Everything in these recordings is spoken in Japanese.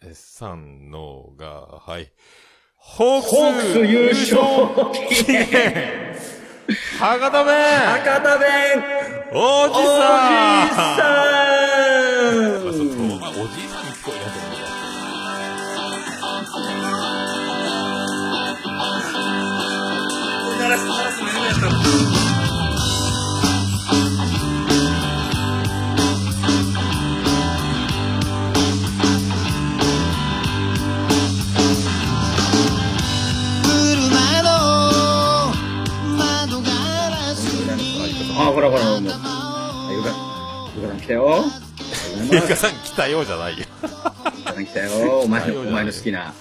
3のが、はい。ホークスホークス優勝記念博多弁博多弁おじおじさんさあんちょっとお前おじいさんに聞こえなくなる車の窓ガラスにあ、ほらほらほら、もう。頭をゆか、ゆかさん来たよ。ゆうかさん来たようじゃないよ。ゆかさん来たよ。お前来たよじゃの、ないお前の好きな。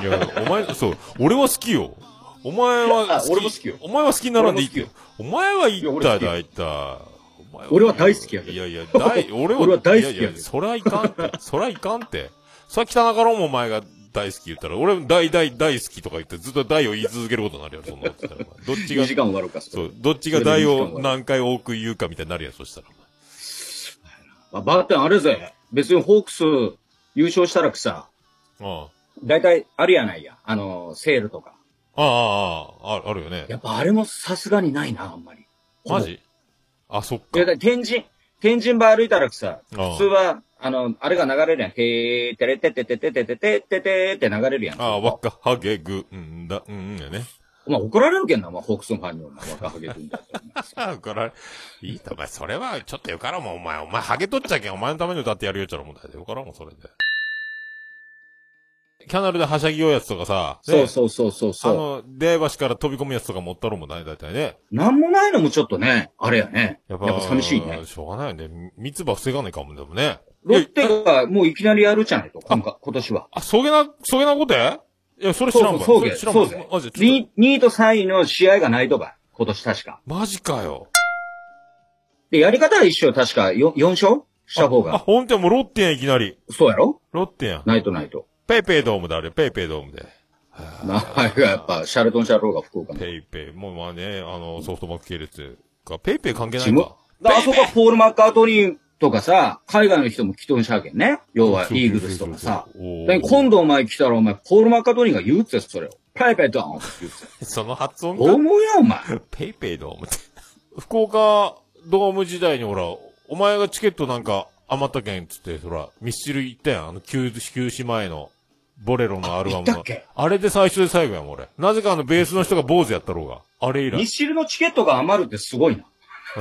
いや、お前、そう、俺は好きよ。お前はあ俺も好きよお前は好きにならんでいいけど。お前は言っいや俺た、好きよ大体。お前俺は大好きやけどいやいや、 大、俺は、俺は大好きやけどいいそらいかんって。そらいかんって。さっき田中ロンもお前が大好き言ったら、俺、大大大好きとか言って、ずっと大を言い続けることになるやろ、そんなことし たら。お前どっち2が時、間終わろうか、そそれう、どっちが大を何回多く言うかみたいになるやろ、そしたら。まあ、バーテンあるぜ。別にホークス優勝したらくさ、お前ああ。大体あるやないや。あの、セールとか。ああ、ああ、ああるよね。やっぱあれもさすがにないな、あんまり。マジあ、そっいかや、。だから天神、天神ば歩いたらくさ、ああ普通は、あの、あれが流れるやん。へー、てれてててててててててって流れるやん。ああ、わっかはげぐ、うんだ、うんうんやね。お前怒られるけんな、お前、ホークスのファンにお前、若ハゲ君だ って。ああ、これ、いいと、お前、それは、ちょっとよからんもん、お前、お前、ハゲ取っちゃけん、お前のために歌ってやるよっちゃろ、もうだよからんもん、それで。キャナルではしゃぎようやつとかさ、そうう。そうそうそうあそう。の、出会い橋から飛び込むやつとか持ったろもんね、だいたいね。なんもないのもちょっとね、あれやね。やっぱ寂しいね。しょうがないよね。蜜葉防がないかも、でもね。ロッテがもういきなりやるじゃないと、今回今年は。あ、そげな、そげなことやいや、それ知らんわ。そうそうれ知らんわ。そうぜマジでちょっ2位と3位の試合がないとか、今年確か。とマジかよ。で、やり方は一緒よ、確かよ4勝した方あ、が。ほんとやもうロッテやん、いきなり。そうやろロッテやん。ナイトナイト。ペイペイドームだ、あれ。ペイペイドームで。名前がやっぱ、シャルトン・シャローが福岡の。ペイペイ、もうまあね、あの、ソフトバンク系列か。ペイペイ関係なジいムか。だあそこはポール・マッカートニーとかさ、海外の人も来とんしゃけんね。要は、イーグルスとかさ。そうそうそうそう。で今度お前来たらお前、ポール・マッカートニーが言うってそれを。ペイペイドーンって言うて。おーその発音どうが、思うや、お前。ペイペイドームって。 福岡ドーム時代にほら、お前がチケットなんか余ったけんっつって、ほら、ミスチル行ったやん。あの、休休止前の、ボレロのアルバム行ったのっけ。あれで最初で最後やもん、俺。なぜかあの、ベースの人が坊主やったろうが。あれ以ミッ来。シルのチケットが余るってすごいな。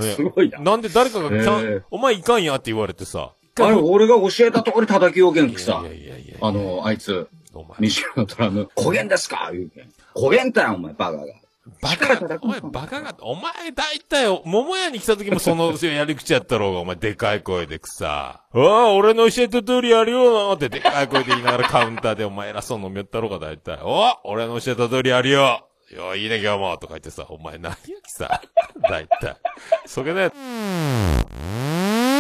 ねすごいな。なんで誰かがちゃん、へーお前いかんやって言われてさ。あれ、俺が教えた通り叩きようけんいくやさいや。いやいや。あの、あいつ、お前ミシルのドラム、焦げんですか言うけん。焦げんたん、お前、バカが。バ力カ叩がく、おの前バカが、お前大体、桃屋に来た時もそのやり口やったろうが、お前でかい声でくさ。ああ、俺の教えた通りやるよなってでかい声で言いながらカウンターでお前偉そうに飲みよったろうが大体。お俺の教えた通りやるよよ、いいね今日もとか言ってさ、お前何やきさ。大体。それで、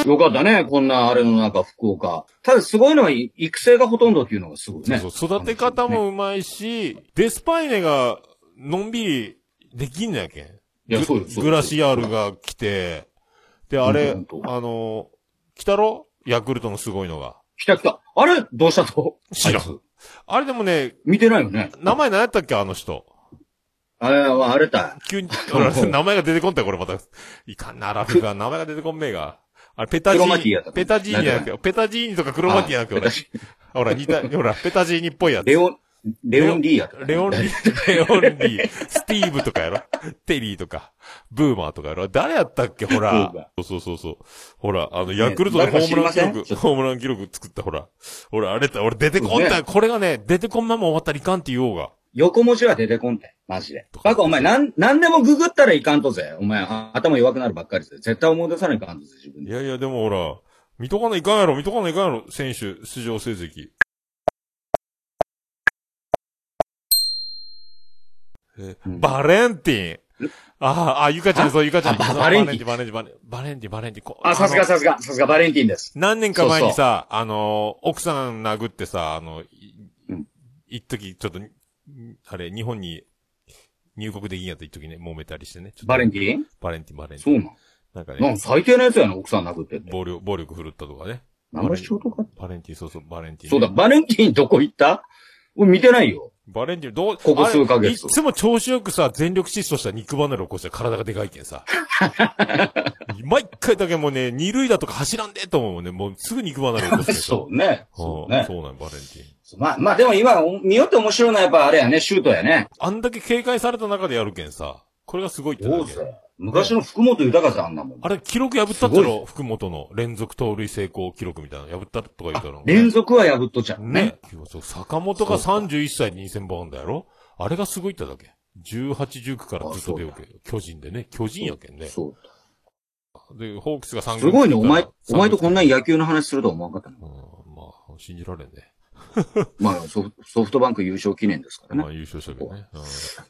よかったね、こんなあれの中、福岡。ただすごいのは、い育成がほとんどっていうのがすごいね。そうそう育て方もうまいし、デスパイネがのんびりできんのやけん。いやグそうよそうよグラシアールが来て、で、あれ、あほんとほんとの、来たろヤクルトのすごいのが。来た来た。あれどうしたと知らんあいつあれでもね、見てないよね。名前何やったっけあの人。あれは、 あれだ。急に、ほうほう 名前が出てこんだよ、これまた。いかんな、ラフが。名前が出てこんめえが。あれ、ペタジークロマティニやった。ペタジーニやなくて、ペタジーニとかクロマティやなくて、俺あ私ほら、似た、ほら、ペタジーニっぽいやつ。レオン、レオン D やった。レオンリ ー、レオンリー、スティーブとかやろテリーとか、ブーマーとかやろ誰やったっけほブーマら。そうそうそうそう。ほら、あの、ヤクルトでホームラン記誰録か知りませ、んホームラン記録作ったほら。ほら、あれだ、俺出てこんそうた、ねこれがね、出てこんまま終わったらいかんって言おうが。横文字は出てこんて。マジで。バカ、お前、なん、なんでもググったらいかんとぜ。お前、あ頭弱くなるばっかりで。絶対思い出さないかんとぜ、自分いで。やいや、でもほら、見とかないかんやろ、見とかないかんやろ、選手、出場成績。えうんバレンティン。ああ、ゆかちゃん、そう、ゆかちゃん。あそうバレンティンバレンティン、バレンティン、バレンティン、バレンティンこうあ、さすのがさすが、さすがバレンティンです。何年か前にさ、あの、奥さん殴ってさ、あの、いうん一時、ちょっと、んあれ、日本に入国できんやった一時ね、揉めたりしてね。ちょっとバレンティンバレンティン、バレンテそうィン。なん。なんかなんね、か最低なやつやな、奥さん殴ってって。暴力、暴力振るったとかね。何の仕事かバレンティン、そうそう、バレンティン。そうだ、バレンティンどこ行った俺見てないよ。バレンティン、どう、ここ数ヶあ月れいつも調子よくさ、全力疾走した肉離れを起こして体がでかいけん さ。毎回だけもうね、二塁だとか走らんでと思うもんね。もうすぐ肉離れを起こしてさそうね。うん そうねそ。うなん、バレンティン。まあ、まあでも今、お見よって面白いのはやっぱあれやね、シュートやね。あんだけ警戒された中でやるけんさ。これがすごいってだどうけせ。昔の福本豊さんあんなもん。あれ、記録破ったったすごろ福本の連続盗塁成功記録みたいなの破ったとか言ったの。連続は破っとっちゃうね。ね。そう坂本が31歳で2000本だやろあれがすごいっただけ。18、19からずっと出ようけ。巨人でね。巨人やけんね。そう。で、ホークスが3すごいね、お前、お前とこんなに野球の話するとは思わなかったなうん、まあ、信じられんね。まあソフ、ソフトバンク優勝記念ですからまね。あ、優勝したけどね。うん、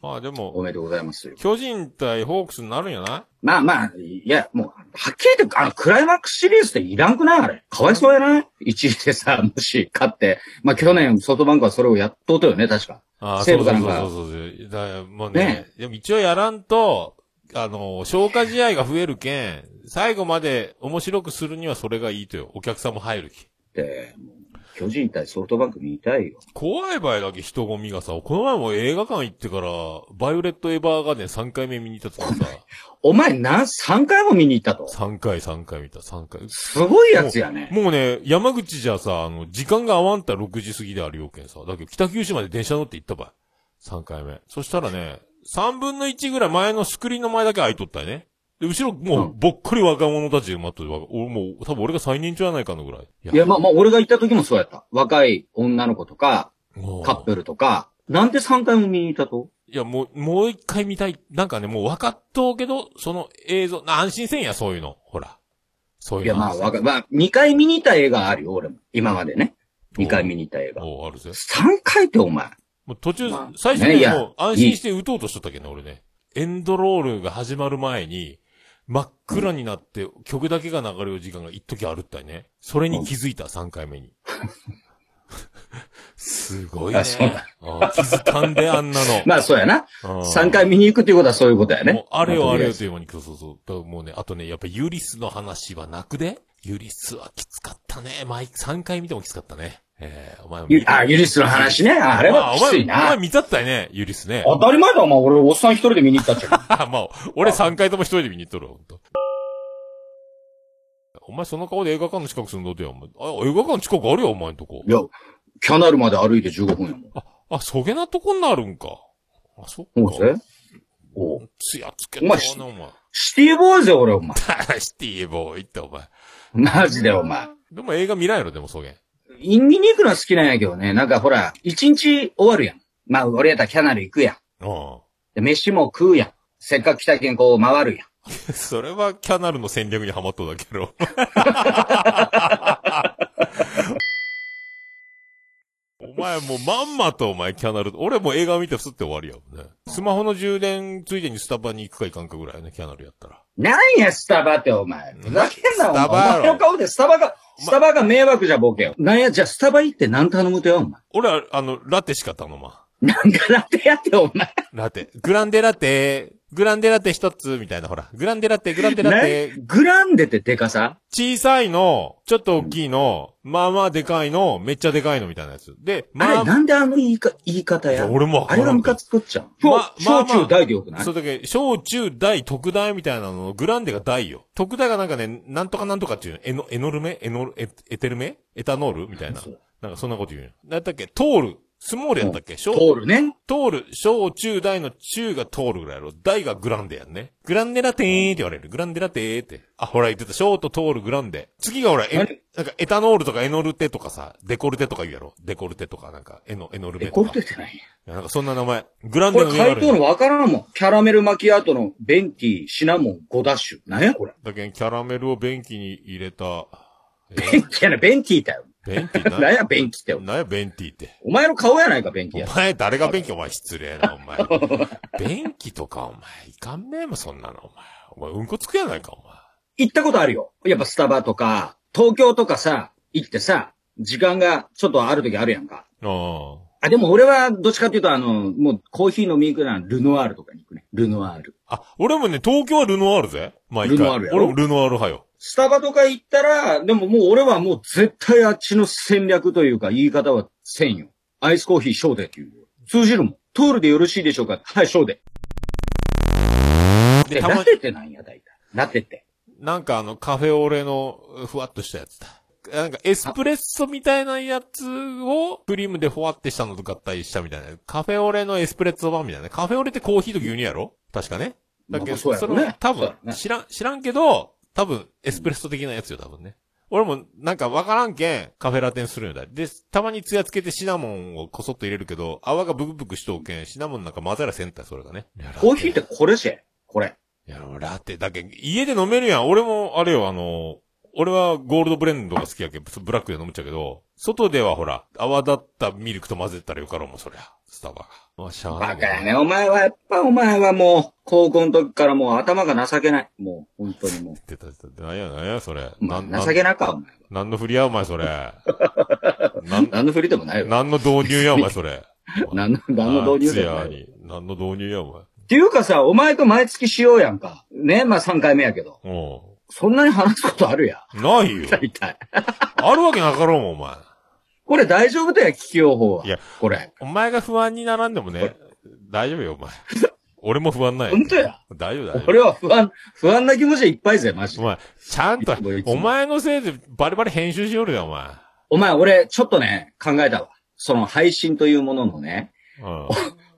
まあ、でおも、めでとうございます。巨人対ホークスになるんやなまあまあ、いや、もう、はっきり言って、あの、クライマックスシリーズっていらんくないあれ。かわいそうやない ?1 位でさ、もし勝って。まあ去年、ソフトバンクはそれをやっとったよね、確か。ああ、そ西う武そかうなそんうかそうそう。だからもうねねでも一応やらんと、あの、消化試合が増えるけん、最後まで面白くするにはそれがいいとよ。お客さんも入るき。で、もう巨人対ソフトバンク見たいよ。怖い場合だけ人混みがさ、この前も映画館行ってから、バイオレット・エヴァーガーデン3回目見に行ったと かお前、なん、3回も見に行ったと。さ、3回3回見た、3回。すごいやつやね。もうね、山口じゃさ、あの、時間が合わんたら6時過ぎであるよけんさ。だけど北九州まで電車乗って行ったばい。3回目。そしたらね、3分の1ぐらい前のスクリーンの前だけ空いとったよね。で、後ろもうう、ぼっこり若者たち埋まっとるわ。俺もう、多分俺が最年長やないかのぐらい。いいや、まあまあ、俺が行った時もそうやった。若い女の子とか、もうカップルとか、なんで3回も見に行ったといや、もう、もう一回見たい。なんかね、もう分かっとうけど、その映像、な安心せんや、そういうの。ほら。そういうの。いや、まあ、わかまあ、2回見に行った映画あるよ、俺も。今までね。おう2回見に行った映画。おうあるぜ。 3回ってお前。もう途中、まあ最初ねいにやもう安心して打とうとしとったけどね、俺ね。エンドロールが始まる前に、真っ暗になって曲だけが流れる時間が一時あるったいね。それに気づいた、3回 目に。すごいねあそうな。あ気づかんで、あんなの。まあ、そうやな。うん3回見に行くっていうことはそういうことやもねう。あれまよあとりれえよずという間に、そうそうそう。だからもうね、あとね、やっぱユリスの話は泣くで。ユリスはきつかったね。毎3回見てもきつかったね。ええお前もゆあ、ユリスの話ね。ああれはあきお前ついお前な。見ちゃったよね、ユリスね。当たり前だ、お前。俺、おっさん一人で見に行ったっちゃ。あ、まあ、俺3回とも一人で見に行っとるわ、ほんと。お前その顔で映画館の近くすんのってや、お前。あ、映画館の近くあるよ、お前んとこい。や、キャナルまで歩いて15分やもん。あ、そげなとこになるんか。あ、そっおうか。ぜ。おうつやつけたわな、お 前。シティボーイぜ、俺、お前。シティボーイって、お前。マジで、お前。でも映画見らんやろ、でもそげん。見に行くのは好きなんやけどね。なんかほら、一日終わるやん。まあ、俺やったらキャナル行くやうん。ん。で、飯も食うやん。せっかく来たけん、こう、回るやん。それはキャナルの戦略にはまっとうだけど。お前もうまんまとお前キャナル、俺もう映画見てすって終わりやもんね。スマホの充電ついでにスタバに行くか行かんかぐらいやね、キャナルやったら。なんや、スタバって、お前。ふざけんな、お前。スタバやろお前の顔で、スタバが、スタバが迷惑じゃ、ボケよ。なんや、じゃあ、スタバ行って何頼むとよ、お前。俺は、あの、ラテしか頼まん。なんかラテやって、お前。ラテ。グランデラテ、グランデラテ一つ、みたいな、ほら。グランデラテ、グランデラテな、んグランデってデカさ小さいの、ちょっと大きいの、まあまあでかいの、めっちゃでかいのみたいなやつ。で、あまれ、あ、なんであの言いか言い方やいや俺もわかあらんれがムカつくっちゃう。ま小まあ小中大でよくないそうだけど、小中大、特大みたいなの、グランデが大よ。特大がなんかね、なんとかなんとかっていうの。エノ、エノルメエノル、エエテルメエタノールみたいなそう。なんかそんなこと言うよ。なんだっけトール。スモールやったっけ小、通るね。トール。小中大の中がトールぐらいやろ。大がグランデやんね。グランデラテーって言われる。グランデラテーって。あ、ほら言ってた。ショート、トール、グランデ。次がほら、え何なんかエタノールとかエノルテとかさ、デコルテとか言うやろ。デコルテとかなんか、エノ、エノルメえ、とこかれ。出てないなんかそんな名前。グランこデれの上にあ回る答のわからんもん。キャラメルマキアートのベンティー、シナモン、ゴダッシュ。なんやこれ。だけん、キャラメルを便器に入れた、 ベンティーやな、ベンティーだよ。ベンティなんな、やベンティーってお前。なんやベンティって。お前の顔やないか、ベンティーおや。前、誰が便器お前失礼な、お前。便器とかお前、いかんねえもん、そんなの、お前。お前、うんこつくやないか、お前。行ったことあるよ。やっぱスタバとか、東京とかさ、行ってさ、時間がちょっとある時あるやんか。ああ、でも俺はどっちかっていうと、あの、もうコーヒー飲みに行くならルノワールとかに行くね。ルノワール。あ、俺もね、東京はルノワールぜ。毎回。ルノワールやろ俺もルノワール派よ。スタバとか行ったら、でももう俺はもう絶対あっちの戦略というか言い方はせんよ。アイスコーヒーショーでっていう。通じるもん。トールでよろしいでしょうかはい、ショーで。で、で、たまラに、テってなんや、大体。ラテって。なんかあの、カフェオレの、ふわっとしたやつだ。なんか、エスプレッソみたいなやつを、クリームでふわってしたのと合体したみたいな。カフェオレのエスプレッソ版みたいな。カフェオレってコーヒーと牛乳やろ確かね。だけまど、あそうやろねれ多そうや分、ろね知らん、知らんけど、多分、エスプレッソ的なやつよ、多分ね。俺も、なんかわからんけん、カフェラテンするんだ。で、たまにツヤつけてシナモンをこそっと入れるけど、泡がブクブクしとうけん、シナモンなんか混ざらせんたい、それがね。コーヒーってこれせ。これ。いや、ラテ、だけど、家で飲めるやん。俺も、あれよ、あの、俺はゴールドブレンドが好きやけん、ブラックで飲むっちゃうけど、外ではほら、泡立ったミルクと混ぜたらよかろうもん、そりゃ。スタバが。まあ、しゃあないバもんカやね。。お前は、やっぱお前はもう、高校の時からもう頭が情けない。もう、本当にも言ってた、言ってた。なんや、なんや、それ。う。まなあ、ん、なん情けなか、お前は。なんの振りや、お前、それ。 なん、何の振りでもないよ。なんの導 入や、お前、それ。何の、何の導入でもあないいつやに。よ。何の導入や、おっていうかさ、お前と毎月しようやんか。ね、まあ3回目やけど。前。そんなに話すこと あるや。うん。ない よ。大体。あるわけなかろうもん、お前。これ大丈夫だよ、聞き用法は。いやこれ。お前が不安にならんでもね、大丈夫よ、お前。俺も不安ないよ。本当や。大丈夫、大丈俺は不安、不安な気持ちでいっぱいぜ、マジ夫。おで。前、ちゃんといつもい、つもお前のせいでバリバリ編集しよるよ、お前。お前、俺、ちょっとね、考えたわ。その配信というもののね、うん。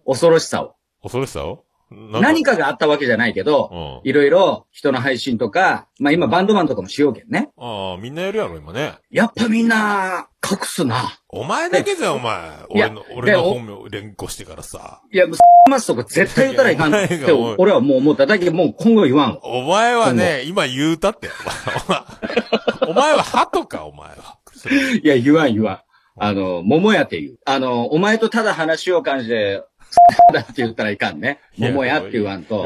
恐ろしさを。恐ろしさをなん何かがあったわけじゃないけど、うん。いろいろ人の配信とか、まあ今バンドマンとかもしようけんね。ああ、みんなやるやろ、今ね。やっぱみんな、隠すな。お前だけじゃん、お前。いや俺の、俺のでお本名を連呼してからさ。いや、もう、ますとか絶対言ったらいかんっていやお前がおい俺はもう思った。だけどもう今後言わんわ。お前はね、今言うたって。お前お前お前は鳩か、お前は。いや、言わん言わん。あの、桃屋っていう。あの、お前とただ話を感じで、だって言ったらいかんね。いや桃屋って言わんと。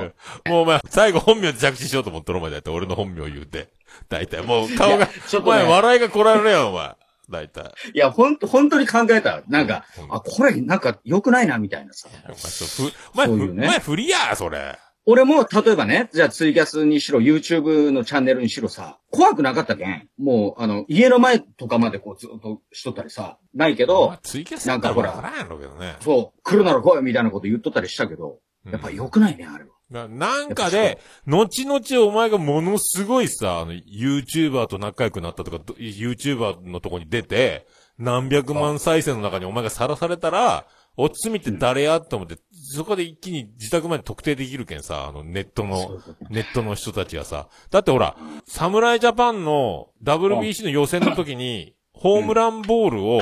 もうお前、最後本名で着地しようと思っとるお前だって、俺の本名言うて。大体、もう顔いがや、ちょっおとね前笑いがこらえるやん、お前。大体。いや、ほんと、本当に考えた。なんかう、んあ、これ、なんか良くないな、みたいなさ。お前、そう、ふ、お前、そうふいうおね前、振りや、それ。俺も、例えばね、じゃあツイキャスにしろ、YouTube のチャンネルにしろさ、怖くなかったけん。もう、あの、家の前とかまでこうずっとしとったりさ、ないけお前ど、ツイキャスやったらな分んかかほららんやろうけどね。そう、来るなら来いみたいなこと言っとったりしたけど、やっぱ良くないね、あれなは。なんかで、後々お前がものすごいさ、あの、YouTuber と仲良くなったとか、ど YouTuber のとこに出て、何百万再生の中にお前がさらされたら、おつみって誰やと思って、そこで一気に自宅まで特定できるけんさ、あの、ネットそうのそう、ネットの人たちがさ。だってほら、侍ジャパンの WBC の予選の時に、ホームランボールを、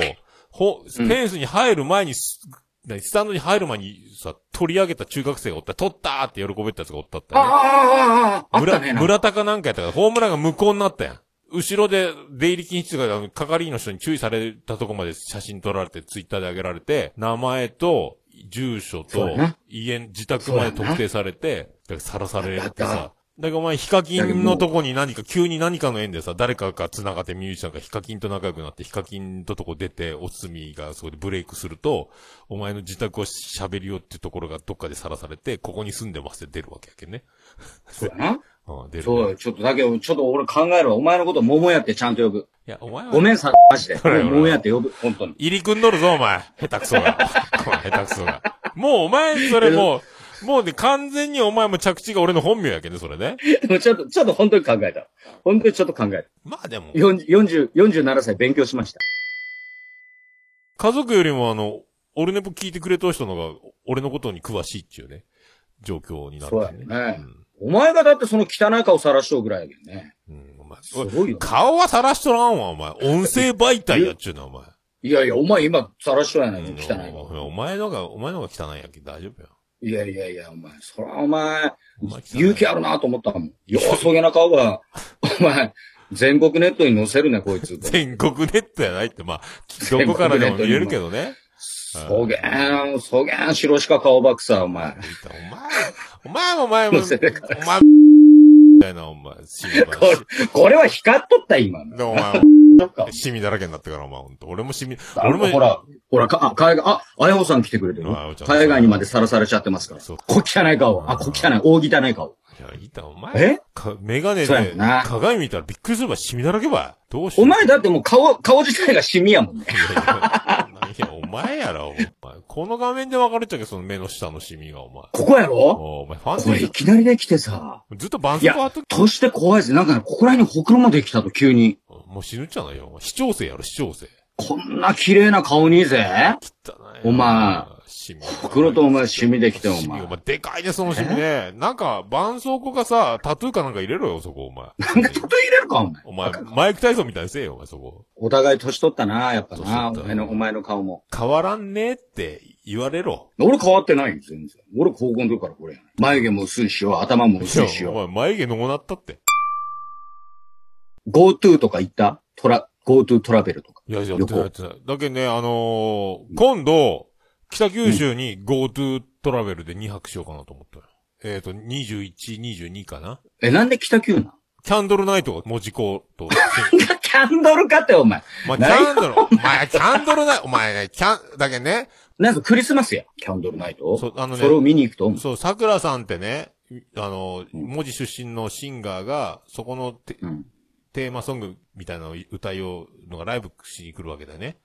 ほ、フうんェンスに入る前にす、何スタンドに入る前にさ、取り上げた中学生がおった、取ったーって喜べたやつがおったったあよあね、ああ、ああ、あっ村、たね、なんか村高なんかやったから、ホームランが無効になったやん。後ろで出入り禁止とか、あの係員の人に注意されたとこまで写真撮られて、ツイッターで上げられて、名前と、住所そうとやな、家、自宅まで特定されて、だからさらされるってださだ。だからお前、ヒカキンのとこに何か、急に何かの縁でさ、誰かが繋がってミュージシャンがヒカキンと仲良くなって、ヒカキンととこ出て、おつみがそこでブレイクすると、お前の自宅を喋るよっていうところがどっかでさらされて、ここに住んでますって出るわけやけんね。そうやな。うん、出るね。そうよ、ちょっとだけど、ちょっと俺考えるわ。お前のこと、桃屋ってちゃんと呼ぶ。いや、お前はご、めんさ、マジで。らほら桃屋って呼ぶ、本当に。入り組んどるぞ、お前。下手くそ が。お前下手くそが。もう、お前、それもう、もうね、完全にお前も着地が俺の本名やけどね、それね。でもちょっと、ちょっと本当に考えた。本当にちょっと考えまあでもた。、40、47歳勉強しました。家族よりもあの、俺ねぽ聞いてくれとる人の方が、俺のことに詳しいっていうね、状況になってそうだよねんお前がだってその汚い顔さらしとうぐらいやけどね。うん、お前。すごいよ。顔はさらしとらんわ、お前。音声媒体やっちゅうな、お前。いやいや、お前今さらしとうやないか、汚いうん顔。お前のが、お前のが汚いやんけ、大丈夫や。いやいやいや、お前、そらお前、お前汚い勇気あるなと思ったもん。ようそげな 顔が、お前、全国ネットに載せるね、こいつ。全国ネットやないって、まあ、どこからでも見えるけどね。そげん、そげん、白鹿顔ばくさ、お前。お前、お前もお前も、お前も、お前もたいな、お前。シミ話これ、これは光っとった、今の。でお前、そっか。シミだらけになってから、お前、ほんと。俺もシミ、あ俺も、ほら、ほら、か、あ、海外、あ、あやほさん来てくれてるああお茶海外にまでさらされちゃってますから。そう小汚い顔。あ、小汚い。大汚い顔。いや、いた、お前。えかメガネそうやでんな、鏡見たらびっくりするば、シミだらけば。どうしよおう。前だってもう顔、顔自体がシミやもんね。いやいやいや、お前やろ、お前。この画面で分かるっちゃけど、その目の下のシミが、お前。ここやろおお前、ファンこデーれショいきなりできてさ。ンずっとバンスパート、年して怖いです。なんかね、ここら辺にほくろまで来たと急に。もう死ぬんじゃないよ。お前視聴生やろ、視聴生。こんな綺麗な顔にいいぜ。汚いな。お前シミ。袋とお前シミできてお前シミお前、でかいね、そのシミね。なんか、絆創膏かさ、タトゥーかなんか入れろよ、そこ、お 前。なんかちょっと入れるか、お前。お前、マイク体操みたいにせえよ、お前、そこ。お互い年取ったな、やっぱな。年取おった前の、お前の顔も。変わらんねえって言われろ。俺変わってないよ、全然。俺高校の時からこれやね。眉毛も薄いしよう、頭も薄いしいやよお前、眉毛のこなったって。う。GoTo とか行ったトラ、GoTo トラベルとか。いや、いや、旅行やってない。だけどね、あのー今度、北九州に GoTo トラベルで2泊しようかなと思ったよ。えっ、と、21、22かなえ、なんで北急なキャンドルナイトが文字工と。のキャンドルかって、お前。まあ、キャンドル、お前、キャンドルナイト、お前ね、キャン、だけどね、なんかクリスマスや。キャンドルナイトそうそあのねれを見に行くと。そう、桜さんってね、あの、文字出身のシンガーが、そこのテうん。テーマソングみたいなのを歌いようのがライブしに来るわけだよね。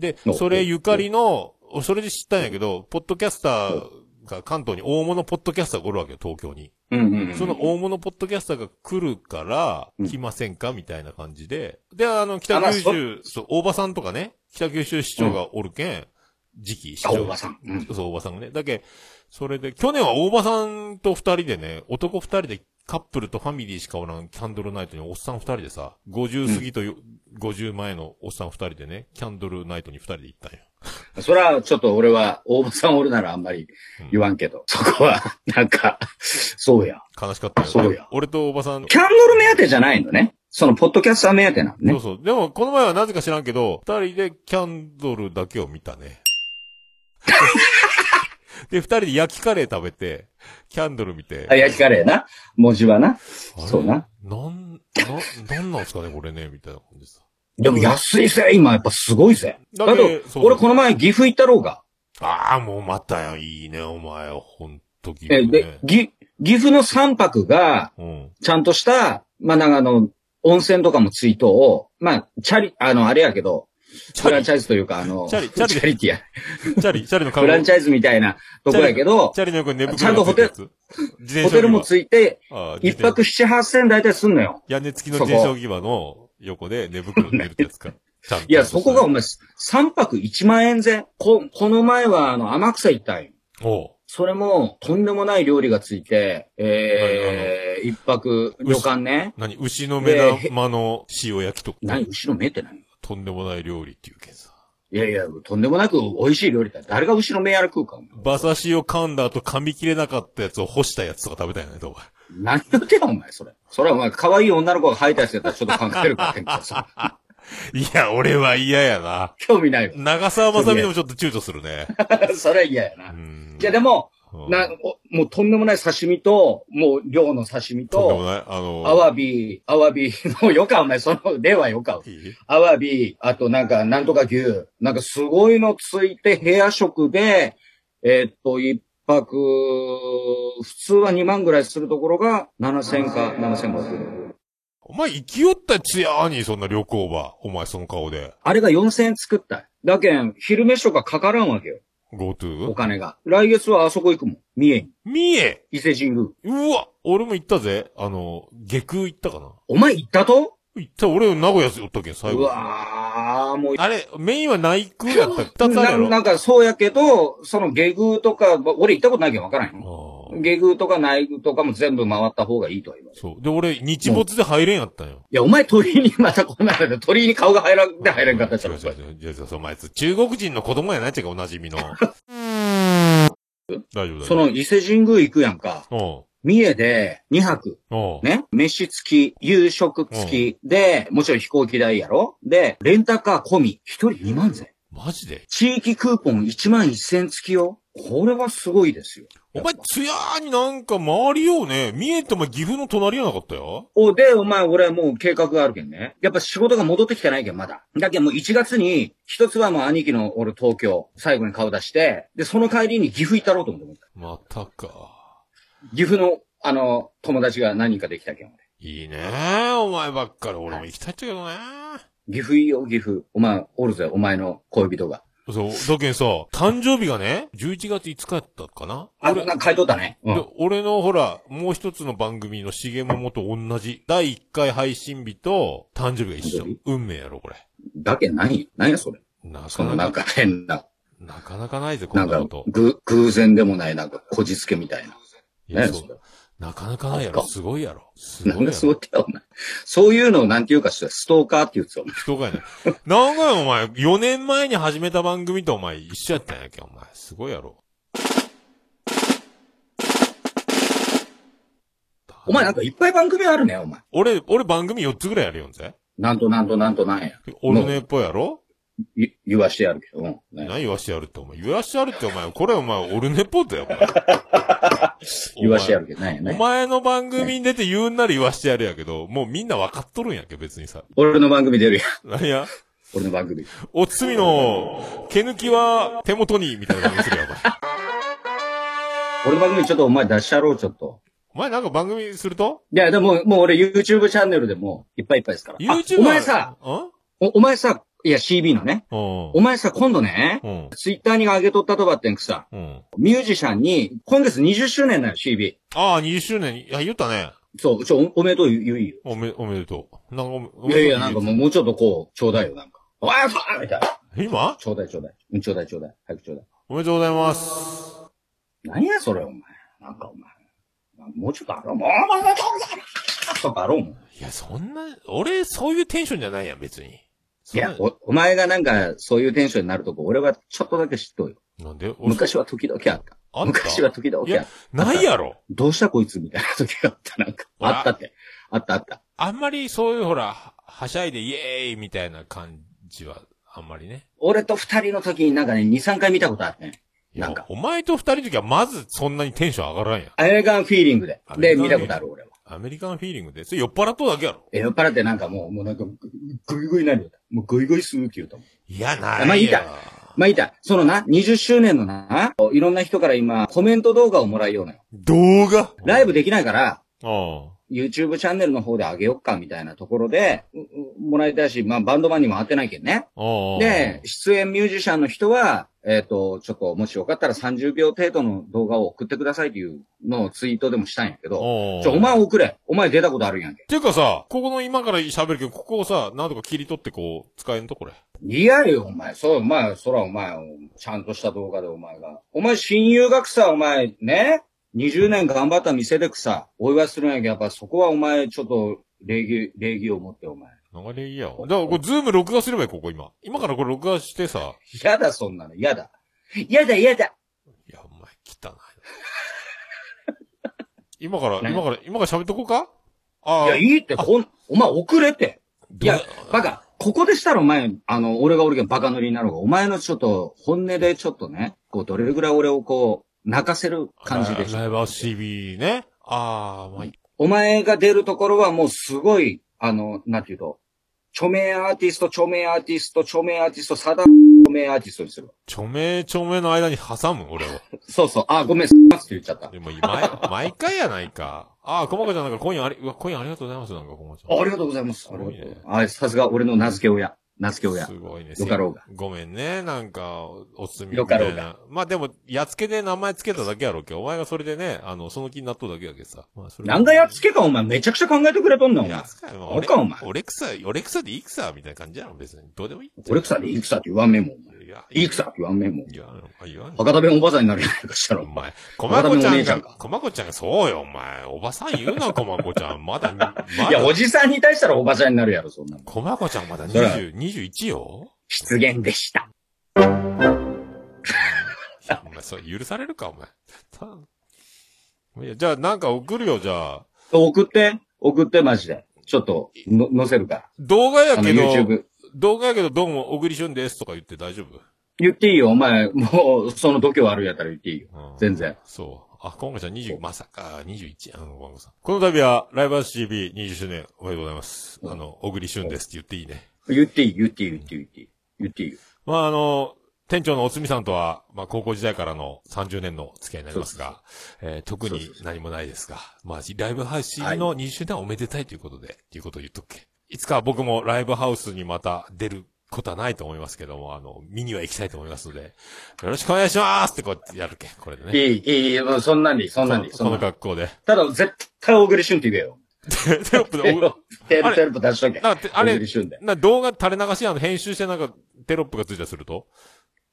でお、それゆかりの、それで知ったんやけど、ポッドキャスターが関東に大物ポッドキャスターがおるわけよ、東京に。うんうんうん。その大物ポッドキャスターが来るから、ん来ませんかみたいな感じで。で、あの、北あまあ九州、そう、大場さんとかね、北九州市長がおるけん、次期市あ、長。おばさん。うん。そう、おばさんがね。だけ、それで、去年はおばさんと二人でね、男二人でカップルとファミリーしかおらんキャンドルナイトにおっさん二人でさ、50過ぎとよ、50前のおっさん二人でね、キャンドルナイトに二人で行ったんよ。それはちょっと俺は、大場さんおるならあんまり言わんけど。そこは、 なんか、そうや。悲しかったよ。そうや俺とおばさん。キャンドル目当てじゃないのね。その、ポッドキャスター目当てなのそねう。そう。でも、この前はなぜか知らんけど、二人でキャンドルだけを見た ね。で、二人で焼きカレー食べて、キャンドル見て。あ、焼きカレーな。文字はな。あれそうな。なん、な、なんなんすかね、これね、みたいな感じでさ。でも安いぜ、今やっぱすごいぜ。だあけとどそ、う俺この前岐阜行ったろうが。ああ、もうまたよ。いいね、お前。ほんと、ギえ、ブでね、。ぎ岐阜の三泊が、うん。ちゃんとした、まあ、なんかあの、温泉とかもついとを、まあ、チャリ、あの、あれやけど、フランチャイズというか、あの、チャリチャリティや。チャリ、チャリの顔フランチャイズみたいなとこやけど、チャリの横に寝ちゃ袋がついたんとホテやルつ。自転ホテルもいついて、ああ一泊七八千大体すんのよ。屋根付きの自転車置き場の横で寝袋寝るってやつか。ちゃんと。いや、そこがお前、三泊一万円ぜ。こ、この前は、あの、天草行ったんよ。おう。それも、とんでもない料理がついて、えー、一泊、旅館ね。何牛の目玉の塩焼きとか。何、後ろ目って何とんでもない料理っていうけんさ。いやいや、とんでもなく美味しい料理だ。誰が後ろ目やら食うか。お前馬刺しを噛んだ後噛み切れなかったやつを干したやつとか 食べたいよね、どう何言ってんのお前、それ。それはお前、可愛い女の子が吐いたやつやったらちょっと考えるか、けどさ。いや、俺は嫌やな。 興味ないわ。 長澤まさみでもちょっと躊躇するね。それは嫌やうな。んいや、でも、うんな、おもうとんでもない刺身と、もう量の刺身とんでもと、ない。あの、アワビ、アワビ、 もうよか、お前、その、例はよか。いいアワビ、あとなんか、なんとか牛、なんかすごいのついて、部屋食で、えーっと、一泊、普通は2万ぐらいするところが、7000か、7500。お前、生きよったつやーに、そんな旅行ば。お前、その顔で。あれが4000円作った。だけん、昼飯とかかからんわけよ、お GoTo? 金が。来月はあそこ行くもん。三重に。三重伊勢神宮。うわ俺も行ったぜ。あの、下空行ったかなお前行ったと行った、俺、名古屋寄ったけん、最う後。わー、もう、あれ、メインは内空やった。二つあるなやろ。なんかそうやけど、その下宮とか、俺行ったことないけどわからんあよ。ー下宮とか内宮とかも全部回った方がいいとは言われる。そう。で、俺、日没で入れんやったんよ。いや、お前鳥居にまたこんなので、鳥居に顔が入らんで入れんかったじゃん。違う違う違う違う違うお前、中国人の子供やないっちゃうか、おなじみの。大丈夫、大丈夫。その伊勢神宮行くやんか。三重で2泊、うん。うん。ね。飯付き、夕食付きで、もちろん飛行機代やろで、レンタカー込み、一人2万ぜ。マジで地域クーポン1万1000付きよ。これはすごいですよ。お前、つやーになんか周りようね。三重ってお前岐阜の隣やなかったよ。お、で、お前、俺はもう計画があるけんね。やっぱ仕事が戻ってきてないけん、まだ。だけんもう1月に、一つはもう兄貴の俺東京、最後に顔出して、で、その帰りに岐阜行ったろうと思って。またか。岐阜の、あの、友達が何人かできたけん、俺。いいねー、お前ばっかり。俺も行きたいっちゃけどねー。岐阜いいよ、岐阜。お前、おるぜ、お前の恋人が。そう、だけんさ、誕生日がね、11月5日やったかなあ、なんか書いとったね。うでん。俺のほら、もう一つの番組の重桃と同じ。第1回配信日と誕生日が一緒誕生日。運命やろ、これ。だけん何何やそれ。なそかのななかん、か変な、なかなかないぜ、こなんんなかこと。ぐ、偶然でもない、なんかこじつけみたいな。いや、ねそう。なかなかないやあろ、っかすごいやろ。すなごんいやでそうろ。ってお前。そういうのをなんていうかして、ストーカーって言うてたよ。人がやね。何回お前、4年前に始めた番組とお前一緒やったんやけん、お前。すごいやろ。お前なんかいっぱい番組あるね、お前。俺、俺番組4つぐらいやるよんぜ。なんとなんとなんとなんや。オルネっぽいやろい言わしてやるけど。うん。ね何言わしてやるって、お前。言わしてやるって、お前。これ、お前、オルネポだよ、お前。 言わしてやるけどね。お前。ねお前の番組に出て言うんなら言わしてやるやけど、もうみんな分かっとるんやけど、別にさ。俺の番組出るやん。何や俺の番組。おつみの、毛抜きは手元に、みたいな感じするやん、お前。俺の番組ちょっとお前出しちゃろう、ちょっと。お前なんか番組するといや、でも、もう俺 YouTube チャンネルでもいっぱいいっぱいですから。あ ?YouTube お前さ、、んうん。おお前さ、いや CB のね。お前さ、今度ね、うん。ツイッターに上げとったとばってんくさ、うん。ミュージシャンに、今月20周年なの CB。ああ、20周年。いや、言ったね。そう、ちょ、おおめでとう言う言うよ。おめ、おめでとう。なんかおめ、おめいやいでとうや、なんかもう、もうちょっとこう、ちょうだいよ、なんか。わあ、ファーみたいな。今ちょうだいちょうだい。うんちょうだいちょうだい。早くちょうだい。おめでとうございます。何やそれ、お前。なんかお前。なんかもうちょっとあろう。もう、おめでとうございますとかあろうもん。いや、そんな、俺、そういうテンションじゃないやん、別に。いそんなや、お、お前がなんか、そういうテンションになるとこ、俺はちょっとだけ知っとうよ。なんで俺昔は時々あった。あった昔は時々あいったや。ないやろ。どうしたこいつみたいな時があった、なんか。ほらあったって。あったあった。あんまりそういうほら、ははしゃいでイエーイみたいな感じは、あんまりね。俺と二人の時になんかね、二、三回見たことあってね。いやなんかお前と二人の時はまずそんなにテンション上がらんやん。アメリカンフィーリングでア。メで、リカン見たことある俺は。アメリカンフィーリングで。それ酔っ払っとうだけやろ。え、酔っ払ってなんかもう、もうなんか、ぐいぐいなるよ。もうぐいぐいするって言うと思う。いや、ないよ。まあいいかまあいいだ。そのな、20周年のな、いろんな人から今、コメント動画をもらいようのよ。動画ライブできないから、あ YouTube チャンネルの方で上げよっか、みたいなところで、ううもらいたいし、まあバンドマンにも会ってないけんね。あ。ああ。で、出演ミュージシャンの人は、えっ、と、ちょっと、もしよかったら30秒程度の動画を送ってくださいっていうのをツイートでもしたんやけああど、ちょ、お前送れ。お前出たことあるやんけ。ていうかさ、ここの今から喋るけど、ここをさ、なんとか切り取ってこう、使えんとこれ。いやよ、お前。そう、お前、そらお前、ちゃんとした動画でお前が。お前、親友がくさ、お前、ね ?20 年頑張った店でくさ、お祝いするんやけど、やっぱそこはお前、ちょっと、礼儀、礼儀を持って、お前。流れいいやわ。だから、これ、ズーム録画すればいい、ここ今。今からこれ録画してさ。嫌だ、そんなの。嫌だ。嫌だ、嫌だ。いや、お前、汚いな。 今から、ね今から、今から喋っとこうかあいや、いいって、こん、お前、遅れって。いどや、バカ、ここでしたらお前、あの、俺が俺がバカ乗りになろうが、お前のちょっと、本音でちょっとね、こう、どれぐらい俺をこう、泣かせる感じでラしラた。イブ CB ね。ああ、まあいい、お前が出るところはもうすごい、あの、なんていうと、著名アーティスト、著名アーティスト、著名アーティスト、さだ、著名アーティストにする。著名著名の間に挟む、俺を。そうそう、あ、ごめん、すって言っちゃった。あでも、毎、 毎回やないか。ああ、コマコちゃんなんか、今夜あり、うわ、今夜ありがとうございます、なんか、コマちゃん。りがとうございます。ありがとすごういね。あ、さすが俺の名付け親。名付け親す。ごいね。よかろうがせごめんね、なんか、おつみみよたかろいうな。まあでも、やっつけで名前つけただけやろうけど、お前がそれでね、あの、その気になっとうだけやけどさ。まあ、それなんかやっつけか、お前。めちゃくちゃ考えてくれとんな、お前や。つかよ、バカお前俺草、俺草でいい草みたいな感じやろ、別に。どうでもいい。俺草でいい草って言わんめんもん。いや、いい草って言わんめんもん。いや、あ言わん。博多弁おばさんになるじゃないかしたらお。前、コマ若コ手ちのゃおん姉ちゃが、んかコマコちゃんが、そうよ、お前。おばさん言うな、コマコちゃん。 まだ、まいや、おだ、じさんに対したらおばちゃんになるやろ、そんなの。コマコちゃんまだそら20、21よ。失言でした。いや、お前、それ許されるか、お前。たいや、じゃあ、なんか送るよ、じゃあ。送って、送って、マジで。ちょっと、の、載せるから。動画やあの、けど、 YouTube。動画やけどどうも、小栗旬ですとか言って大丈夫言っていいよ、お前。もう、その度胸悪いやったら言っていいよ。うん全然。そう。あ、今後さん20、まさか21、あの、今後さん。この度は、ライバース CB20 周年おめでとうございます。あの、小栗旬ですって言っていいね。言っていい、言っていい、言っていい、言っていい。言っていいよ。まあ、あの、店長のおつみさんとは、まあ、高校時代からの30年の付き合いになりますが、えー特に何もないですが、まあ、ライブ配信の20周年はおめでたいということで、っていうことを言っとくけ。いつか僕もライブハウスにまた出ることはないと思いますけども、あの、見には行きたいと思いますので、よろしくお願いしますってこうやってやるけ、これでいね。い、いい、いい、もうそんなんでいい、そんなんでいい。こそんのなこのんでいい格好で。ただ、絶対小栗旬って言えよ。テロップで テお、ロテあロれテロップ出しとけ。なんかて、あ小れ栗、旬で。な動画垂れ流しなの編集してなんかテロップがついたりすると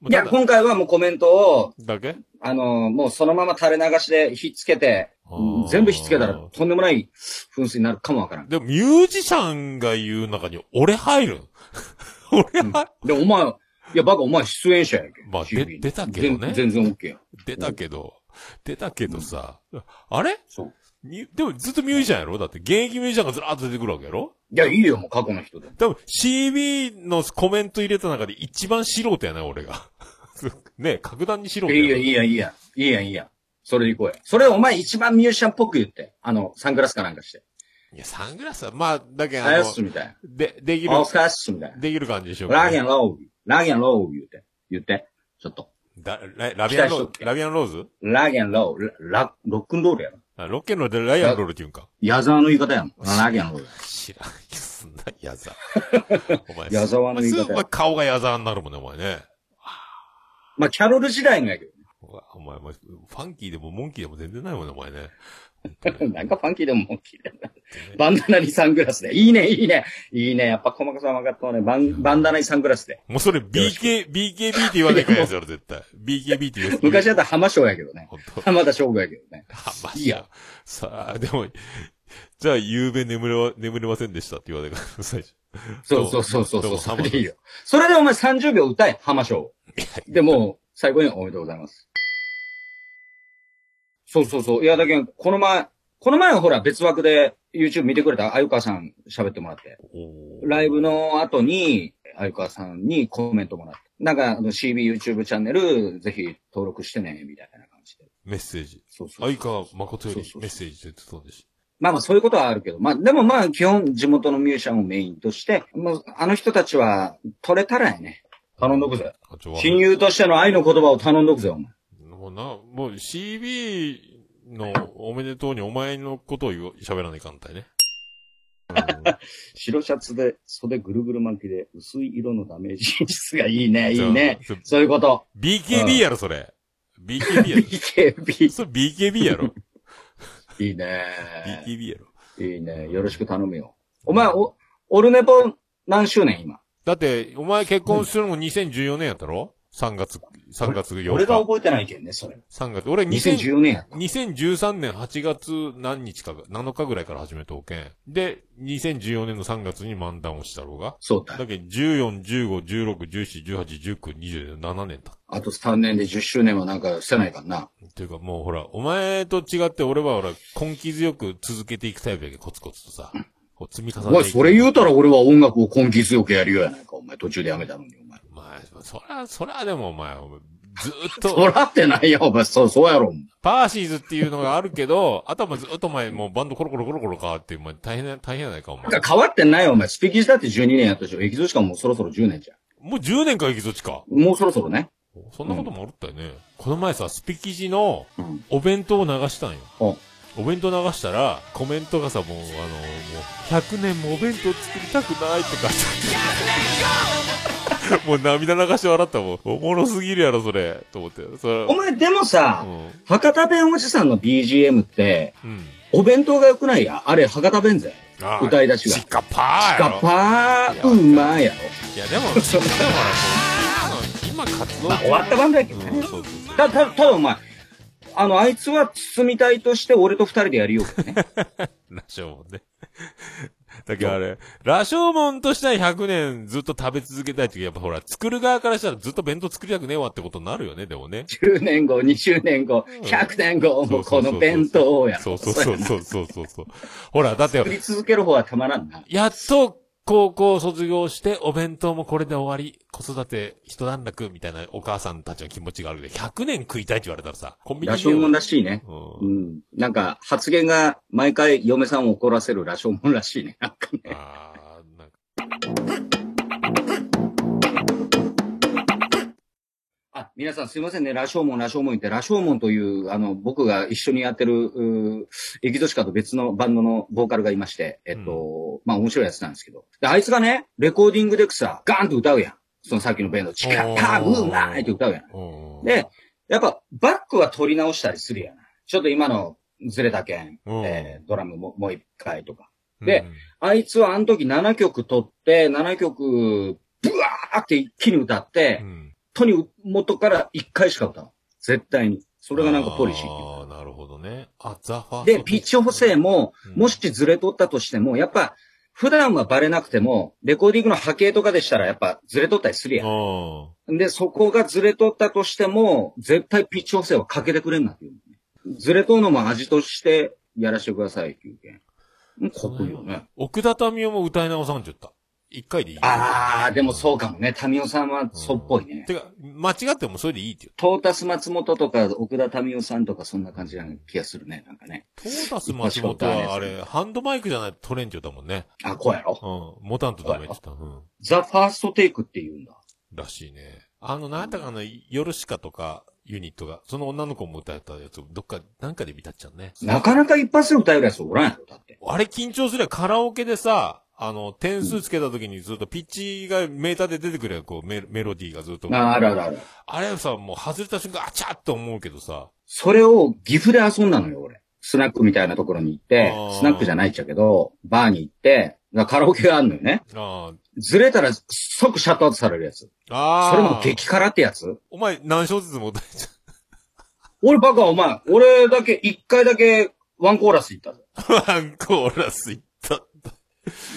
いや、もうた今回はもうコメントを、だだけあのーもうそのまま垂れ流しでひっつけてあ、ー全部ひっつけたらとんでもない噴水になるかもわからん。でもミュージシャンが言う中に俺入るん 俺入で、お前、いや、バカ、お前出演者やんけ。まあ TV で出たけどね全全然 OK や。出たけど、出たけどさ、あれそう。ミュでもずっとミュージシャンやろだって現役ミュージシャンがずらーっと出てくるわけやろいや、いいよ、もう過去の人で。多分 CB のコメント入れた中で一番素人やな、俺が。 ね格段に素人いいや、いやいや、いいや。いいや、いいや。それで行こうや。それお前一番ミュージシャンっぽく言って。あの、サングラスかなんかして。いや、サングラスは、まあ、だけどああやのっ、すみたいで、できるな。、あおかしみたいな。できる感じでしょうかラねギャンロー、ラギャンロー言って。言って。ちょっと。だララビアンロ期待しとーっズ、てラビアンローズラギャンロー、ラ、ラロックンロールやろ。あロッケンロールでライアンロールって言うんか。矢沢の言い方やもん。ラギャンロール。知らんよ、すんな、矢 沢。お前、矢沢の言い方すぐお前顔が矢沢になるもんね、お前ね。まあ、キャロル時代のやけうわお前、お前、ファンキーでもモンキーでも全然ないもんね、お前ね。ど。 なんかファンキーでもモンキーでもない。バンダナにサングラスで。いいね、いいね。いいね。やっぱ細かさ分かったわね。バン、バンダナにサングラスで。もうそれ BK、BKB って言わないからやつやろ、絶対。BKB って言うやつ。昔だったら浜翔やけどね。ほんと。浜田翔吾やけどね。あ、まあ、いや。さあ、でも、じゃあ、夕べ眠れわ、眠れませんでしたって言わないから、最初。そうそうそうそうどそうう。もそれでいいよ。それでお前30秒歌え、浜 翔。で、もう、最後におめでとうございます。そうそうそう。いや、だけど、この前、この前はほら別枠で YouTube 見てくれた鮎川さん喋ってもらって、おーライブ、の後に鮎川さんにコメントもらって、なんかあの CB YouTube チャンネルぜひ登録してね、みたいな感じで。メッセージ。そうそうそう相川誠よりそうそうそうメッセージ出てたんでしょ。まあまあそういうことはあるけど、まあでもまあ基本地元のミュージシャンをメインとして、もうあの人たちは取れたらやね。頼んどくぜ。あちょ親友としての愛の言葉を頼んどくぜ、お前。もうな、もう CB のおめでとうにお前のことを言う喋らないかんたいね。白シャツで袖ぐるぐる巻きで薄い色のダメージ質がいい ね、いじゃあいね。。それそういうこと。 BKB やろ、それ。BKB やろ。 BKB。それ BKB やろ。いいね。 BKB やろ。いいね。よろしく頼むよ。お前、お、オルネポ何周年今だって、お前結婚するのも2014年やったろ ?3 月、3月4日。俺が覚えてないけんね、それ。 3月。俺2000 2014年や。 2013年8月何日かが、7日ぐらいから始めておけん。で、2014年の3月に漫談をしたろうが。そうだだ。けど、14、15、16、17、18、19、20、7年だ。あと3年で10周年はなんかせないかんな。っていうかもうほら、お前と違って俺はほら、根気強く続けていくタイプやけど、コツコツとさ。こう積み重ねていおく前、それ言うたら俺は音楽を根気強くやるようやないか。お前、途中でやめたのに、お前。まあ、そら、そらでもお前、お前ずーっそと、らってないよ、お前。そう、そうやろ。パーシーズっていうのがあるけど、あとはもうずーっとお前、もうバンドコロコロコロコロ変わって、お前大変な、大変やないか、お前。なんか変わってないよ、お前。スピキジだって12年やったでしょ。エキゾチカもうそろそろ10年じゃもう10年か、エキゾチか。ん。もうそろそろね。そんなこともあるったよね。この前さ、スピキジのうん。お弁当を流したんよ。おお弁当流したら、コメントがさ、もう、あの、もう、100年もお弁当作りたくないとかさ、もう涙流して笑ったもん。おもろすぎるやろ、それ。と思って。それ、お前、でもさう、ん。博多弁おじさんの BGM って、うん。お弁当が良くないや。あれ、博多弁ぜ。ああ歌い出しがチカパーやガろ。パー、うまいやろ。いや、でも、チカだから、もう今の、今活動まあ、終わった番だけどうんね。そうそうた、た、ただお前、あの、あいつは包みたいとして俺と二人でやりよう けどね。羅生門ね。だけどあれ、羅生門としては100年ずっと食べ続けたいっていうやっぱほら、作る側からしたらずっと弁当作りたくねえわってことになるよね、でもね。 10年後、20年後、100年後、もうこの弁当をやろ。そうそうそうそうそうそうそう。ほら、だって作、り続ける方はたまらんな。やっと高校を卒業して、お弁当もこれで終わり、子育て一段落みたいなお母さんたちの気持ちがあるけど、100年食いたいって言われたらさ、コンビニ羅でよ生門らしいね。ううんん。なんか、発言が毎回嫁さんを怒らせる羅生門らしいね。なんかね。あーなんかあ、皆さんすいませんね。羅生門、羅生門言って、羅生門という、あの、僕が一緒にやってる、うーエキゾシカと別のバンドのボーカルがいまして、えっと、まあ面白いやつなんですけど。で、あいつがね、レコーディングでさ、ガーンと歌うやん。そのさっきのベンド、チカッカー、おーうまーいって歌うやん。うんで、やっぱ、バックは取り直したりするやん。ちょっと今のずれたけん、うんえードラムももう一回とか。うんであいつはあの時7曲取って、7曲、ブワーって一気に歌って、うん本当に元から1回しか歌う。絶対に。それがなんかポリシーっていうかああ、なるほどね。あ、ザファーストで、ピッチ補正も、うんもしずれとったとしても、やっぱ、普段はバレなくても、レコーディングの波形とかでしたら、やっぱずれとったりするやうん。ん。で、そこがずれとったとしても、絶対ピッチ補正はかけてくれんなっていう、ずれとうのも味として、やらしてくださいっていうけん。うんかっこいいよね。奥田民生も歌い直さんじゃった。一回でいい。あー、でもそうかもね。民生さんはうんそうっぽいね。てか、間違ってもそれでいいって言う。トータス松本とか、奥田民生さんとか、そんな感じな気がするね。なんかね。トータス松本はあれ、ハンドマイクじゃないと取れんって言ったもんね。あ、こうやろうん。モタンとダメって言った。うん。ザ・ファーストテイクって言うんだ。らしいね。あの、なんだかの、ヨルシカとか、ユニットが、その女の子も歌ったやつ、どっか、なんかで見たっちゃうね。なかなか一発で歌えるやつおらんやろ、だって。あれ緊張すりゃカラオケでさ、あの、点数つけた時にずっとピッチがメーターで出てくるやん、こうメ、メロディーがずっと。ああるあるある。あれさ、もう外れた瞬間、あちゃっと思うけどさ。それを岐阜で遊んだのよ、俺。スナックみたいなところに行ってあー、スナックじゃないっちゃけど、バーに行って、だからカラオケがあんのよね。あずれたら即シャットアウトされるやつ。あ。ああ。それも激辛ってやつお前何小節も歌えちゃ俺バカお前、俺だけ、一回だけワンコーラス行ったぞ。う。ワ ンコーラスいった。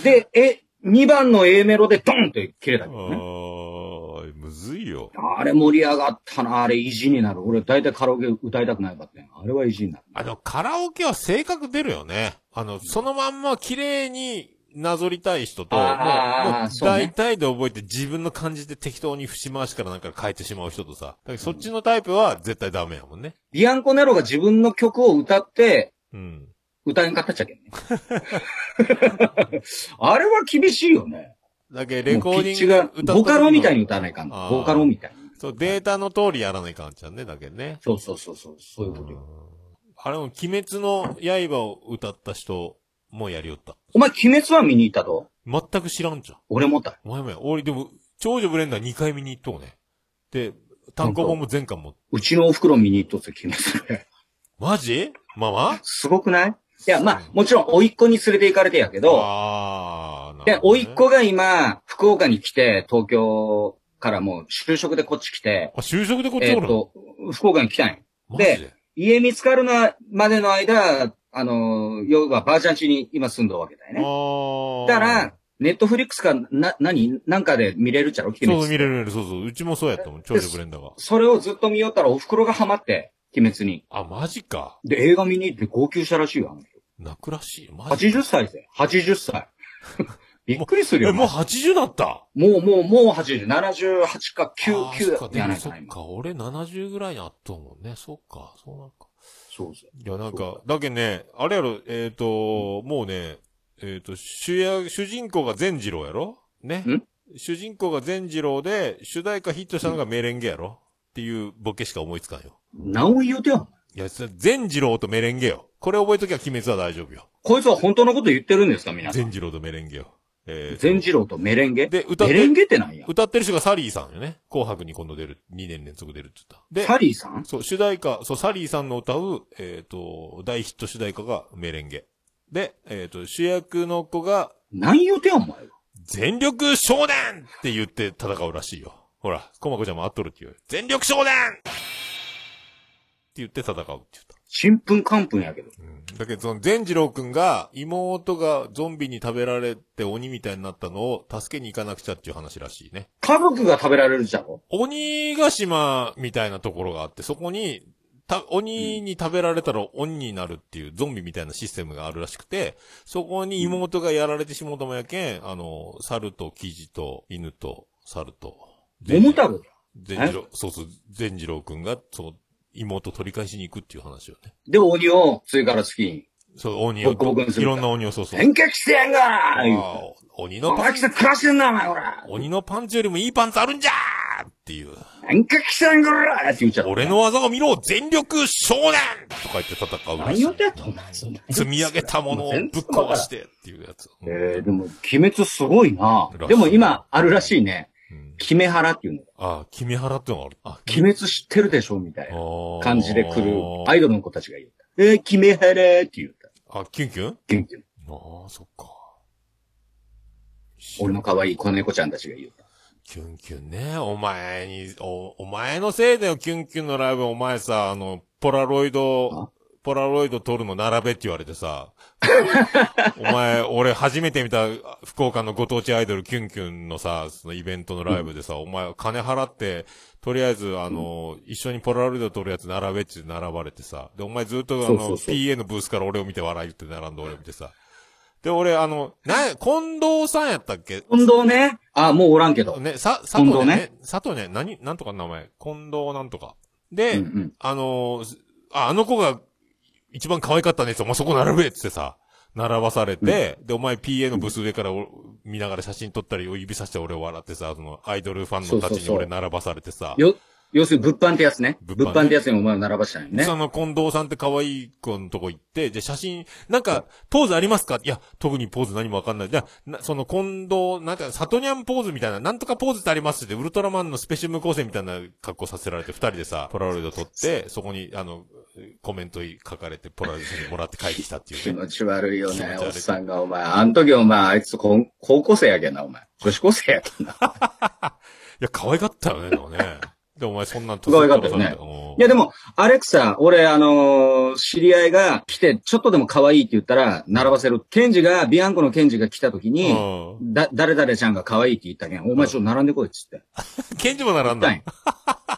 で、え、2番の A メロでドンって切れたあけどね。ーむずいよ。あれ盛り上がったな、あれ意地になる。俺大体カラオケ歌いたくないかってん。あれは意地になる。あの、カラオケは性格出るよね。あの、そのまんま綺麗になぞりたい人と、もう、もうあーそうね大体で覚えて自分の感じで適当に節回しからなんか変えてしまう人とさ。だからそっちのタイプは絶対ダメやもんね。ビアンコネロが自分の曲を歌って、うん。歌えんかったっちゃけん ね。あれは厳しいよね。だけどレもコうーピデッチィングが、歌った時のボカロみたいに歌わないかんのあーボカロみたいに。そう、データの通りやらないかんちゃんね、だけどね。そうそうそうそう、そういうことうんよ。あれも、鬼滅の刃を歌った人もやりよった。お前、鬼滅は見に行ったと全く知らんじゃん。俺もだ。お前もや。俺、でも、長女ブレンダー2回見に行っとうね。で、単行本も全巻も。うちのお袋見に行っとって鬼滅。マジママすごくないいや、まあ、もちろん、甥っ子に連れて行かれてやけど、あー、なでる、ほど甥ねっ子が今、福岡に来て、東京からもう就職でこっち来て、あ、就職でこっちえっ、おるのと、福岡に来たんよ。マジで家見つかるな、までの間、あの、要はばあちゃん家に今住んどるわけだよあね。ー。だから、、ネットフリックスか、な、何なんかで見れるっちゃろ鬼そう滅。そう見れる見れる、そうそう。うちもそうやったもん、長女ブレンダーが。それをずっと見よったらお袋がハマって、鬼滅に。あ、マジか。で、映画見に行って号泣したらしいよ、あの人泣くらしい。マジ80歳で。80歳。 びっくりするえ、よ。もうも80だったう、もう、もう、もう80、78かあ9、ーそっか、 9でやなもいそかな、っ今。か、俺70ぐらいにあったもんね。そっか、そうなんか。そうです。いや、なんそか、だけどね、あれやろ、えっ、と、もうね、えっ、と、主役、主人公が善次郎やろねん。主人公が善次郎で、主題歌ヒットしたのがメレンゲやろっていうボケしか思いつかんよ。何を言うてよ。いや、それ善次郎とメレンゲよ。これ覚えときゃ鬼滅は大丈夫よ。こいつは本当のこと言ってるんですか、皆さん。善次郎とメレンゲよ。えー善次郎とメレンゲ。で歌っメてレンゲって何や歌ってる人がサリーさんよね。紅白に今度出る。2年連続出るって言った。で、サリーさんそう、主題歌、そう、サリーさんの歌う、えっ、と、大ヒット主題歌がメレンゲ。で、えっ、と、主役の子が、何言うてよ、お前は。全力少年って言って戦うらしいよ。ほら、コマコちゃんもあっとるって言うよ。全力少年って言って戦うって言った。ちんぷんかんぷんやけど。うん、だけど、その、善次郎くんが、妹がゾンビに食べられて鬼みたいになったのを助けに行かなくちゃっていう話らしいね。家族が食べられるじゃろ鬼ヶ島みたいなところがあって、そこにた、鬼に食べられたら鬼になるっていうゾンビみたいなシステムがあるらしくて、そこに妹がやられてしもうともやけん、あの、猿とキジと犬と猿と。桃太郎善次郎、そうそう、善次郎くんが、そう、妹取り返しに行くっていう話よね。で、鬼を追から好きに。そう、鬼を、ボッコボコにすいるろんな鬼を、そうそう。変化してやんがー言うあー鬼おのパ前ン来て暮らしてんな、お前、ほら。鬼のパンツよりもいいパンツあるんじゃーっていう。変化してやんがらーって言っちゃう。俺の技を見ろ全力少年とか言って戦うらし何い言。ってんのお前、そんな積み上げたものをぶっ壊してっていうやつ。えー、でも、鬼滅すごいならしいでも今、あるらしいね。うん鬼滅っていうの。ああ、君原ってのがある。あ、鬼滅知ってるでしょみたいな滅感じで来るアイドルの子たちが言った。えー、鬼滅って言った。あ、キュンキュン元気ああ、そっか。俺の可愛い子猫ちゃんたちが言った。キュンキュンね。お前に、お、お前のせいだよ、キュンキュンのライブ。お前さ、あの、ポラロイドあ、ポラロイド撮るの並べって言われて さ。お前、俺初めて見た福岡のご当地アイドルキュンキュンのさ、そのイベントのライブでさ、お前金払って、とりあえず、あの、一緒にポラロイド撮るやつ並べって並ばれてさ。で、お前ずっとあそうその、うそう PA のブースから俺を見て笑いって並んで俺を見てさ。で、俺、あの、な、近藤さんやったっけ近藤ね。あ、もうおらんけど。ね、さ、佐藤ね近藤ね佐藤ね、何、なんとかの名前。近藤なんとか。で、うんうんあのーすあ、あの子が一番可愛かったねって、お前そこ並べっつってさ、並ばされて、で、お前 PA のブース上からお見ながら写真撮ったり、指さして俺を笑ってさ、そのアイドルファンのたちにそうそうそう俺並ばされてさ、よ、要するに物販ってやつね。物販ね物販ってやつにお前を並ばしたんよね。その近藤さんって可愛い子のとこ行って、で、写真、なんか、ポーズありますかいや、特にポーズ何もわかんない。じゃあなその近藤、なんか、サトニャンポーズみたいな、なんとかポーズってありますって、ウルトラマンのスペシウム構成みたいな格好させられて、二人でさ、ポラロイド撮って、そこに、あの、コメント書かれて、ポラロイドにもらって帰ってきたって い気うね。持ち悪いよ気持ちね、悪いおっさんが、お前。あの時お前、あいつこん、高校生やけんな、お前。女子高生やけんな。いいや、可愛かったよね、でもね。で、お前そんなん可愛かったよねうんや、でも、アレクサ、俺、あのー知り合いが来て、ちょっとでも可愛いって言ったら、並ばせる。ケンジが、ビアンコのケンジが来た時に、うだ、誰々ちゃんが可愛いって言ったけん、お前ちょっと並んでこいっつって。ん。ケンジも並んだ。並んだんや。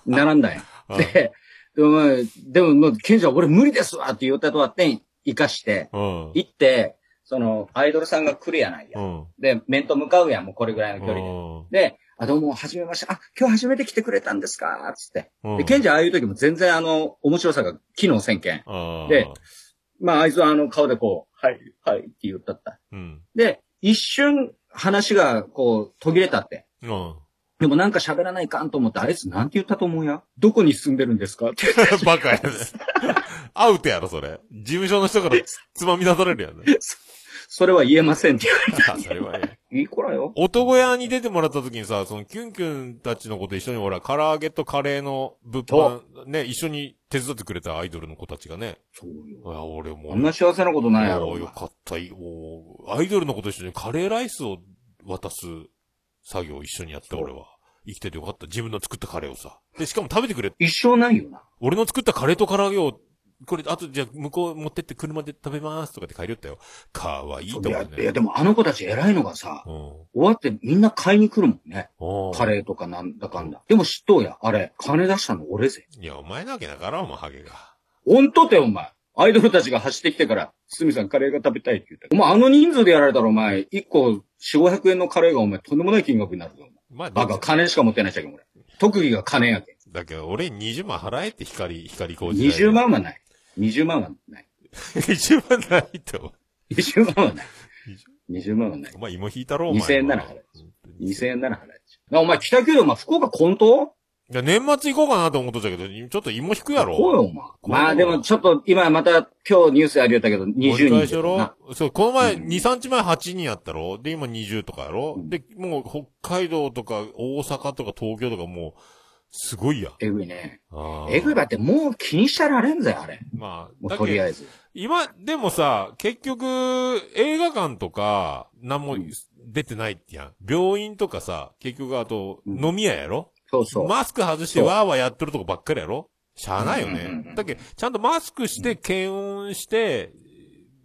並んだんや。うんで、でも、でも、もう、ケンジは俺無理ですわって言ったとはって、生かして、うん。行って、その、アイドルさんが来るやないや。うん。で、面と向かうやん、もうこれぐらいの距離うで。で、あ、どうも、はじめまして。あ、今日初めて来てくれたんですかつって。ん。で、ケンジはああいう時も全然あの、面白さが機能せんけん。うんで、まあ、あいつはあの、顔でこう、はい、はい、って言ったった。うん。で、一瞬、話がこう、途切れたって。うん。でもなんか喋らないかんと思って、あいつなんて言ったと思うやどこに住んでるんですかって。 バカやね。アウトやろ、それ。事務所の人からつまみ出されるやん、ね。それは言えませんって言われあそれはええて。いい子らよ。男屋に出てもらった時にさ、そのキュンキュンたちの子と一緒にほら、唐揚げとカレーの物販、ね、一緒に手伝ってくれたアイドルの子たちがね。そういよ。や、俺も。あんな幸せなことないやろ。いやよかった。いいもう、アイドルの子と一緒にカレーライスを渡す作業を一緒にやって、俺は。生きててよかった。自分の作ったカレーをさ。で、しかも食べてくれ一生ないよな。俺の作ったカレーと唐揚げを、これ、あとじゃあ向こう持ってって車で食べますとかって帰りよったよ。かわいいとい思や、ういやね。でもあの子たち偉いのがさ、うん終わってみんな買いに来るもんね。おーカレーとかなんだかんだ。でも嫉妬や、あれ、金出したの俺ぜ。いや、お前なわけだから、お前、ハゲが。ほんとて、お前。アイドルたちが走ってきてから、すみさんカレーが食べたいって言った。お前、あの人数でやられたら、お前、1個、4、500円のカレーが、お前、とんでもない金額になるぞ、お前。まあ、バカ、金しか持ってないじゃけん、俺。特技が金やけだけど、俺に20万払えって、光、光工ん。事代。 20万はない。20万はない。 ?20 万ないと。 20万はない。20万はない。お前、芋引いたろ、お前。 2000円なら払えうん2000円なら払えちゃう。なお前、北九州、お前、福岡混沌いや、年末行こうかなと思っとったけど、ちょっと芋引くやろ。こうよ、お前。まあ、でも、ちょっと、今、また、今日ニュースやりよったけど、折り20返し人ややろな。ろそう、この前、う2、ん3日前8人やったろで、今20とかやろうんで、もう北海道とか大阪とか東京とかもう、すごいや。えぐいね。あーえぐいばって、もう気にしたられんぜ、あれ。まあ、もだうとりけあど、えず。今、でもさ、結局、映画館とか、何もうん出てないってやん。病院とかさ、結局あと、うん飲み屋やろそうそう。マスク外してそうわーわーやってるとこばっかりやろしゃあないようんうんうんうねん。だけど、ちゃんとマスクして、検温して、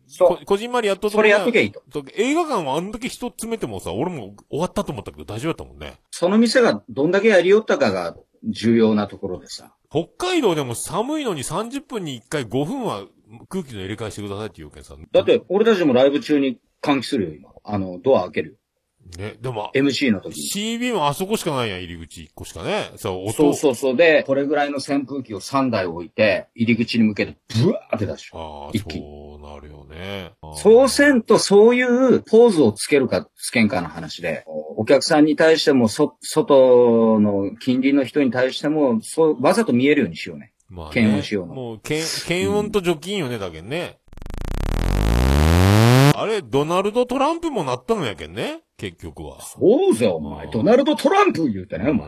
そここじんまりやっとう。ったそれやっときゃいいと。だって映画館はあんだけ人詰めてもさ、俺も終わったと思ったけど大丈夫だったもんね。その店がどんだけやりよったかが重要なところでさ。北海道でも寒いのに30分に1回5分は空気の入れ替えしてくださいって言うけんさ。だっ。て、俺たちもライブ中に換気するよ、今。あの、ドア開ける。ね、でも、 MC の時に。 CB もあそこしかないやん、入り口1個しかね。そう、音。そうそうそう。で、これぐらいの扇風機を3台置いて、入り口に向けて、ブワーって出しょ。ああ、一気にそうなるよね。あーそうせんと、そういうポーズをつけるか、つけんかの話で、お客さんに対しても、そ、外の近隣の人に対しても、そう、わざと見えるようにしようね。まあね検温しようのもう、検、検温と除菌よね、だけんね。あれ、ドナルド・トランプもなったのやけんね、結局は。そうぜ、おう前。んドナルド・トランプ言うてね、おうん前。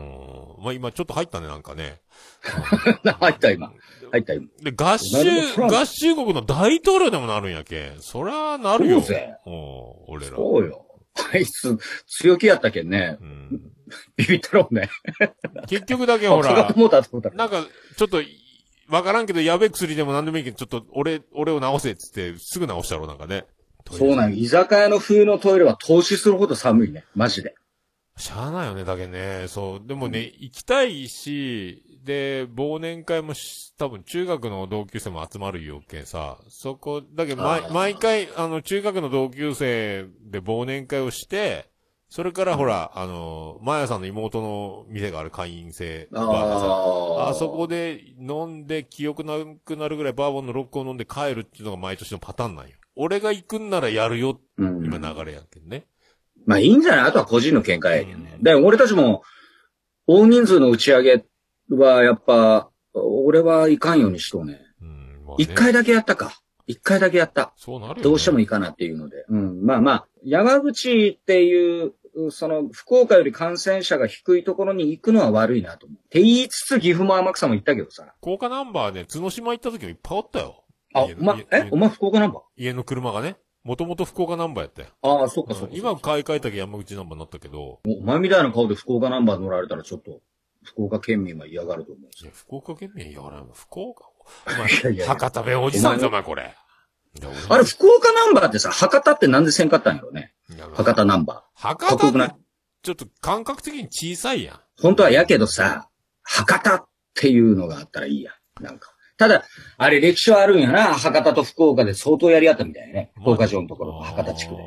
まあ今ちょっと入ったね、なんかね。入った、今。入った、今。で、合衆ドナルドト、ランプ合衆国の大統領でもなるんやけん。そら、なるよ。そうぜうん、俺ら。そうよ。あいつ、強気やったけんね。うん。ビビったろうね。結局だけ ほ化ら学、モーターと思ったらなんか、ちょっと、わからんけど、やべえ薬でも何でもいいけど、ちょっと、俺、俺を治せっつって、すぐ治したろ、なんかね。そうなんよ。居酒屋の冬のトイレは投資するほど寒いね。マジで。しゃあないよね、だけね。そう。でもね、行きたいし、で、忘年会もし、多分中学の同級生も集まるよけんさ。そこ、だけど、あ毎ー毎回、あの、中学の同級生で忘年会をして、それからほら、あの、マヤさんの妹の店がある会員制バーがさ、ああそこで飲んで記憶なくなるぐらいバーボンのロックを飲んで帰るっていうのが毎年のパターンなんよ。俺が行くんならやるよ、うん今流れやんけんね。まあいいんじゃないあとは個人の見解やけどねう。んで、俺たちも、大人数の打ち上げはやっぱ、俺はいかんようにしとうね。うん、まあね一、回だけやったか。一回だけやった。そうなるよ、ね。どうしてもいいかなっていうので。うん。まあまあ、山口っていう、その、福岡より感染者が低いところに行くのは悪いなと思う。って言いつつ、岐阜も天草も行ったけどさ。高架ナンバーね、角島行った時もいっぱいおったよ。あ、家おの前、えお前福岡ナンバー家の車がね。もともと福岡ナンバーやったよ。ああ、そっかそっか。今買い替えたけど山口ナンバーになったけど、お前みたいな顔で福岡ナンバー乗られたらちょっと、福岡県民は嫌がると思うんですいよ。や福岡県民やらん。福岡いやお前、いや博多弁おじさんじゃお前これ。あれ、福岡ナンバーってさ、博多ってなんでせんかったんやろね。博博多。ナンバ博ー。かっこ多よくっなていちょっと感覚的に小さいやん。本当はやけどさ、博多っていうのがあったらいいや。なんか。ただ、あれ歴史はあるんやな。博多と福岡で相当やり合ったみたいね。福岡城のところ、博多地区で。で。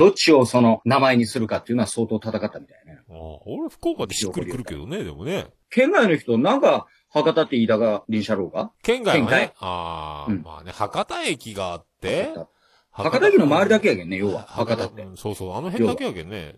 どっちをその名前にするかっていうのは相当戦ったみたいね。あー俺福岡でしっくりくるけどね、でもね。県外の人、なんか、博多って飯田が、林社郎が県外は県ね外、ああ、うんまあね、博多駅があって、博多駅の周りだけやけんね、要は。博多ってう。んそうそう、あの辺だけやけんね。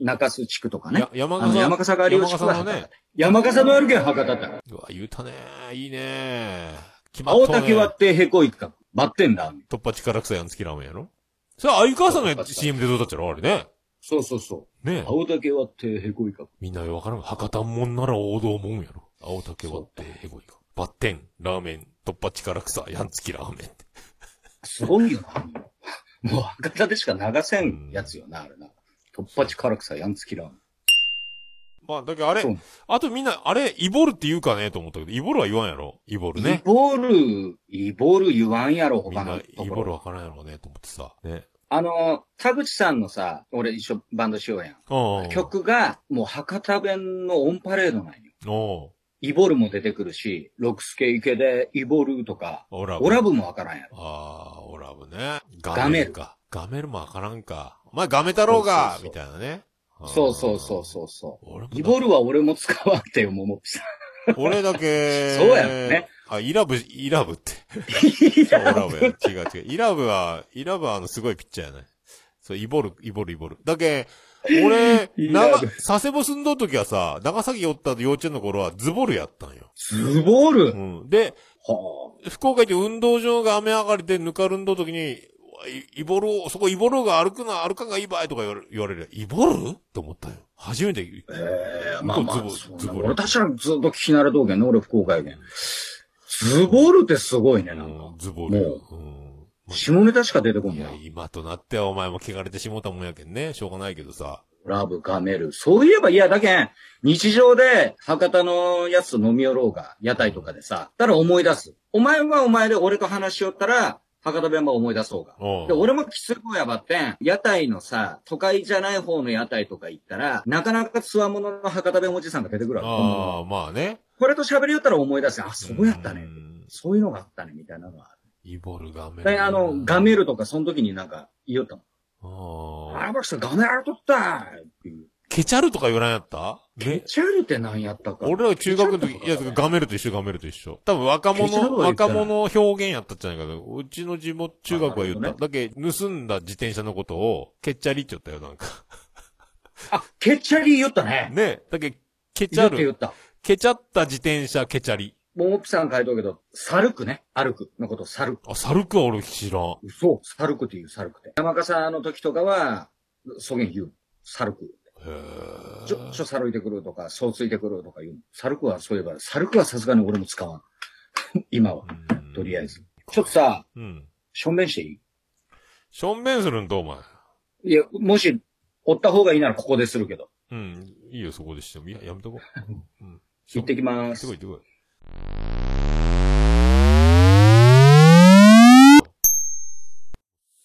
中洲地区とかねや。山あの笠。山笠があるよ山笠のね。山笠のやるけん、博多って。うわ、言うたねいいね決まっ青た、ね。竹割って平行一角。バッテンだ。突破力臭いやんつきラーメンやろそれ、あゆかさんの CM でどうだっちゃろあれね。そうそうそねう。青竹割って平行一角。みんなよわからん。博多もんなら王道もんやろ。青竹割ってエゴいか。バッテン、ラーメン、突破力臭いやんつきラーメンって。すごいよな。もう博多でしか流せんやつよな、あれな。突発辛くさ、やんつきらん。まあ、だけどあれそう、あとみんな、あれ、イボルって言うかねと思ったけど、イボルは言わんやろイボルイね。ボール、イボール言わんやろ、みん他なの、イとこボルろ。わからんやろうね、と思ってさ。ね。あの、田口さんのさ、俺一緒バンドしようやん。うん。曲が、もう博多弁のオンパレードなんよ。おう。イボールも出てくるし、六助池でイボールとか、オラブ。オラブもわからんやろ。ああ、オラブね。ガガメメルルか。ガメルもわからんか。お前ガメ太郎がそうみそうたいなね。そうそうそうそうそう。うん。俺もイボールは俺も使わんってよ、桃木さん。 俺だけ。そうやろね。あ、イラブ、イラブって。いそう、オやラブや。違う違う。イラブは、イラブはあの、すごいピッチャーやね。そう、イボル、イボル、イボル。だけ、俺、 イラ長ブ、佐世保住んどる時はさ、長崎寄った幼稚園の頃はズボルやったんよ。 ズボールうん。で、は福岡行って運動場が雨上がりでぬかるんどる時に、うわイイボルを、そこイボルが歩くな、歩かんがいいばいとか言われ言われる。イボルと思ったよ。初めて言う。あ。ええまあまズボあ、ルそうズなボル俺たちはずっと聞き慣れとうけんね、俺福岡やけん。ズボールってすごいね、なんうかん、。ズボル。もうんまあ下ネタしか出てこんいなや、。今となってはお前も汚れてしもうたもんやけんね。しょうがないけどさ。ラブ、ガメル。そういえば、いや、だけん、日常で博多のやつと飲み寄ろうが、屋台とかでさ、たら思い出す。お前はお前で俺と話しよったら、博多弁も思い出そうが。うんで、俺もきつい方やばってん、屋台のさ、都会じゃない方の屋台とか行ったら、なかなかつわものの博多弁おじさんが出てくるわけ。ああ、まあね。これと喋りよったら思い出す。あ、そうやったね。んそういうのがあったね、みたいなのがある。イボルガメル。で、あの、ガメルとか、その時になんか言いよったもん。あああ。ー、僕さんガメル取ったっていう。ケチャルとか言わないやったね。チャルって何やったか。俺らが中学の時、いや、ガガメルと一緒、ガメルと一緒。多分若ケチャル者、は言った若な者表現やったんじゃないかと。うちの地元、中学は言っあなた。るだけ、盗んだ自転車のことを、ケチャリって言ったよ、なん か。あ、ケチャリ言ったね。ね。だけ、ケチ言ャって言っル。た。ケチャった自転車、ケチャリ。モモピさん書いとくけど、サルクね。歩くのこと、サルク。あ、サルクは俺知らん。嘘、サルクっていうサルクって。山笠の時とかは、そげん言う。サルク。へえ。ちょ、ちょ、サルいてくるとか、そうついてくるとか言う。サルクはそういえば、サルクはさすがに俺も使わん。今は。うんとりあえず。ちょっとさ、うん。正面していしょんべんするんと、お前。いいや、もし、追った方がいいならここでするけど。うん。いいよ、そこでしても。いや、やめとこ う。うん。行ってきま行ってすこい、行。ってこい。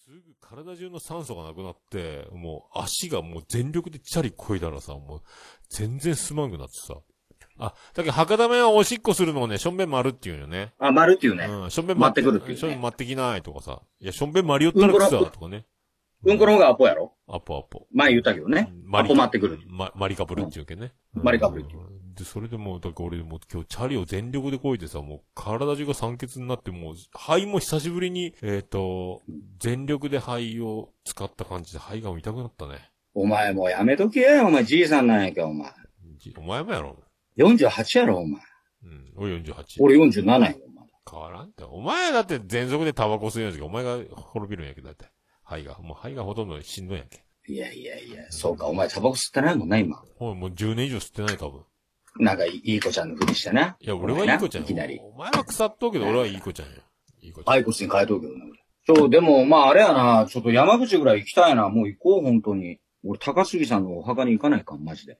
すぐ体中の酸素がなくなって、もう足がもう全力でチャリこいだらさ、もう全然進まんくなってさ。あ、だけど博多弁はおしっこするのをね、しょんべん丸って言うんよね。あ、丸っていうね。うん、しょんべん待ってくるっていうねしょんべん待ってきないとかさ。いや、しょんべん丸寄ったらくさ、とかね。うんこの方がアポやろアポアポ。前言ったけどね。マアリポ待ってくる。ま、マリカブルっていうわけね。うんマリカブルっていううんで、それでもう、だから俺もう今日チャリを全力でこいでさ、もう体中が酸欠になって、もう肺も久しぶりに、えっ、と、全力で肺を使った感じで肺がもう痛くなったね。お前もうやめとけよ、お前じいさんなんやけど、お前。じお前もやろ。 48やろ、お前。うん。俺48。俺47やよ、お前。変わらんって。お前だって全速でタバコ吸うんやつけどお前が滅びるんやけど、だって。肺が。もう肺がほとんどしんどいんやんけ。いやいやいや、そうか、お前タバコ吸ってないもんな、今。おい、もう10年以上吸ってない多分。なんかいい子ちゃんのふりしてな。いや、俺はいい子ちゃんいよきなり。お前は腐っとうけど、俺はいい子ちゃんよ。いい子ちゃん。アイコスに変えとくけどな、俺。そう、でも、まああれやな、ちょっと山口ぐらい行きたいな、もう行こう、本当に。俺、高杉さんのお墓に行かないかん、マジで。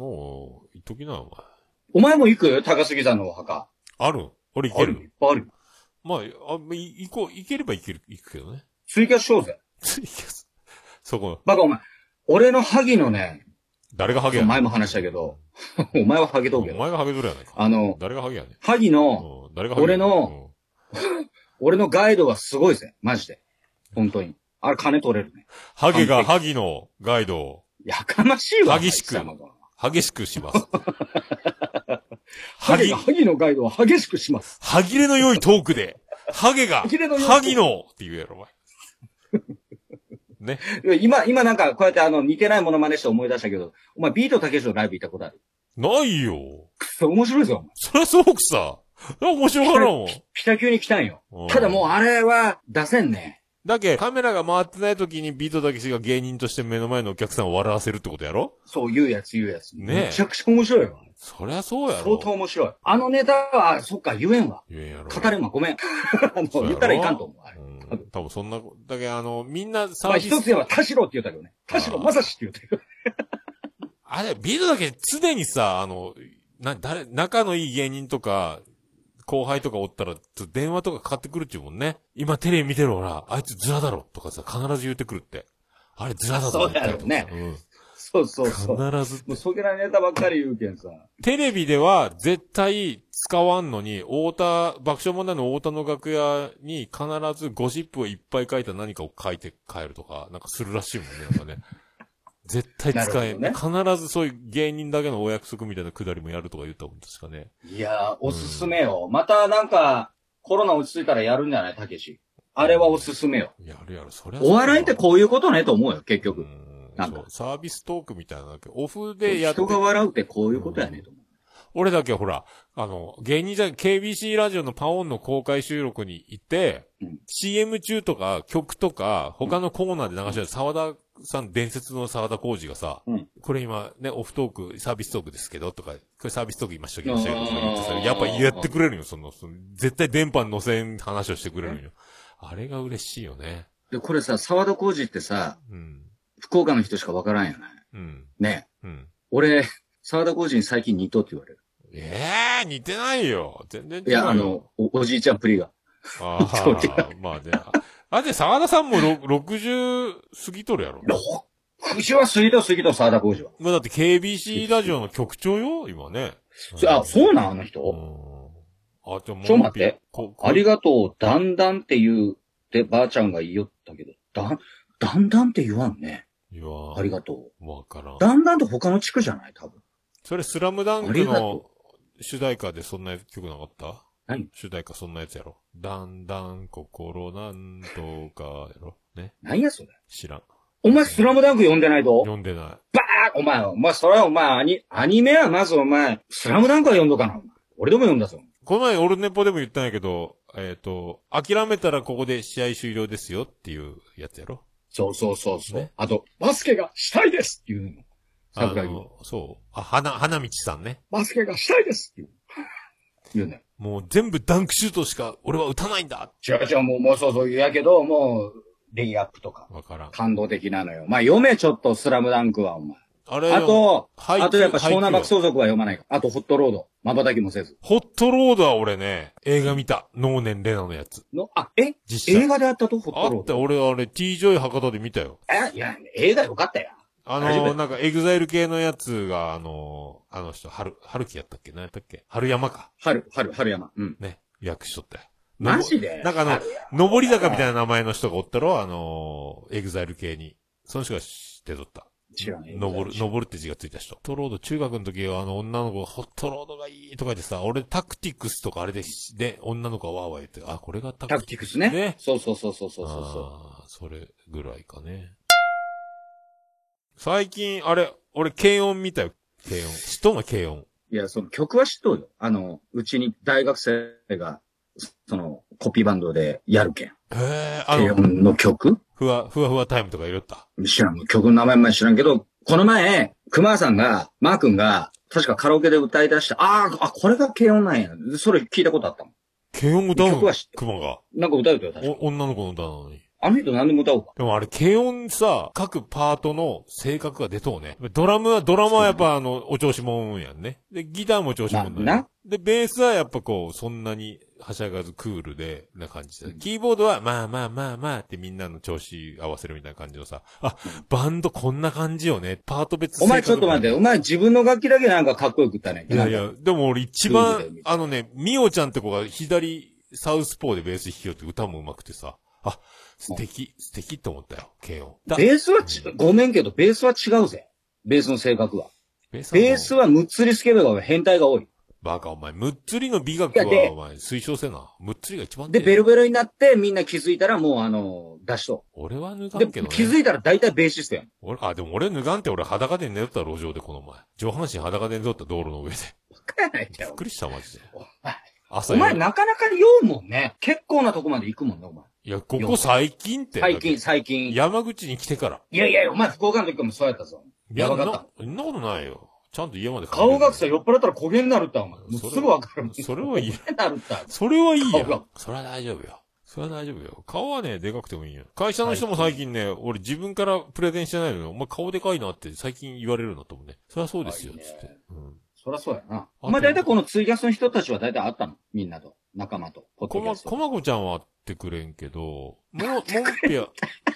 おう、言っときな、お前。お前も行く高杉さんのお墓。ある俺行けいっる。ぱいあるよ。まあ、あ、い行こう、行ければ行ける、行くけ どね。追加しようぜ。いやそそこ、バカお前、俺の萩のね、誰がハゲやねん前も話したけど、 お前はハゲとうけおど、前がハゲ取るやないか。あの、誰がハゲやねん。萩の、うん誰がハゲ俺の、俺のガイドはすごいぜ、マジで。本当に。あれ金取れるね。うんハゲが完ハギのガイドをやかましいわ。萩市区お前貴様が激しくし ます。ハハゲギが、ハギのガイドは激しくします。ハギれの良いトークで、ハゲが、 歯切れの良いトークハギのって言うやろ、お前。ね。今、今なんか、こうやってあの、似てないモノマネして思い出したけど、お前ビートたけしのライブ行ったことあるないよ。くっそ面白いぞ、お前。そりゃそうくさ。面白がらんもん。ピタキューに来たんようん。 ただもうあれは出せんね。だけ、カメラが回ってない時にビートたけしが芸人として目の前のお客さんを笑わせるってことやろそう、言うやつ言うやつ。ねえめちゃくちゃ面白いわ。そりゃそうや相ろ。当面白い。あのネタは、あそっか、言えんわ。言えんやろ。語れんわ、ご めん。あの、そうやろ言ったらいかんと思う。あれうん。多分そんな、だけどあの、みんなサまあービ一つス、言えば、田代って言ったけどね。田代正史って言ったけど。あれ、ビートたけし常にさ、あの、な、誰、仲のいい芸人とか、後輩とかおったら、ちょっと電話とかかかってくるっちゅうもんね。今テレビ見てるほら、あいつズラだろとかさ、必ず言ってくるって。あれズラだぞそうやろねうん そうそうそう。も必ずってう、そげなネタばっかり言うけんさ。テレビでは絶対使わんのに、太田、爆笑問題の太田の楽屋に必ずゴシップをいっぱい書いた何かを書いて帰るとか、なんかするらしいもんね、なんかね。絶対使えん、なる必ずそういう芸人だけのお約束みたいなくだりもやるとか言ったもん、確かね。いやー、おすすめよ。またなんか、コロナ落ち着いたらやるんじゃないたけし。あれはおすすめよ。やるやる、そりゃそうお笑いってこういうことねと思うよ、結う局。んなんそかう、サービストークみたいなだけ。オフでやって人が笑うってこういうことやねと思う。俺だけほら、あの、芸人じゃ、KBC ラジオのパオンの公開収録に行って、うん CM 中とか曲とか、他のコーナーで流してる沢田さん、伝説の沢田浩二がさ、うんこれ今ね、オフトーク、サービストークですけど、とか、これサービストーク今しときましたけど、あーとか言ってさやっぱやってくれるよ、その、その絶対電波に乗せん話をしてくれるよ。あれが嬉しいよね。で、これさ、沢田浩二ってさ、うん。福岡の人しかわからんよね。うん。ねえうん。俺、沢田浩二に最近似とって言われる。ええー、似てないよ。全然違ういよ。や、あの、おおじいちゃんプリが。あそうじあ、まあね。あ、で、沢田さんもろ60過ぎとるやろ。口は過ぎと過ぎと沢田浩二は。まあだって KBC ラジオの局長よ今ね。そあ、そうなんあのう人ん。あ、ちょ、もちょ待ってここありがとう、だんだんって言うってばあちゃんが言いよったけど、だ、だんだんって言わんね。いやーありがとわからんう。。だんだんって他の地区じゃない多分。それ、スラムダンあクりがのと主題歌でそんな曲なかった何主題歌そんなやつやろ。だんだん心なんとかやろ。ね。何やそれ。知らん。お前スラムダンク読んでないと読んでない。あお前、お前、それはお前、アニ、アニメはまずお前、スラムダンクは読んどかな、お前。俺でも読んだぞ。この前、オルネポでも言ったんやけど、えっ、と、諦めたらここで試合終了ですよっていうやつやろ。そうそうそうそう。ねあと、バスケがしたいですっていうの。桜木あ。のそう。あ、花、花道さんね。バスケがしたいですっていう。言うね。もう全部ダンクシュートしか俺は打たないんだ違う違う、もう、もうそうそう言うやけど、もう、レイアップとか。わからん。感動的なのよ。まあ、読め、ちょっと、スラムダンクは、お前。あれよあ、と、配給あとやっぱ湘南配爆給よ走族は読まないから。あと、ホットロード。瞬きもせず。ホットロードは俺ね、映画見た。能年レナのやつ。の、あ、え実写。映画であったとホッあトロっーた、ド。俺あれ、t ジョイ博多で見たよ。え、いや、映画よかったよ。あ大丈の、夫なんか、エグザイル系のやつが、あの、あの人、春、春樹やったっけ何やったっけ春山か。春、春、春山。うん。ね。役しとったよ。マジでなんかあの、上り坂みたいな名前の人がおったろあの、エグザイル系に。その人が知ってとった。知らない。登る、登るって字がついた人。ホットロード、中学の時はあの女の子がホットロードがいいとか言ってさ、俺タクティクスとかあれで、で、女の子がわーわー言って、あ、これがタタククティティククススね。ね。ねそうそうそうそうそうそうそあーそれぐらいかね。最近、あれ、俺、軽音見たよ。軽音。知っとんの軽音。う。いや、その曲は知っとうよ。あの、うちに大学生が、その、コピーバンドでやるけん。へえ、あ低の、音の曲ふわ、ふわふわタイムとか入れた。知らん。曲の名前も知らんけど、この前、熊さんが、マー君が、確かカラオケで歌い出して、あーあ、これが軽音なんや。それ聞いたことあったもん。軽音歌う曲のは知ってる熊が。なんか歌うとよ、確か。お、女の子の歌なのに。あの人何でも歌おうか。でもあれ、軽音さ、各パートの性格が出とうね。ドラムは、ドラムはやっぱあの、お調子もんやんね。で、ギターもお調子もんだまあよな。で、ベースはやっぱこう、そんなにはしゃがずクールで、な感じで。うんキーボードは、まあまあまあまあってみんなの調子合わせるみたいな感じのさ、あ、バンドこんな感じよね。パート別お前ちょっと待って、お前自分の楽器だけなんかかっこよく歌ね。いやいや、でも俺一クールだよ番み、たあのね、ミオちゃんって子が左サウスポーでベース弾きよって歌も上手くてさ、あ、素敵、素敵って思ったよ、軽音。だベースはち、ごめんけど、ベースは違うぜ。ベースの性格は。ベースはもうベースはむっつりスケベが多い変態が多い。バカお前、むっつりの美学いやではお前、推奨せな。むっつりが一番で、だよベロベロになって、みんな気づいたらもうあの、出しと俺は脱う。がで、んけどね。気づいたら大体ベーシストやん。俺、あ、でも俺脱がんって俺裸で寝とった路上でこの前。上半身裸で寝とった道路の上で。バカやないびかっよく。りしたマジで。お朝前夜。なかなか酔うもんね。結構なとこまで行くもんね、お前。いや、ここ最近って。最近、。最近。いや山口に来てから。いや、お前福岡の時もそうやったぞ。いややばかったそんなそんなことないよ。ちゃんと家まで帰れる顔がさ、酔っ払ったら焦げになるった、お前。もうそれすぐわかる。それはいい焦げになるった。それはいいや顔がん。それは大丈夫よ。それは大丈夫よ。顔はね、でかくてもいいよ。会社の人も最近ね、俺自分からプレゼンしてないのに、お前顔でかいなって最近言われるなと思うね。そりゃそうですよ、あいいねつって。うん。そりゃそうやな。お前大体このツイキャスの人たちは大体あったの。みんなと。仲間と。ポッこドキま、ャストこまこちゃんは会ってくれんけど、もう、もんぴや、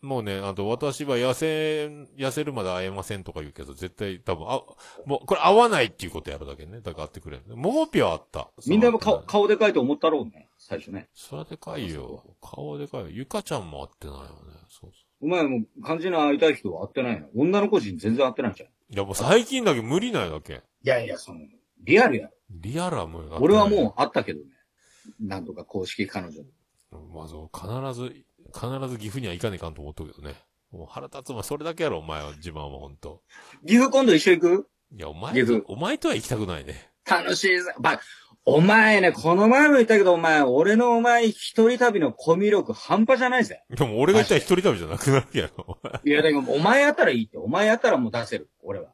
もうね、あと私は痩せ、痩せるまで会えませんとか言うけど、絶対多分、あ、もう、これ会わないっていうことやるだけね。だから会ってくれん。もんぴは会った。みんなもその顔、後ね顔でかいと思ったろうね。最初ね。そりゃでかいよ。顔はでかいよ。ゆかちゃんも会ってないよね。そうそう。お前もう肝心な会いたい人は会ってないの。女の子人全然会ってないじゃん。いいや、もう最近だけ無理ないだけ。やいや、その、リアルや。リアルは無理だ俺はもう会ったけどね。なんとか公式彼女。う。まず、必ず、必ず岐阜には行かねえかんと思っとくけどね。もう腹立つ、お前、それだけやろ、お前は、自慢はほんと。岐阜今度一緒行くいや、お前岐阜と、お前とは行きたくないね。楽しいぜ。ば、お前ね、この前も言ったけど、お前、俺のお前一人旅のコミュ力半端じゃな いぜ。でも、俺が行ったら一人旅じゃなくなるやろ、お前いや、だけど、お前やったらいいって。お前やったらもう出せる。俺は。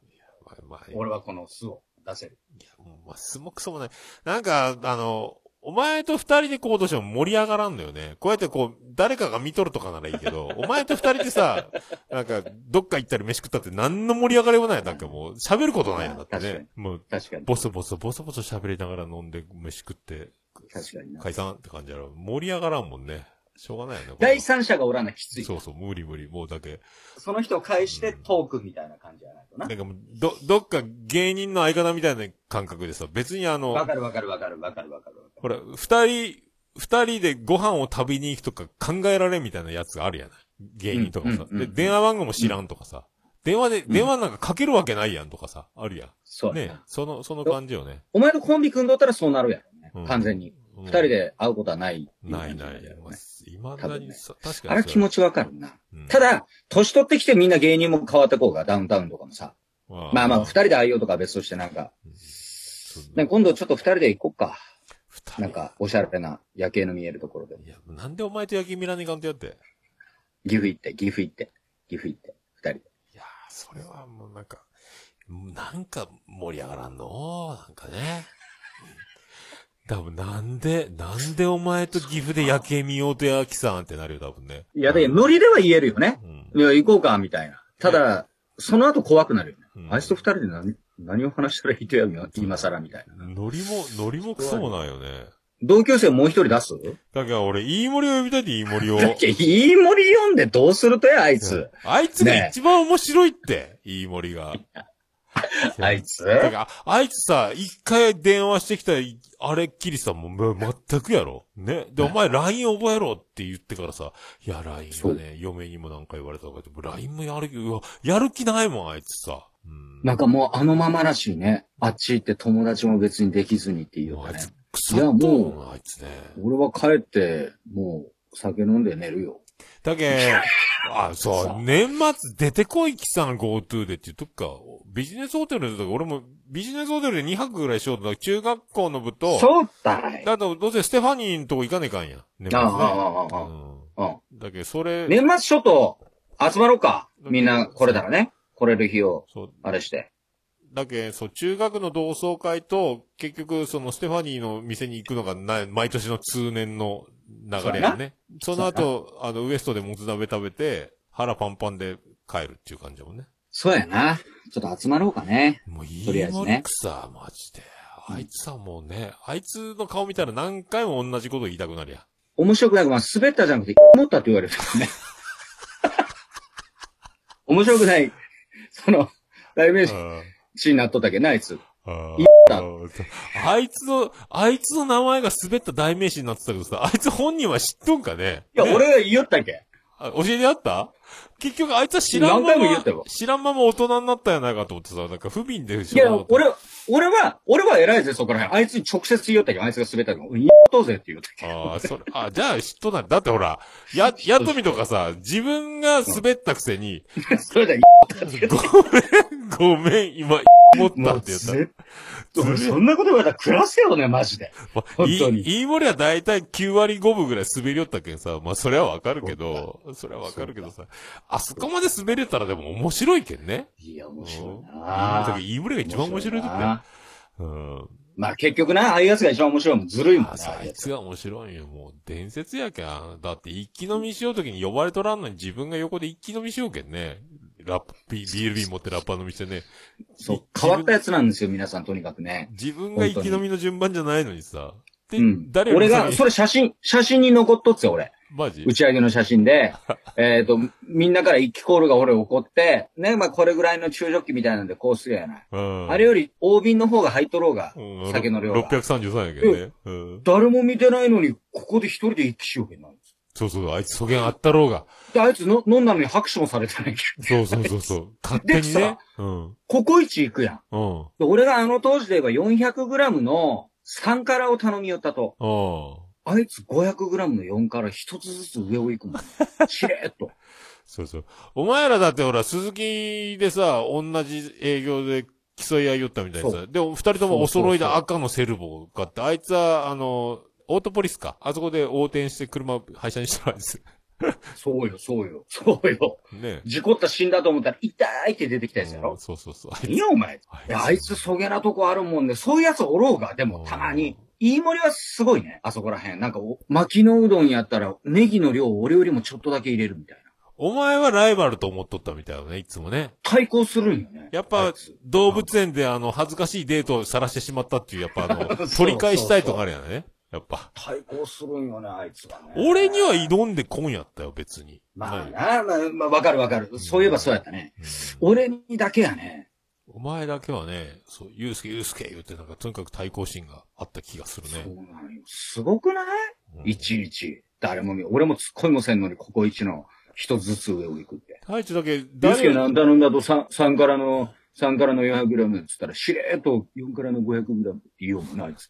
まあ。まあ、い俺はこの巣を出せる。や、もうまあ、すもくそもない。なんか、あの、お前と二人で行動しても盛り上がらんのよね。こうやってこう、誰かが見とるとかならいいけど、お前と二人でさ、なんか、どっか行ったり飯食ったって何の盛り上がりもない。なんかもう、喋ることないやんだって確かねに。もう、確かに。ボソボソ、ボソボソ喋りながら飲んで飯食って、確かにな。解散って感じやろ。盛り上がらんもんね。しょうがないよね。第三者がおらなきつい。そうそう、無理無理、もうだけ。その人を介してトークみたいな感じじゃないとなな。んかもう、ど、どっか芸人の相方みたいな感覚でさ、別にあの、わかるわかるわかるわかるわかるわかほら、二人、二人でご飯を食べに行くとか考えられんみたいなやつがあるやない。芸人とかもさ。うんうんうで、ん電話番号も知らんとかさ。電話で、電話なんかかけるわけないやんとかさ、あるやそん。うやねな。その、その感じよね。お前のコンビ組んどったらそうなるやろねうん。完全に。二二人。で会うことはない。ないない。まあいまだにさ、確かに。あれは気持ちわかるな。うんた、だ、年取ってきてみんな芸人も変わってこうが、ダウンタウンとかもさ。まあまあ、二人で会いようとかは別としてなんか、人なんか今度ちょっと二人で行こっか。二人なんか、おしゃれな夜景の見えるところで。いや、なんでお前と焼き見らねえかんとやって。岐阜行って、岐阜行って、岐阜行って、二人で。いやー、それはもうなんか、なんか盛り上がらんのなんかね。多分なんで、なんでお前と岐阜で夜景見ようとやきさんってなるよ、多分ね。いや、だけどノリでは言えるよね。うん。いや、行こうか、みたいな。ただ、その後怖くなるよね。うんあいつと二人で何、何を話したらいいとやるの今更みたいな。ノリも、ノリもクソもないよね。同級生もう一人出すだから俺、飯森を呼びたいって飯森を。だっけ、飯森読んでどうするとや、あいうんつ。あいつがねえ一番面白いって、飯森が。 あいつだから、あいつさ、一回電話してきたら、いあれっきりさ、もう、ま全くやろ。ね。で、お前 LINE 覚えろって言ってからさ、いや、LINE そがうね、嫁にもなんか言われたから、でも LINE もやる気、うわやる気ないもん、あいつさ。うん。なんかもうあのままらしいね。あっち行って友達も別にできずにっていうもうあかいねつ。、腐っいやともんうわ、あいつね。俺は帰って、もう酒飲んで寝るよ。だけん、あ、そう、年末出てこい、きさん GoTo でって言っとくか。ビジネスホテルとか、俺もビジネスホテルで2泊ぐらいしようと、中学校の部と、そうだい。だと、どうせステファニーのとこ行かねえかんや。年末あねあああああうんうん。だけど、それ、年末ちょっと集まろうか。みんな来れたらね。来れる日を、そう、あれして。だけどそう、中学の同窓会と、結局、その、ステファニーの店に行くのがな、毎年の通年の流れやね。そそうのやな後、あの、ウエストでもつ鍋食べて、腹パンパンで帰るっていう感じだもんね。そうやな。ちょっと集まろうかね。もういといりあえずもねりくさ、マジで。あいつはもうね、あいつの顔見たら何回も同じこと言いたくなるやん。面白くない。まあ、滑ったじゃなくて、思ったって言われるからね。 面白くない。その、代 名詞になっとったっけないつ。あいったああいつの、あいつの名前が滑った代名詞になってたけどさ、あいつ本人は知っとんかねいや、ね俺が言おったっけあ教えてあった結局あいつは知らんま何回も言ったまよ、知らんまま大人になったやないかと思ってさ、なんか不憫でしいやょ。、俺、俺は、俺は偉いぜ、そこら辺。あいつに直接言おったけど、あいつが滑ったけど、言っとうぜって言おったけああ、それ、あじゃあ知っとない。だってほら、 や、やとみとかさ、自分が滑ったくせに、ど。 それで、ごめん、ごめん、今、 思ったもっうて言っ絶た。対、俺そんなこと言われたら暮らせよね、マジで。まあ、本い当にいい森はだいたい9割5分ぐらい滑りよったけんさ、まあそれはわかるけど、それはわかるけどさ、あそこまで滑れたらでも面白いけんね。いや、面う白んいだなけどいい森が一番面白いとって。なうん。まあ結局な、ああいうやつが一番面白いもん、ずるいもんあなさ、あいつが面白いよ。もう伝説やけん。だって一気飲みしようときに呼ばれとらんのに自分が横で一気飲みしようけんね。ラップ、ビール瓶持ってラッパー飲みしてね。そう、変わったやつなんですよ、皆さん、とにかくね。自分が一気飲みの順番じゃないのにさ。で、うん。誰より俺も先が、にそれ写真、写真に残っとっつよ、俺。マジ打ち上げの写 真で。えっと、みんなから一気コールが俺怒って、ね、まあこれぐらいの中ジョッキみたいなんでこうすりゃやない。うん。あれより、大瓶の方が入っとろうがうん、酒の量が。 633やけどね。うん。誰も見てないのに、ここで一人で一気しようけんなんです。そうそう、あいつ、そげんあったろうが。で、あいつの飲んだのに拍手もされてないけど。そうそうそうそう。勝手にでねさ。うん。ココイチ行くやん。うん。うん。で俺があの当時で言えば 400g の3辛を頼みよったと。あいつ 500g の4辛一つずつ上を行 くもん。しれーっと。そうそう。お前らだってほら、鈴木でさ、同じ営業で競い合いよったみたいなそさ。でも、二人ともお揃いで赤のセルボを買って、あいつは、あの、オートポリスか。あそこで横転して車を廃車にしたらです。 そうよ、そうよ、そうよ。ね事故った死んだと思ったら、痛いって出てきたやつやうんろ。そうそうそう。あいや、お前。いや、あいつ、そそげなとこあるもんね。そういうやつおろうが。でうんも、たまに。飯森はすごいね。あそこらへん。なんかお、巻きのうどんやったら、ネギの量を俺よりもちょっとだけ入れるみたいな。お前はライバルと思っとったみたいよね、いつもね。対抗するんよね。やっあぱいつ、動物園であの、恥ずかしいデートを晒してしまったっていう、やっぱあの、 そう取り返したいとかあるやね。やっぱ。対抗するんよね、あいつはね。俺には挑んでこんやったよ、別に。まあねな、まあ、まあ、わかるわかる。そういえばそうやったね。俺にだけやね。お前だけはね、そう、ゆうすけゆうすけ言ってなんか、とにかく対抗心があった気がするそうね。なんよ。すごくない、うんいちいち。誰も見、俺も突っ込みもせんのに、ここ一の一つずつ上を行くって。太一だけ、ですけ誰ど、が何頼んだと3、三からの、三からの400グラムって言ったら、しれーっと4からの500グラムって言おうもんないです。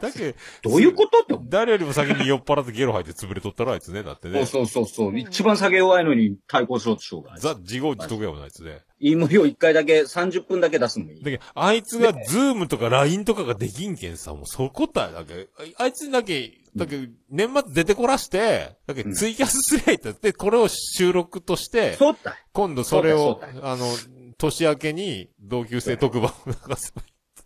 だけ、どういうことって思誰よりも先に酔っ払ってゲロ吐いて潰れとったらあいつね、だってう。ね。そうそうそうそう。一番酒弱いのに対抗しようとしようが。ザ、自業自得やもんなあいつね。芋を一回だけ、30分だけ出すのもいい。だけど、あいつがズームとか LINE とかができんけんさ、もうそこだよ。だけどあいつにだけ、だけど、年末出てこらして、だけどうんツイキャスすりゃいいって、で、これを収録として、そうだ。今度それをそうだ、あの、年明けに同級生特番を流す。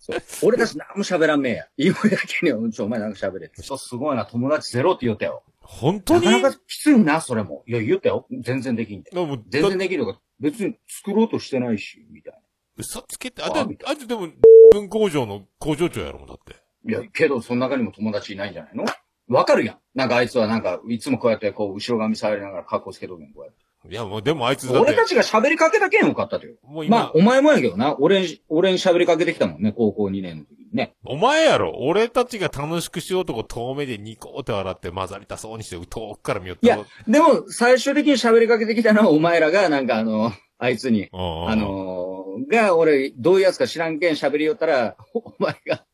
そう俺たち何も喋らんめえや。芋だけには、うんちょ、お前なんか喋れって。そう、すごいな、友達ゼロって言ったよ。本当なにかなかきついな、それも。いや、言ったよ。全然できんで。でも全だ然できるとか、別に作ろうとしてないし、みたい嘘つけって、あ、でもあみたあいつでも、文工場の工場長やろもんだって。な。いや、けど、その中にも友達いないんじゃないのわかるやん。なんかあいつはなんか、いつもこうやって、こう、後ろ髪触りながら格好つけとくやん、こうやって。いや、もうでもあいつだっ俺て、たちが喋りかけたけんよかったとよ。もう今、まあ、お前もやけどな。俺に、俺に喋りかけてきたもんね、高校2年の時にね。お前やろ俺たちが楽しくしようとこ遠目でニコって笑って混ざりたそうにして遠くから見よって。いや、でも、最終的に喋りかけてきたのは、お前らが、なんかあの、あいつに、ああ、のーが、俺、どういうやつか知らんけん喋りよったら、 お前が、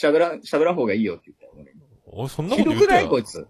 喋らん、喋らん方がいいよって言ったよ俺おいそんなこひとど言っくたなよいこいつ。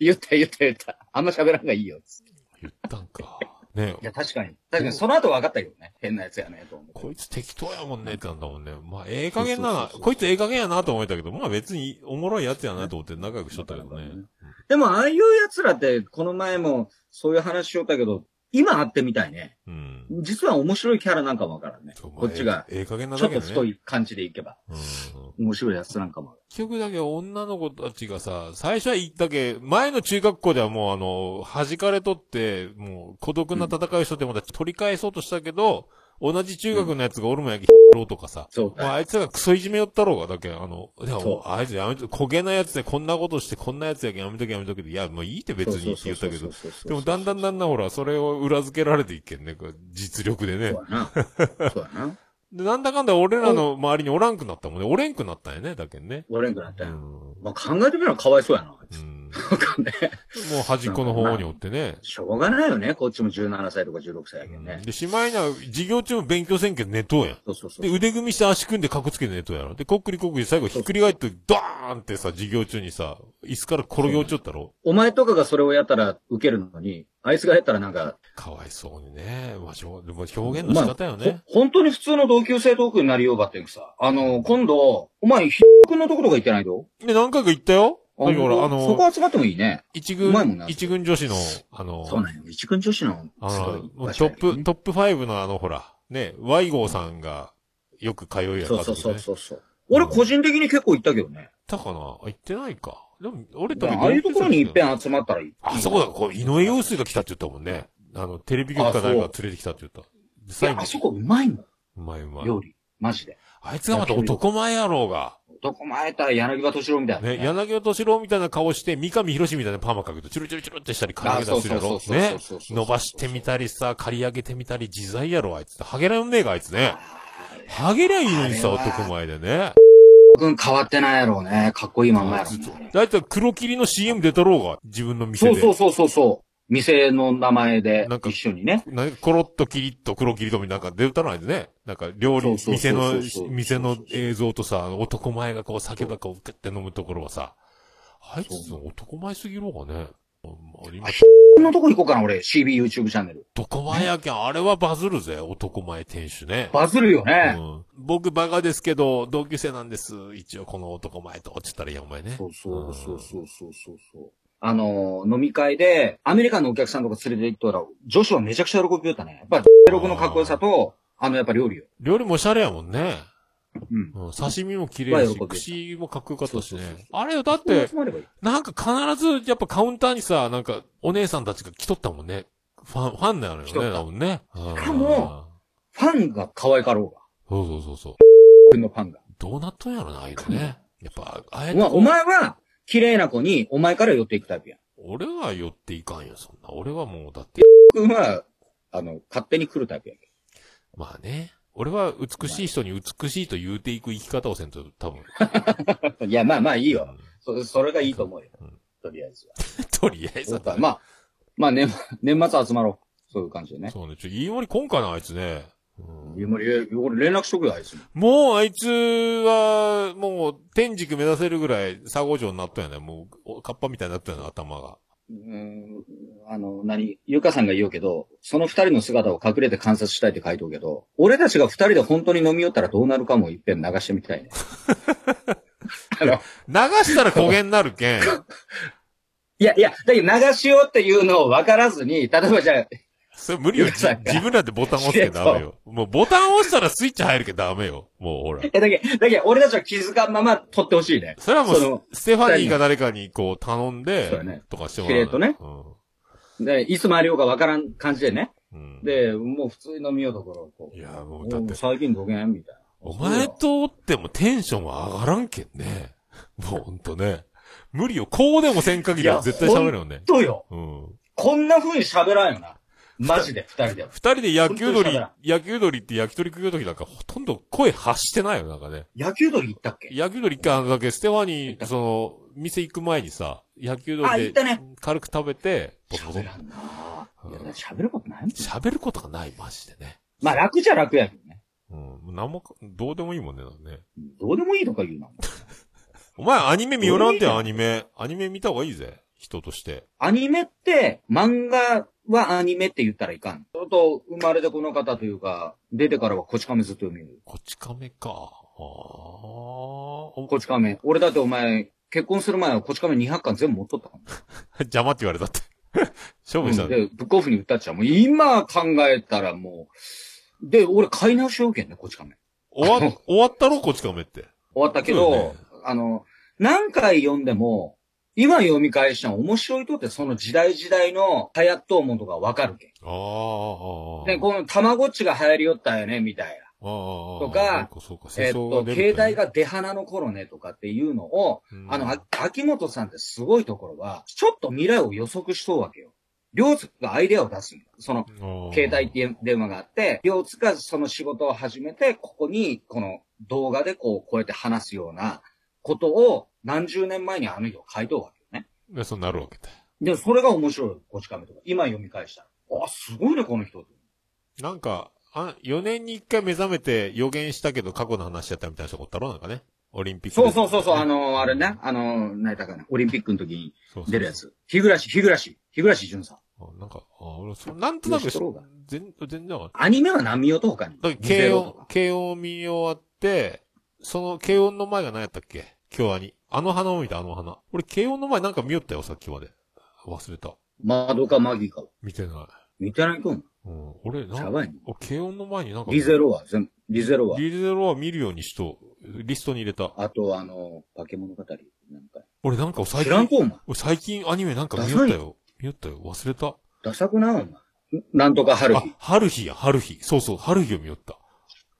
言った言った言った。あんま喋らんがいいよっつって。言ったんか。ねいや、確かに。確かに、その後分かったけどね。変なやつやね、と思って。こいつ適当やもんねってなんだもんね。まあ、ええ加減そうなそうそうそうこいつええ加減やなと思ったけど、まあ別におもろいやつやなと思って仲良くしとったけどなねかな。かでも、ああいうやつらって、この前も、そういう話しよったけど、今会ってみたいね。うん。実は面白いキャラなんかもわからんね。そうまあこっちが、ええええ加減なちだょっけとどね。太い感じでいけば。うん面白いやつなんかも。結局だけ女の子たちがさ、最初は言ったけ、前の中学校ではもうあの、弾かれとって、もう孤独な戦いをしとってまた取り返そうとしたけど、同じ中学のやつがおるもんやけ、ひろうとかさ。そうまあ、か。あいつらがクソいじめよったろうが、だけあの、でそうも、あいつやめとけ、焦げなやつでこんなことしてこんなやつやけんやめとけやめとけで、いや、もういいって別にって言ったけど、でもだんだんだんだんほら、それを裏付けられていっけんね、こう実力でねそう。や な。そうやな。で、なんだかんだ俺らの周りにおらんくなったもんね。おれんくなったんやね、だけんね。おれんくなっうたよ。ん。まあ、考えてみればかわいそうやな。あいうつん。わかんねえ。もう端っこの方におってね。しょうがないよね。こっちも17歳とか16歳やうけどんね。で、しまいには、授業中も勉強せんけど寝とうやん。そうそうそで、う。腕組みして足組んでかこつけて寝とうやろ。で、こっくりこっくり最後ひっくり返って、ドーンってさ、授業中にさ、椅子から転げ落ちよったろ。お前とかがそれをやったら受けるのに、あいつがやったらなんか、かわいそうにね。まあ、しょうでも表現の仕方よね。ほ本当に普通の同級生トークになりようばってんくさ。あの、今度、お前、ひくんのところが行ってないとで、何回か言ったよ。だけどほら、あその、こ集まってもいいね。一う軍まいもん、な一軍女子の、あの、そうなんよ。一軍女子のあすごのい、もう場ト所やッけどプ、ね。トップ5のあの、ほら、ね、ワイゴーさんが、よく通うやつそうだそうそうね。そうそう。俺個人的に結構行ったけどね。たかな行ってないか。でも、俺とああいうところに一遍集まったらいい。あ、そこだ、こう、井上陽水が来たって言ったもんね。あの、テレビ局かなんか連れてきたって言った。でい最や、後あそこうまいもうまいうまん。い。料理。マジで。あいつがまた男前やろうが。どこ前たら柳葉敏郎みたいな。ね、柳尾敏郎みたいな顔して、三上博史みたいなパーマかけて、チュルチュルチュルってしたり、刈り上げたりするやあそろう。そうそうそうねそうそうそう。そう伸ばしてみたりさ、刈り上げてみたり、自在やろ、あいつ。ハゲらんねえが、あいつね。ハゲりゃいいのにさ、あれは男前でね。君変わってないやろうね。かっこいいまんまやろうね。だいたい黒霧の CM 出たろうが、自分の店そで。うそうそうそうそう。店の名前でなんか一緒にね。なんか、コロッとキリッと黒霧とみなんか出たのあいつね。なんか、料理、そうそう店そうそうの、店の映像とさ、男前がこう、酒ばこう、グッて飲むところはさ、あいつ男前すぎろうがね。まあ今このとこ行こうかな、俺。CB YouTube チャンネル。男前やけん、あれはバズるぜ、男前店主ね。バズるよね。うん、僕バカですけど、同級生なんです。一応この男前と、落ちたらいいや、お前ね。そうそうそうそうそうそうそう。あの、飲み会で、アメリカンのお客さんとか連れて行ったら、女子はめちゃくちゃ喜びよったね。やっぱ、ログのかっこよさと、あの、やっぱ料理よ。料理もおしゃれやもんね。うん。うん、刺身も綺麗やはし喜、び串もかっこよかったしそうそうそうね。あれよ、だっこうて集、まればいい。なんか必ず、やっぱカウンターにさ、なんか、お姉さんたちが来とったもんね。ファン、ファンなの来よとっね、ただもんね。うんしかも、ファンが可愛かろうが。そうそうそうそう。君のファンが。どうなっとんやろな、ああいうのね。やっぱ、あえてまあ、お前は、綺麗な子に、お前から寄っていくタイプやん。俺は寄っていかんよ、そんな。俺はもう、だって、君は、あの、勝手に来るタイプやん。まあね。俺は美しい人に美しいと言うていく生き方をせんと、多分。いや、まあまあいいうんよ。そ、それがいいと思うようん。とりあえずは。とりあえずそはうか。まあ、まあ年、年末集まろう。そういう感じでね。そうね。ちょ、言い盛りこんかな、あいつね。うんいや、もうえ俺連絡しとくよ、あいつに。もうあいつは、もう、天竺目指せるぐらい、佐合城になったよね。もうお、カッパみたいになったよね、頭が。うーん、あの、何、ゆかさんが言うけど、その二人の姿を隠れて観察したいって書いておくけど、俺たちが二人で本当に飲み寄ったらどうなるかもいっぺん流してみたいね。あの、流したら焦げになる けん。いやいや、だけど流しようっていうのを分からずに、例えばじゃあ、それ無理よ。ゆかじさんが自分らでボタン押してダ メよ。もうボタン押したらスイッチ入るけどダメよ。もうほら。え、だけど、だけど俺たちは気づかんまま撮ってほしいね。それはもそうの、ステファニーか誰かにこう頼んそうやでね、とかしてもらわないしれっうで、いつ回りようか分からん感じでね。ん。うん、で、もう普通に飲みようところをこう。いや、ももうだっうて、最近どげんみたいな。お前とおってもテンションは上がらんけんね。もうほんとね。無理よ。こうでもせん限りは絶対喋るよね。そうよ。うん。こんな風に喋らんよな。マジで、二人で。二人で野球本当鳥に喋らん、野球鳥って焼き鳥食う時なんかほとんど声発してないよ、なんかね。野球鳥行ったっけ野球鳥一回あのだけ、ステファニー、その、店行く前にさ、野球あ鳥行でったね、軽く食べて、ボソボソ喋らんな。うんいや、喋ることないもん。喋ることがない、マジでね。まあ、楽じゃ楽やけどね。うん。なんもか、どうでもいいもんね、なんかね。どうでもいいとか言うな。お前アニメ見よらんてどうでもいいじゃんアニメ。アニメ見た方がいいぜ。人として。アニメって、漫画はアニメって言ったらいかん。ちょっと、生まれてこの方というか、出てからはこち亀ずっと読みる。こち亀か。ああ。おこち亀。俺だってお前、結婚する前はこち亀200巻全部持っとったから 邪魔って言われた って。勝負したうんねで、ブックオフに売ったっちゃう。もう今考えたらもう、で、俺買い直しようけんね、こち亀。終わ、終わったろ、こち亀って。終わったけそうど、だよねあの、何回読んでも、今読み返したら面白いとってその時代時代の流行っとうものがわかるけん。ああ。で、このたまごっちが流行りよったよね、みたいな。ああ。とかそうそうか、え世っ相がと、出携るとね帯、が出花の頃ね、とかっていうのを、うんあの、あ秋元さんってすごいところは、ちょっと未来を予測しとうわけよ。両津がアイデアを出すんだ。その、携帯電話があって、両津がその仕事を始めて、ここに、この動画でこう、こうやって話すようなことを、何十年前にあの人が書いとうわけよね。で、そうなるわけだよ。で、それが面白い、こち亀とか。今読み返したら。あ、すごいね、この人。なんか、あ、4年に1回目覚めて予言したけど過去の話しちゃったみたいな人おったろなんかね。オリンピックで。そうそうそうそう、あのあれね、あの何やったかな、オリンピックの時にそうそうそう出るや。つ。日暮らし、日暮らし、日暮らし淳さん。あなんか、あ俺そうなんとなく吉太郎が、全全然わかんないアニメは何見ようと他に。だからゼ軽ロと音か、軽音見終わって、その軽音の前が何やったっけ今日はに。あの花を見た、あの花。俺軽音の前なんか見よったよ、さっきまで。忘れた。マドカマギか。見てない。見てないと思うん、俺、う。なやんか、ばいね。俺軽音の前になんか、リゼロは、全部、リゼロは。リゼロは見るようにしと、リストに入れた。あと、あの、化け物語。なんか。俺なんか最知ら近ん、と、お前。俺最近アニメなんか見よったよ。見よったよ。忘れた。ダサくな、お前。なんとか春あ日。、春日や、春日。そうそう、春日を見よった。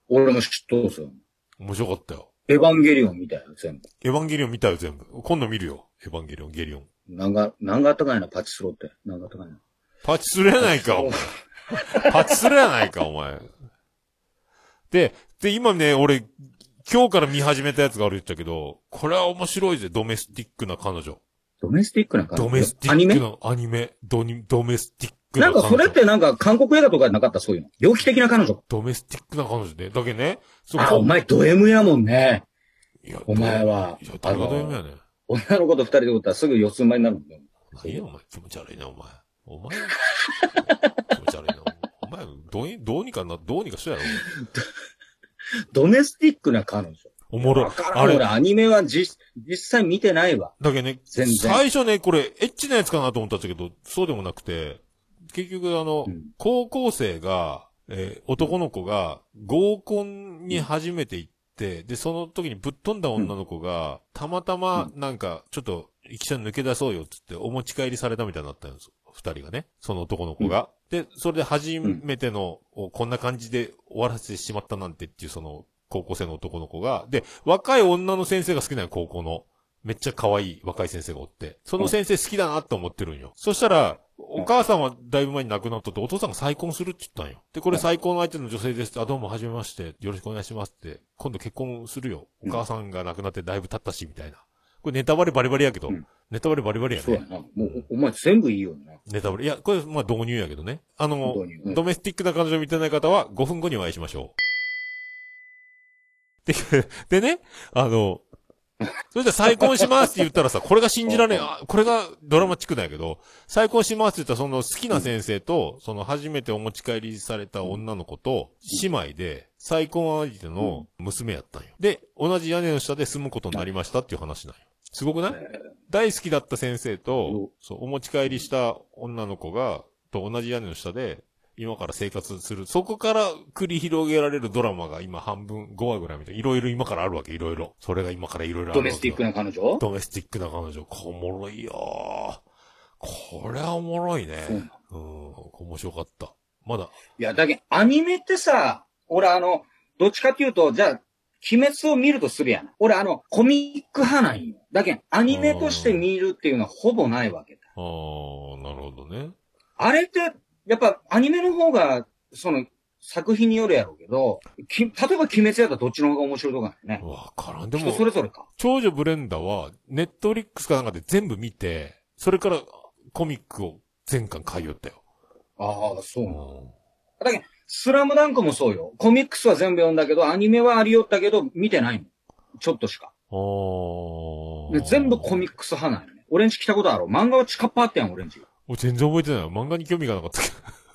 俺も知っとうぞ。面白かったよ。エヴァンゲリオンみたいな、全部。エヴァンゲリオン見たよ、全部。今度見るよ。エヴァンゲリオン、ゲリオン。なんか、なんかあったかいな、パチスロって。なんかあったかいな。パチスロやないか、お前。パチスロやないか、お前。で、で、今ね、俺、今日から見始めたやつがある言ったけど、これは面白いぜ、ドメスティックな彼女。ドメスティックな感じ。ドメスティアニックメなアニメ。ドニドメスティックななん彼か女。それってなんか韓国映画とかなかったそういうの。猟奇的な彼女。ドメスティックな彼女ね。だけどね。そうあ、お前ド M やもんね。いやお前はどいや、あ誰のがド M やねん。女の子と二人でおったらすぐ四つん這いになるもんね。何や、お前。気持ち悪いな、お前。お 前。気持ち悪いな。お前、どうに、どうにかな、どうにかしろやろ。ドメスティックな彼女。おもろいわか。らあん。れ、俺アニメは実、実際見てないわ。だけどね、全然最初ね、これ、エッチなやつかなと思ったんだけど、そうでもなくて、結局あの、うん高校生が、えー男の子が合コンに初めて行って、で、その時にぶっ飛んだ女の子が、たまたま、なんか、ちょっと、一緒に抜け出そうよってって、お持ち帰りされたみたいになったんですよ。二人がね、その男の子が。で、それで初めての、おこんな感じで終わらせてしまったなんてっていう、その、高校生の男の子が、で、若い女の先生が好きなのよ、高校の。めっちゃ可愛い若い先生がおって、その先生好きだなって思ってるんよ。そしたら、お母さんはだいぶ前に亡くなったって、お父さんが再婚するって言ったんよ。で、これ再婚の相手の女性ですって、あ、どうも、はじめまして、よろしくお願いしますって、今度結婚するよ。お母さんが亡くなってだいぶ経ったし、みたいな。これネタバレバリバリやけど、うんネタバレバリバリやそうやね。な。もう、おお前全部いいよな。ネタバレ。いや、これ、まあ導入やけどね。あの導入う、んドメスティックな彼女を見てない方は、5分後にお会いしましょう。で、でね、あの、それじゃ再婚しますって言ったらさ、これが信じられん。あ、これがドラマチックなんやけど、再婚しますって言ったら、その好きな先生と、その初めてお持ち帰りされた女の子と、姉妹で、再婚相手の娘やったんよ。で、同じ屋根の下で住むことになりましたっていう話なんよ。すごくない大好きだった先生と、そう、お持ち帰りした女の子が、と同じ屋根の下で、今から生活する。そこから繰り広げられるドラマが今半分、5話ぐらいみたいな。いろいろ今からあるわけ、いろいろ。それが今からいろいろあるわけドメスティックな彼女ドメスティックな彼女、こうおもろいよーこれはおもろいね。そうなうん、面白かった。まだ、いや、だけどアニメってさ、俺あの、どっちかっていうと、じゃあ、鬼滅を見るとするやん。俺あの、コミック派なんよ。だけどアニメとして見るっていうのはほぼないわけだ。あー、なるほどね。あれって、やっぱアニメの方が、その、作品によるやろうけど、き例えば鬼滅やったらどっちの方が面白いとかね。わからん。で人も、それぞれか。長女ブレンダは、ネットフリックスかなんかで全部見て、それからコミックを全巻買いよったよ。ああ、そううなんんだ。だけどスラムダンクもそうよ。コミックスは全部読んだけど、アニメはありよったけど、見てないの。ちょっとしか。あーで全部コミックス派なんよね。俺んち来たことある漫画は近っぱあったやん、俺んち。俺全然覚えてない。漫画に興味がなかったけ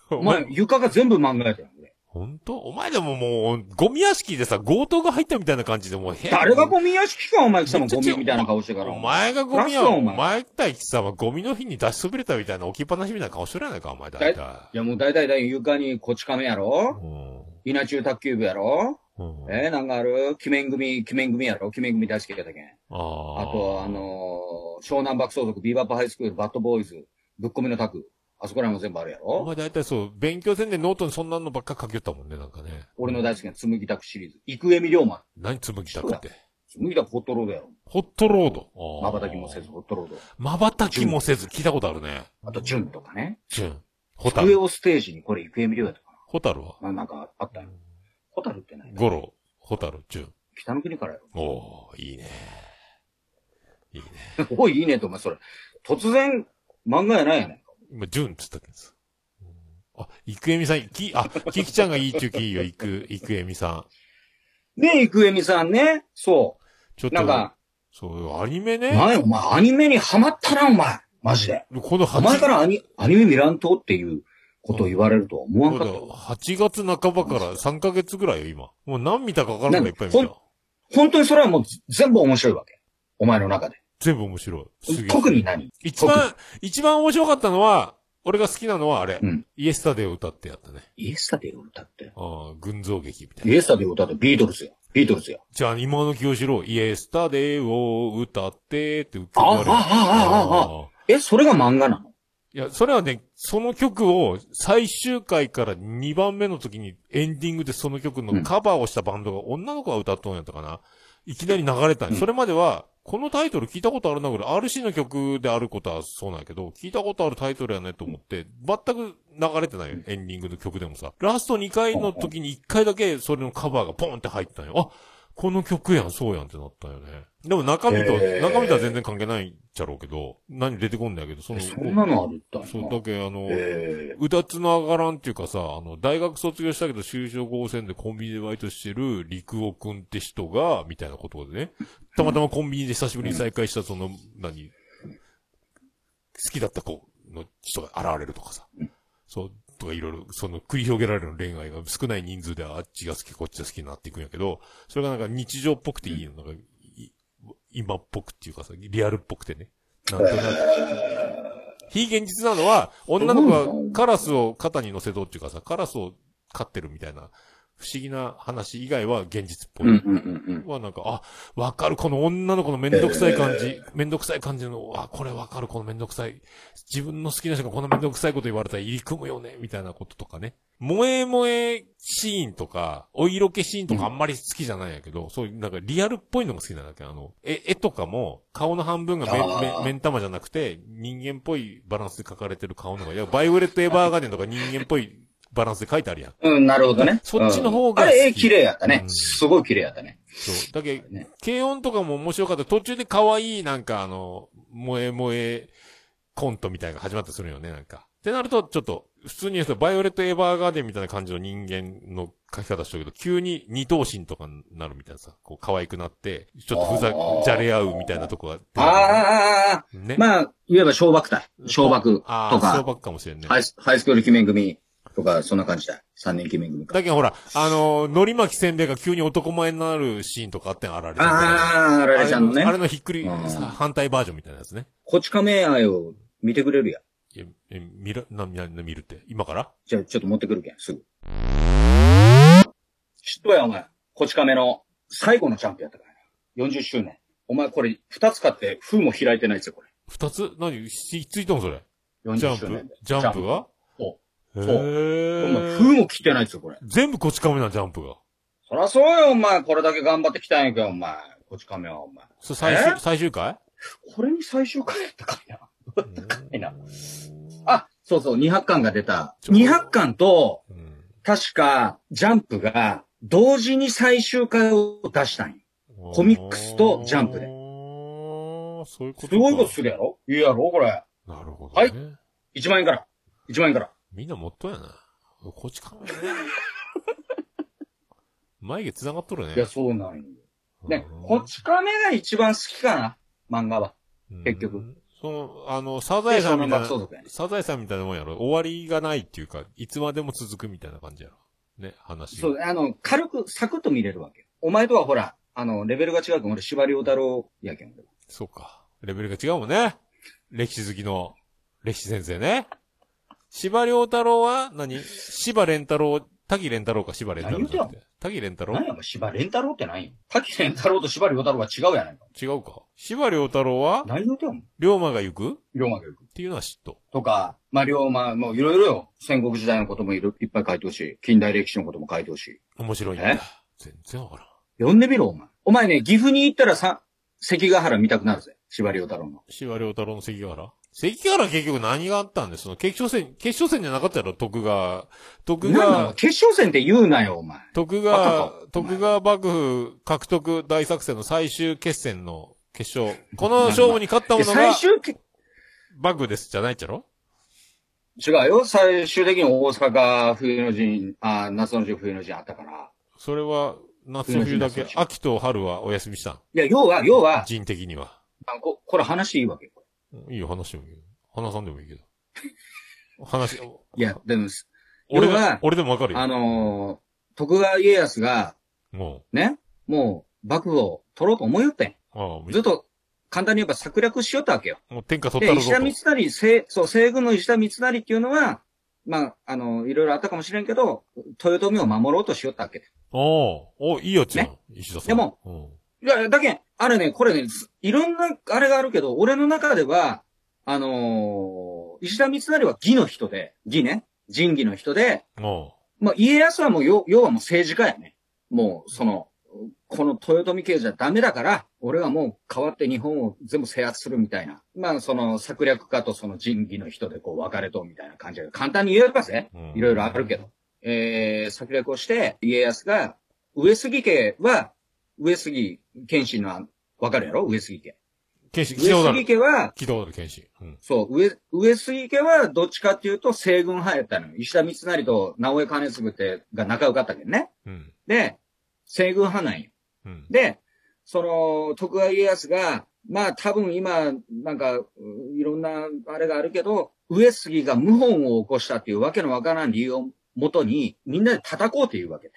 ど。おお前、前、床が全部漫画やったやん、俺。本当お前でももう、ゴミ屋敷でさ、強盗が入ったみたいな感じでもう部屋誰がゴミ屋敷か、お前、貴様めっちゃゴ強いミみたいな顔してから。お前がゴミや、ラストおお前前たちさ、ゴミの日に出しそびれたみたいな置きっぱなしみたいな顔してるやないか、お前大体。いや、もう大体だよ、床にこち亀やろうん。稲中卓球部やろうん。えー、なんかある鬼面組、鬼面組やろ鬼面組大好きやったけん。ああ。あと、あ、のー、湘南爆走族、ビーバップハイスクール、バッドボーイズ、ぶっこみのタク。あそこらも全部あるやおろ前大体そう、勉強せんでノートにそんなのばっか書きよったもんね、なんかね。俺の大好きな紡ぎタクシリーズ。幾重み龍馬。何つむぎたくって。紡ぎタクホットロードやろ。ホットロード。あまーばたきもせず、。ホットロード。瞬きもせず、聞いたことあるね。あと、ジュンとかね。ジュン。ホタ上ル。をステージにこれ、幾重み龍やったかホタルはな。あなんかあったよ。ホタルってないゴロ、ホタル、ジュン。北の国からやろ。おー、いいね。いいね。 おい、いいねと、お前それ。突然、漫画やないやねんか。今、ジュンって言ったっけです。あ、イクエミさん、き、あ、キキちゃんがいいって言うきいいよ、イク、イクエミさん。ねえ、幾重みさんね。そちょっう。と、なんか、そう、アニメね。なんやお前、アニメにハマったな、お前。マジで。このお前か8、らアニアニメ見らんとっていうことを言われるとは思わんかったよ。 8月半ばから3ヶ月ぐらいよ、今。もう何見たかわからんからいっぱい見なんたか。本当にそれはもうず全部面白いわけ。お前の中で。全部面白い。すげえ特に何一番、一番面白かったのは、俺が好きなのはあれ、うんイエスタデーを歌ってやったね。イエスタデーを歌って。ああ、群像劇みたいな。イエスタデーを歌ってビートルズや。ビートルズや。じゃあ、今の清志郎、イエスタデーを歌ってって歌ああ、ああ、ああ、ああ。あ。え、それが漫画なのいや、それはね、その曲を最終回から2番目の時にエンディングでその曲うのんカバーをしたバンドが女の子が歌っとんやったかな。いきなり流れたんやうんそれまでは、このタイトル聞いたことあるなぐらい、RC の曲であることはそうなんやけど、聞いたことあるタイトルやねと思って、全く流れてないよ、エンディングの曲でもさ。ラスト2回の時に1回だけそれのカバーがポンって入ったんよ。あ、この曲やん、そうやんってなったんよね。でも中身と、へー中身とは全然関係ないんちゃろうけど、何出てこんねやけど、その、えそんなのあるったんやそう、だけあの、えうだつの上がらんっていうかさ、あの、大学卒業したけど就職合戦でコンビニでバイトしてる陸尾くんって人が、みたいなことで ね、たまたまコンビニで久しぶりに再会したその、何、好きだった子の人が現れるとかさ、そう、とかいろいろ、その繰り広げられる恋愛が少ない人数であっちが好き、こっちが好きになっていくんやけど、それがなんか日常っぽくていいの、なんか、い今っぽくっていうかさ、リアルっぽくてね。なんとなく。非現実なのは、女の子がカラスを肩に乗せとっていうかさ、カラスを飼ってるみたいな、不思議な話以外は現実っぽうんうんい。うんうん。はなんか、あ、わかる、この女の子のめんどくさい感じ。めんどくさい感じの、あ、これわかる、このめんどくさい。自分の好きな人がこんなめんどくさいこと言われたら入り組むよね、みたいなこととかね。萌え萌えシーンとか、お色気シーンとかあんまり好きじゃないんやけど、そういうなんかリアルっぽいのが好きなんだっけど、あの、絵、絵とかも、顔の半分がめあーめ、目ん玉じゃなくて、人間っぽいバランスで描かれてる顔のが、いや、バイオレット・エヴァーガーデンとか人間っぽいバランスで描いてあるやん。うん、なるほどね。そっちの方がう好んあきれ、絵綺麗やったねう。んすごい綺麗やったね。そう。だけどね、軽音とかも面白かった。途中で可愛い、なんかあの、萌え萌えコントみたいなのが始まったりするよね、なんか。ってなると、ちょっと、普通に言うと、バイオレット・エヴァーガーデンみたいな感じの人間の書き方したけど、急に二等身とかになるみたいなさ、こう可愛くなって、ちょっとふざあー、じゃれ合うみたいなとこが出てくる。ああ、ね。まあ、いわば小爆隊。小爆とああ、小か、爆かもしれんね。ハイスハイスクール記念組とか、そんな感じだ。三年記念組か。だけどほら、あの、のりまきせんべいが急に男前になるシーンとかあってあられちゃんねああ、あられちゃんのねあ。れのひっくり、うん反対バージョンみたいなやつね。こち亀愛を見てくれるやん。え、え、見る、な、な、な見るって。今からじゃあ、ちょっと持ってくるけん、すぐ。知っとや、お前。こち亀の最後のチャンピオンやったからね。40周年。お前、これ、二つ買って、封も開いてないですよ、これ。二つ何し、ついたのそれ。ジャ40周ン年プ。ジャンプがそへそうお前、ー封も切ってないですよ、これ。全部こち亀な、ジャンプが。そらそうよ、お前。これだけ頑張ってきたんやけど、お前。こち亀は、お前。それ最え終、最終回これに最終回やったかいな。いな。あ、そうそう、200巻が出た。200巻と、うん。確か、ジャンプが、同時に最終回を出したんよ。コミックスとジャンプであーそういうことか。すごいことするやろいいやろこれ。なるほど、ね。はい1万円から。1万円から。みんなもっとやな。こち 亀ね。眉毛繋がっとるね。いや、そうなんよ。ねうん、こち亀が一番好きかな漫画は。結局うん。その、あの、サザエで、さそんのみたい爆な走。族やね。サザエさんみたいなもんやろ終わりがないっていうか、いつまでも続くみたいな感じやろね、話が。そう、あの、軽く、サクッと見れるわけよ。お前とはほら、あの、レベルが違うけん、俺、司馬遼太郎やけん。俺はそうか。レベルが違うもんね。歴史好きの、歴史先生ね。芝良太郎は何、芝蓮太郎、滝蓮太郎か芝蓮太郎じゃなくて。滝蓮太郎何やお前、芝連太郎ってないよ。滝連太郎と芝遼太郎は違うやないか。違うか。芝良太郎は、何言うてんの龍馬が行くっ龍馬が行く。ていうのは嫉妬。とか、まあ、龍馬、もういろいろよ。戦国時代のこともいるいっぱい書いてほしい。近代歴史のことも書いてほしい。面白いんえだ。全然わからん。読んでみろ、お前。お前ね、岐阜に行ったらさ、関ヶ原見たくなるぜ。司馬遼太郎の。芝良太郎の関ヶ原関ヶ原結局何があったんですその決勝戦、決勝戦じゃなかったやろ徳川。徳なんなの川、決勝戦って言うなよ、お前。徳バ川カか、徳川幕府獲得大作戦の最終決戦の決勝。この勝負に勝ったでもの最が終け、幕府ですじゃないっちゃろ違うよ。最終的に大阪冬の陣、あ、夏の陣冬の陣あったから。それは夏と冬だ冬けの、日秋と春はお休みしたん。いや、要は、要は、人的には。あここれ話していいわけ。いいよ、話してもいいよ。話さんでもいいけ ど。話、いや、でも、俺要がは、俺でもわかるよ。あのー徳川家康が、もね、もう、幕府を取ろうと思いよったんやう、ああ、もずっと、簡単に言えば策略しよったわけよ。うもう天下取っで、たろぞ石と田。三成、西、そう、西軍の石田三成っていうのは、まあ、あの、いろいろあったかもしれんけど、豊臣を守ろうとしよったわけ。おうおういいやつじゃん。石田さん。でもうん、いや、だけん、あれね、これね、すいろんな、あれがあるけど、俺の中では、あのー石田三成は義の人で、義ね、仁義の人で、おうまあ、家康はもう、要要はもう政治家やね。もう、その、この豊臣系じゃダメだから、俺はもう代わって日本を全部制圧するみたいな。まあ、その策略家とその仁義の人でこう分かれとみたいな感じで、簡単に言えばぜうん、いろいろあるけど。えー、策略をして、家康が、上杉家は、上杉謙信のあ、わかるやろ上杉家。剣士、上聞いたことあ杉る。家は、聞いたことある、剣士。うん。そう、上、上杉家はどっちかっていうと西軍派やったのよ。石田三成と直江兼次ってが仲良かったけどね。うん。で、西軍派なんよ。うん。で、その、徳川家康が、まあ多分今、なんか、ういろんなあれがあるけど、上杉が謀反を起こしたっていうわけのわからん理由をもとに、みんなで叩こうっていうわけ。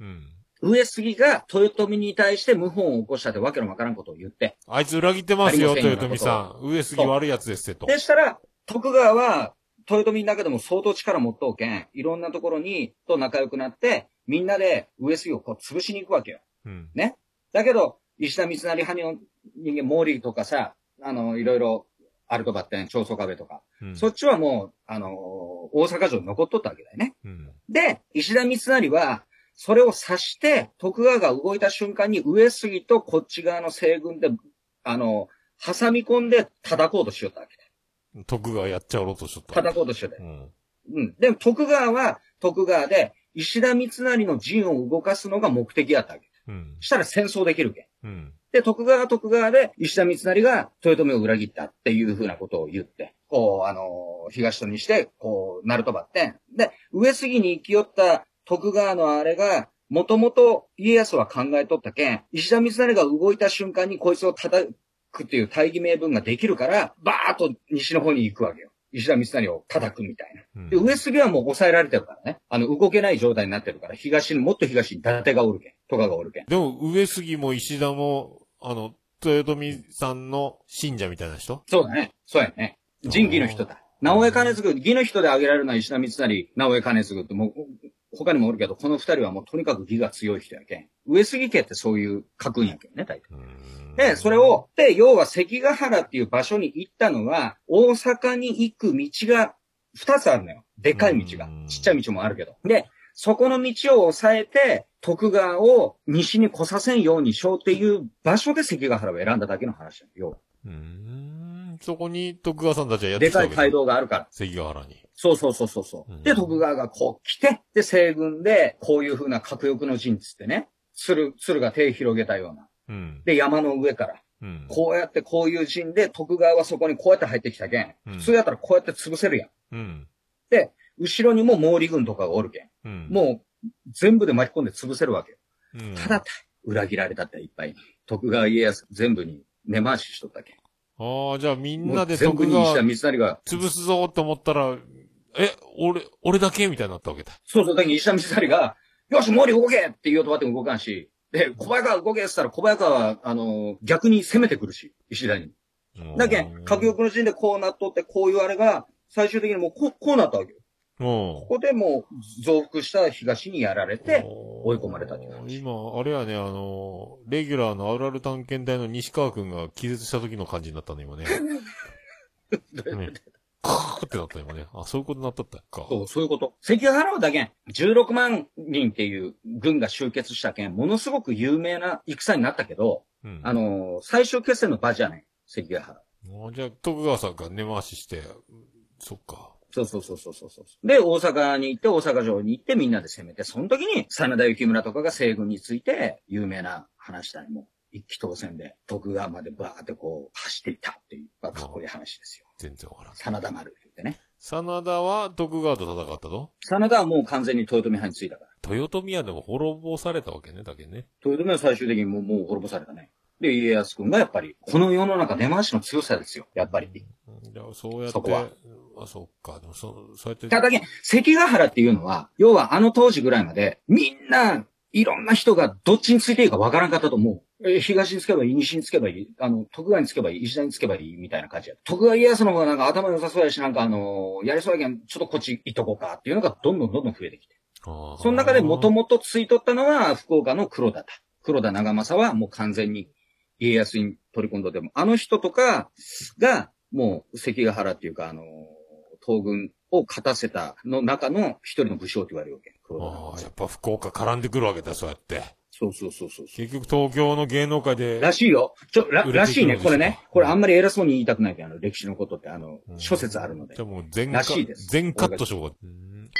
うん。上杉が豊臣に対して謀反を起こしたってわけのわからんことを言って。あいつ裏切ってますよ、ありませんよ豊臣さん。上杉悪いやつですってと。でしたら、徳川は、豊臣の中でも相当力持っとうけん、いろんなところに、と仲良くなって、みんなで上杉をこう潰しに行くわけよ。うん。だけど、石田三成派の人間、毛利とかさ、あの、いろいろ、アルトバッテン、長宗壁とか、うんそっちはもう、あの、大阪城に残っとったわけだよね。うん。で、石田三成は、それを察して、徳川が動いた瞬間に上杉とこっち側の西軍で、あの、挟み込んで叩こうとしよったわけ。徳川やっちゃおろうとしとった。叩こうとしよった。うん。うん。でも徳川は徳川で、石田三成の陣を動かすのが目的やったわけ。うん。したら戦争できるけん。うん。で、徳川は徳川で、石田三成が豊臣を裏切ったっていうふうなことを言って、こう、あのー東とにして、こう、鳴門ばってん。で、上杉に行き寄った徳川のあれが、もともと家康は考えとったけん、石田三成が動いた瞬間にこいつを叩くっていう大義名分ができるから、バーッと西の方に行くわけよ。石田三成を叩くみたいな。うんで、上杉はもう抑えられてるからね。あの、動けない状態になってるから、東に、もっと東に伊達がおるけん。戸川がおるけん。でも、上杉も石田も、あの、豊臣さんの信者みたいな人そうだね。そうやね。仁義の人だ。直江兼次、義の人で挙げられるのは石田三成、直江兼次ってもう、他にもおるけど、この二人はもうとにかく義が強い人やけん。上杉家ってそういう格運やけんね、大体。うーんで、それ。を、で、要は関ヶ原っていう場所に行ったのは、大阪に行く道が二つあるのよ。でかい道がうん。ちっちゃい道もあるけど。で、そこの道を抑えて、徳川を西に来させんようにしようっていう場所で関ヶ原を選んだだけの話だよ。要はうーん。そこに徳川さんたちはやってできたかわいけ街。道があるから。関ヶ原に。そうそうそうそうそう、うんで、徳川がこう来て、で、西軍で、こういう風な核欲の陣つってね、鶴、鶴が手広げたような。うん。で、山の上から、うん。こうやってこういう陣で、徳川はそこにこうやって入ってきたけん。うん普通やったらこうやって潰せるやん。うん。で、後ろにも毛利軍とかがおるけん。うん。もう、全部で巻き込んで潰せるわけよ。うん、ただ、裏切られたっていっぱい。徳川家康全部に根回ししとったけん。ああ、じゃあみんなで全部徳に石川田三成が、潰すぞって思ったら、え、俺、俺だけみたいになったわけだ。そうそう、だけど石田三成が、よし、毛利動けって言おうとばっても動かんし、で、小早川動けって言ったら小早川は、あのー逆に攻めてくるし、石田に。だけん、核よ欲の陣でこうなっとって、こういうあれが、最終的にもうこう、こうなったわけよ。うんこ。こでもう、増幅した東にやられて、追い込まれたって感じ今、あれやね、あの、レギュラーのあるある探検隊の西川くんが気絶した時の感じになったね、今 ね。ねカーってなった今ね。あ、そういうことになったったか。そう、そういうこと。関ヶ原はだけん、16万人っていう軍が集結したけん、ものすごく有名な戦になったけど、うん。あのー最終決戦の場じゃない。関ヶ原。あじゃあ、徳川さんが根回しして、そっか。そうそうそうそうそうそう。で、大阪に行って、大阪城に行ってみんなで攻めて、その時に、真田幸村とかが西軍について、有名な話だね。もう、一気当選で、徳川までバーってこう、走っていったっていう、まあかっこいい話ですよ。全然わからん。真田丸言ってね。真田は徳川と戦ったと真田はもう完全に豊臣派についたから。豊臣屋でも滅ぼされたわけね、だけね。豊臣は最終的にもう、もう滅ぼされたね。で、家康君がやっぱり、この世の中出回しの強さですよ。やっぱり。うん。じゃあ、そうやって。そこはあ、そっか。でも、そ、そうやって。ただけん、関ヶ原っていうのは、要はあの当時ぐらいまで、みんな、いろんな人がどっちについていいかわからんかったと思う。えー東につけばいい、西につけばいい、あの、徳川につけばいい、石田につけばいい、みたいな感じや。徳川家康の方がなんか頭良さそうやし、なんかあのーやりそうやけん、ちょっとこっち行っとこうかっていうのがどんどんどんどん増えてきて。あーその中でもともとついとったのは、福岡の黒田だ。黒田長政はもう完全に家康に取り込んどっても、あの人とかが、もう関ヶ原っていうか、あのー東軍を勝たせたの中の一人の武将って言われるわけ。黒田長ああ、や政っぱ福岡絡んでくるわけだ、そうやって。そうそうそうそう。結局東京の芸能界で。らしいよ。ちょ、ら、売れていくらしいよね。うですこれねうん。これあんまり偉そうに言いたくないけど、あの、歴史のことって、あのう、ん諸説あるのでじゃ。あもう全らカしいです全カットしようか。うん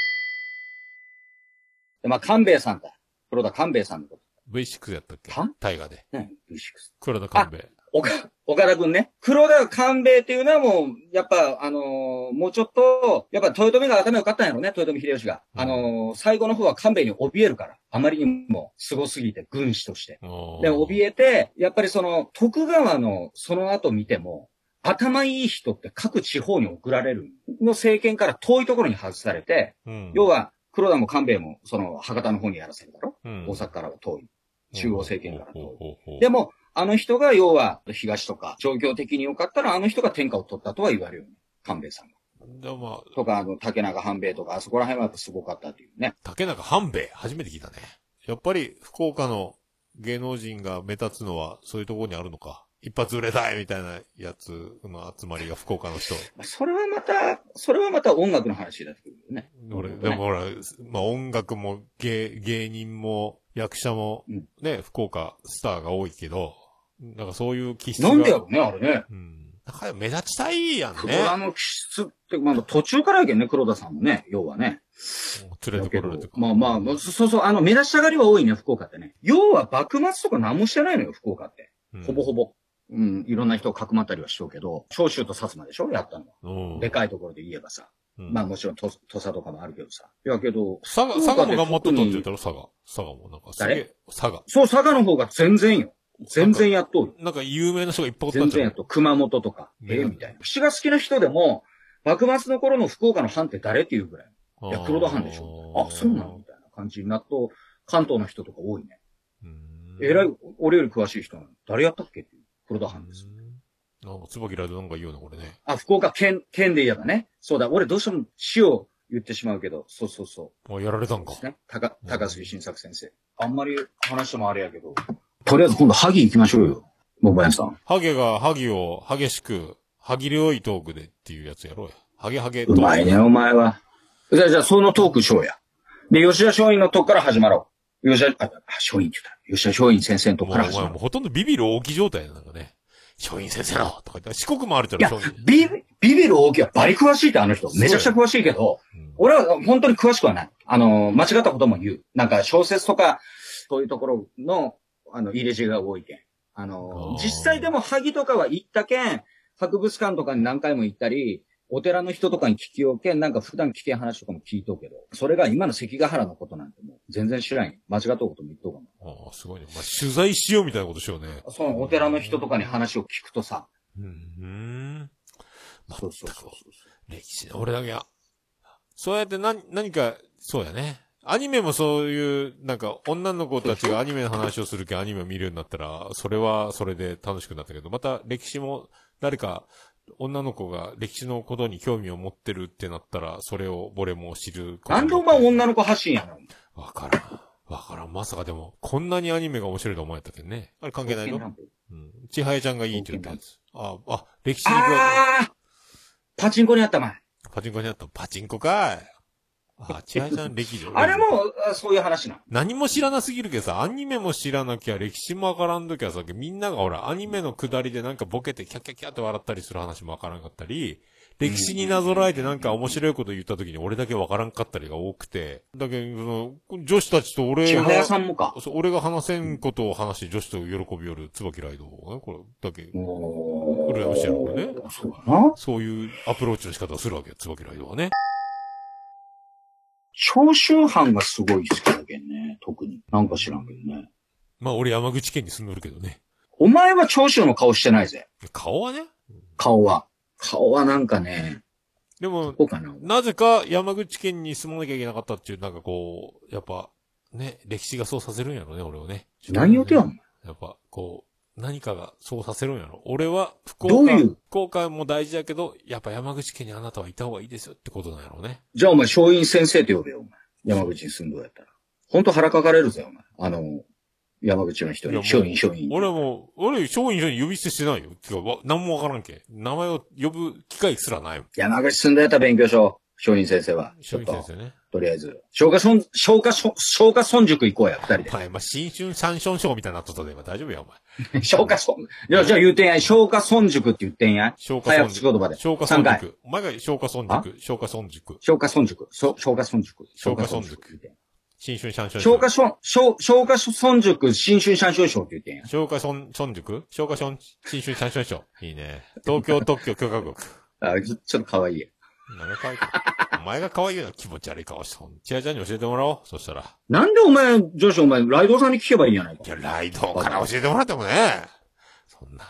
でまあ、官兵衛さんだ。黒田官兵衛さんのこ V6 やったっけは大河で。と。ね、V6。黒田勘兵衛。岡、岡田くんね。黒田官兵衛っていうのはもう、やっぱ、あのーもうちょっと、やっぱ豊臣が頭良かったんやろね、豊臣秀吉が。うんあのー最後の方は官兵衛に怯えるから。あまりにも凄すぎて、軍師として。で、怯えて、やっぱりその、徳川のその後見ても、頭いい人って各地方に送られる。の政権から遠いところに外されて、うん要、は、黒田も官兵衛も、その、博多の方にやらせるだろ、うん大阪からは遠い。中央政権から遠い。ほうほうほうでも、あの人が要は東とか、状況的に良かったらあの人が天下を取ったとは言われるよね。官兵衛さんが。でもまあ、とか、あの、竹中半兵衛とか、あそこら辺はやっぱすごかったっていうね。竹中半兵衛、初めて聞いたね。やっぱり福岡の芸能人が目立つのはそういうところにあるのか。一発売れたいみたいなやつの集まりが福岡の人。まあそれはまた、それはまた音楽の話になってくるよね。俺、でもほら、まあ、音楽も芸、芸人も役者もうん、ね、福岡スターが多いけど、なんかそういう気質が。なんでやろうね、あれね。うん。なんか目立ちたいやん黒ね。田の気質って、まあ途中からやけんね、黒田さんもね、要はね。連れてこられてだけどまあまあまあ、そうそう、あの、目立ちたがりは多いね、福岡ってね。要は幕末とか何もしてないのよ、福岡って。ほぼほぼ。うん、いろんな人をかくまったりはしようけど、長州と薩摩でしょやったのは。ぼでかいところで言えばさ。うん。まあもちろん、と土佐とかもあるけどさ。いやけど、佐賀、福佐賀岡もで頑張ってたって言ったら佐賀。佐賀もなんかすげえ、佐賀。そう、佐賀の方が全然よ。全然やっとうよ。なんか有名な人がいっぱいおった全んじゃ然やんっ。とう。熊本とか、ねええみたいな。岸が好きな人でも、幕末の頃の福岡の藩って誰っていうぐらい。いや、黒田藩でしょ。あ、そうなのみたいな感じになっと、関東の人とか多いね。うんえらい、俺より詳しい人なの。誰やったっけっていう。黒田藩です。うんなんか、椿ライドなんか言うの、これね。あ、福岡県、県で言えばね。そうだ、俺どうしても死を言ってしまうけど、そうそうそう。あ、やられたんかで。すね。高、高杉晋作先生。あんまり話してもあれやけど。とりあえず今度、萩行きましょうよ。もばやさん。ハゲがハギを激しく、歯切れ良いトークでっていうやつやろうや。ハゲハゲと。うまいね、お前は。じゃあ、じゃあ、そのトークしようや。で、吉田松陰のとこから始まろう。吉田、あ、松陰って言った。吉田松陰先生のともうこおか前ら始まろもうほとんどビビる大きい状態なんかね。松陰先生のとか言って、四国回るってう。い言やったら松陰、ビビ、ビビる大きいはバリ詳しいって、あの人。めちゃくちゃ詳しいけど、うん俺は本当に詳しくはない。あの、間違ったことも言う。なんか、小説とか、そういうところの、あの、入れ知恵が多いけん。あのあ、ー実際でも萩とかは行ったけん、博物館とかに何回も行ったり、お寺の人とかに聞きようけん、なんか普段聞けん話とかも聞いとうけど、それが今の関ヶ原のことなんてもう全然知らんよ。間違ったことも言っとうかも。ああ、すごいね。まあ、取材しようみたいなことしようね。そのお寺の人とかに話を聞くとさ、うん。うん。そうそうそうそう。歴史の俺だけは。そうやって何、何か、そうやね。アニメもそういう、なんか、女の子たちがアニメの話をするけんアニメを見るようになったら、それはそれで楽しくなったけど、また歴史も、誰か、女の子が歴史のことに興味を持ってるってなったら、それを、俺も知ることにななっんて。でお前女の子発信やのわからん。わからん。まさかでも、こんなにアニメが面白いと思えたけどね。あれ関係ないのうん。ちはやちゃんがいいって言ったやつ。あ、あ、歴史に詳しいああパチンコにあった前。パチンコにあった。パチンコかい。あ、ちはやちゃん歴史 。あれも、あそういう話なの。何も知らなすぎるけどさ、アニメも知らなきゃ、歴史もわからんときはさ、みんながほら、アニメの下りでなんかボケてキャッキャッキャって笑ったりする話もわからんかったり、歴史になぞらえてなんか面白いこと言ったときに俺だけわからんかったりが多くて、だけど、その、女子たちと俺千が、早さんもか。そう俺が話せんことを話して女子と喜びよる椿ライドをね、これ、だけ、う羨ましいやろうねそうだな。そういうアプローチの仕方をするわけよ、椿ライドはね。長州藩がすごい好きだけんね。特に。なんか知らんけどね。まあ俺山口県に住んでるけどね。お前は長州の顔してないぜ。顔はね。顔は。顔はなんかね、でも、こうかな。なぜか山口県に住まなきゃいけなかったっていう、なんかこう、やっぱ、ね、歴史がそうさせるんやろね、俺をね。何言うてやんのやっぱ、こう、何かがそうさせるんやろ。俺は、福岡、どういう福岡も大事やけど、やっぱ山口県にあなたはいた方がいいですよってことなんやろうね。じゃあお前、松陰先生って呼べよ、お前。山口に住んどうやったら。ほんと腹かかれるぜ、お前。あの、山口の人いに。やもう松陰、松陰。俺はもう、俺、松陰所に呼び捨てしてないよ。てか、わ何もわからんけ。名前を呼ぶ機会すらないもん。山口住んどうやったら勉強しよう。松陰先生は。ちょ松っ陰先と、生ね。とりあえず。消化村、消化村、消化村塾行こうや、二人でお。前、まあ、新春三春賞みたいになっとったで、今大丈夫や、お前。消化村。じゃあ、じゃあ言うてんやい。消化村塾って言ってんやい。消化早村口塾。言葉で。消化三村回塾。お前が消化村塾。消化村塾。消化村塾。そ消化村塾。消化村塾。新春三春賞消化村、消消化村塾、新春三章賞って言ってんや。消化村、村塾消化村、新春三春賞。いいね。東京特許許可国。あ、ちょちょっと可愛いや。名前可愛い。お前が可愛いような気持ち悪い顔して。ちやちゃんに教えてもらおう。そしたら。なんでお前、上司お前、ライドウさんに聞けばいいんじゃないかい。や、ライドから教えてもらってもね。そんな。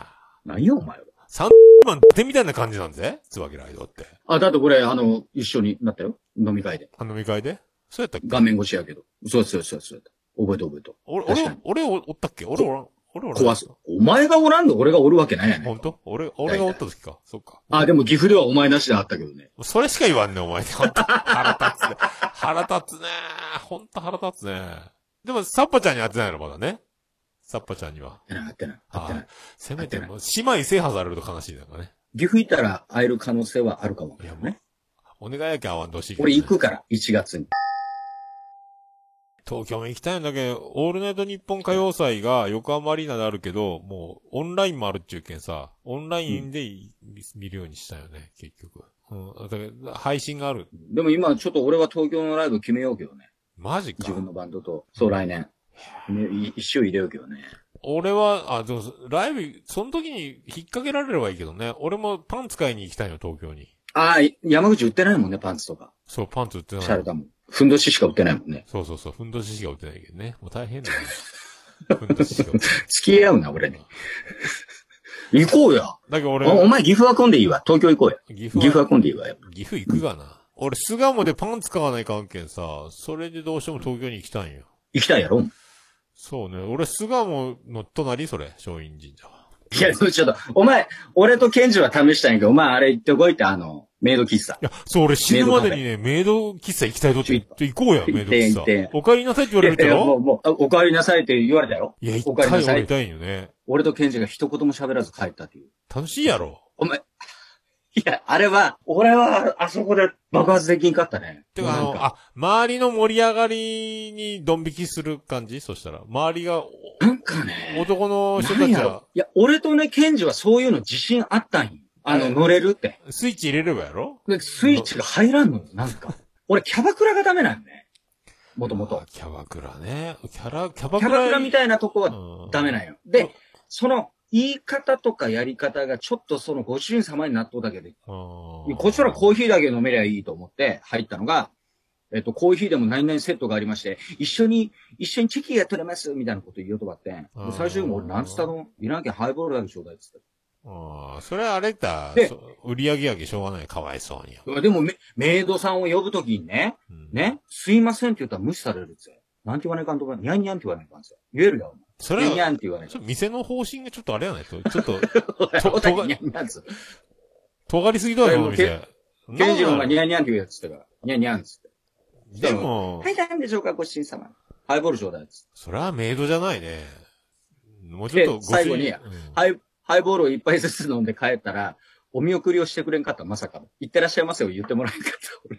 何よ、お前は。サンマンってみたいな感じなんぜ椿ライドって。あ、だってこれ、あの、一緒になったよ。飲み会で。あの飲み会でそうやったっけ画面越しやけど。そうそうそうそう。覚えて覚えて。俺、確か俺に、俺おおったっけ俺おらん。俺おらん。壊す。お前がおらんの俺がおるわけないやねん。本当俺、俺がおった時か。そっか。あ、でも岐阜ではお前なしであったけどね。それしか言わんね、お前。ほんと 腹立つね。腹立つね。ほんと腹立つね。でも、サッパちゃんに会ってないの、まだね。サッパちゃんには。合ってない、合ってない、合ってはないい。。せめてもう、姉妹制覇されると悲しいだからね。岐阜行ったら会える可能性はあるかもいや、もうね。、お願いやけん会わんとほしいけどね俺行くから、1月に。東京も行きたいんだけど、オールナイト日本歌謡祭が横浜アリーナであるけど、もうオンラインもあるっちゅうけんさ、オンラインでい、見見るようにしたよね、結局。うん、だから配信がある。でも今ちょっと俺は東京のライブ決めようけどね。マジか自。分のバンドと。そう、来年。ね、い一周入れようけどね。俺は、あ、でも、ライブ、その時に引っ掛けられればいいけどね。俺もパンツ買いに行きたいの、東京に。ああ、い山口売ってないもんね、パンツとか。そう、パンツ売ってないシャレたもん。ふんどししか売ってないもんね。そうそうそう、ふんどししか売ってないけどね。もう大変だよ、 ね。ふんどししか売ってない。付き合うな、俺に。行こうよ。だけど俺、おお前、岐阜は混んでいいわ。東京行こうよ。岐岐阜は混んでいいわよ。岐阜行くがな。俺、巣鴨でパン使わない関係さ、それでどうしても東京に行きたいんよ。行きたいやろそうね。俺、巣鴨の隣それ、松陰神社は。いや、ちょっと、お前、俺とケンジは試したんやけど、お前あれ行ってこいって、あの、メイド喫茶い。や、そう、俺死ぬまでにね、メイド喫茶行きたいとって行っ行こうや、メイド喫行って行っ茶。お帰りなさいって言われるけいやいやもう、ど。もう、あお帰りなさいって言われたやろいや、一お帰りな回さ俺いい。たいんよね。俺とケンジが一言も喋らず帰ったっていう。楽しいやろ。お 前、いや、あれは、俺は、あそこで爆発できんかったね。てか、あなんの、かあ、周りの盛り上がりにドン引きする感じそしたら。周りが、おなんかね、男の人なたんちやがろ、いや、俺とね、ケンジはそういうの自信あったんよ。あの、乗れるって。スイッチ入れればやろでスイッチが入らんのよ、なんか。俺、キャバクラがダメなんね。もともとあ。キャバクラね。キャラ、キャバキャクバクララみたいなとこはうんダメなんよ。うんで、その言い方とかやり方がちょっとそのご主人様になっとうだけで、うんこっちらコーヒーだけ飲めりゃいいと思って入ったのが、えっと、コーヒーでも何々セットがありまして、一緒に、一緒にチェキが取れますみたいなこと言おうとばってんうん、最終的に俺なんつったのいらんけんハイボールだけちょうだいっつって。ああ、それはあれだ。でそ売り上げ上げしょうがない。かわいそうに。でもメ、メイドさんを呼ぶときにね、うんね、すいませんって言ったら無視されるっつって。なんて言わないかんと思う。にゃんにゃんって言わないかんっつって。言えるよ。そにれゃんにゃは、んって言わないちかょ店の方針がちょっとあれやないと。ちょっと、ん。ちょお互い とがにゃんにゃんっつって。尖りす ぎだろ、このい店。ケンジの方ながんニャンニャンって言うやつってから、ニャンニャンっつって。だでもは、い、何でしょうか、ご主人様。ハイボールちょうだいっつって。それはメイドじゃないね。もうちょっとで最後にご主人うんハイ、ハイボールを一杯ずつ飲んで帰ったら、お見送りをしてくれんかった、まさかの。行ってらっしゃいませを言ってもらえんかっ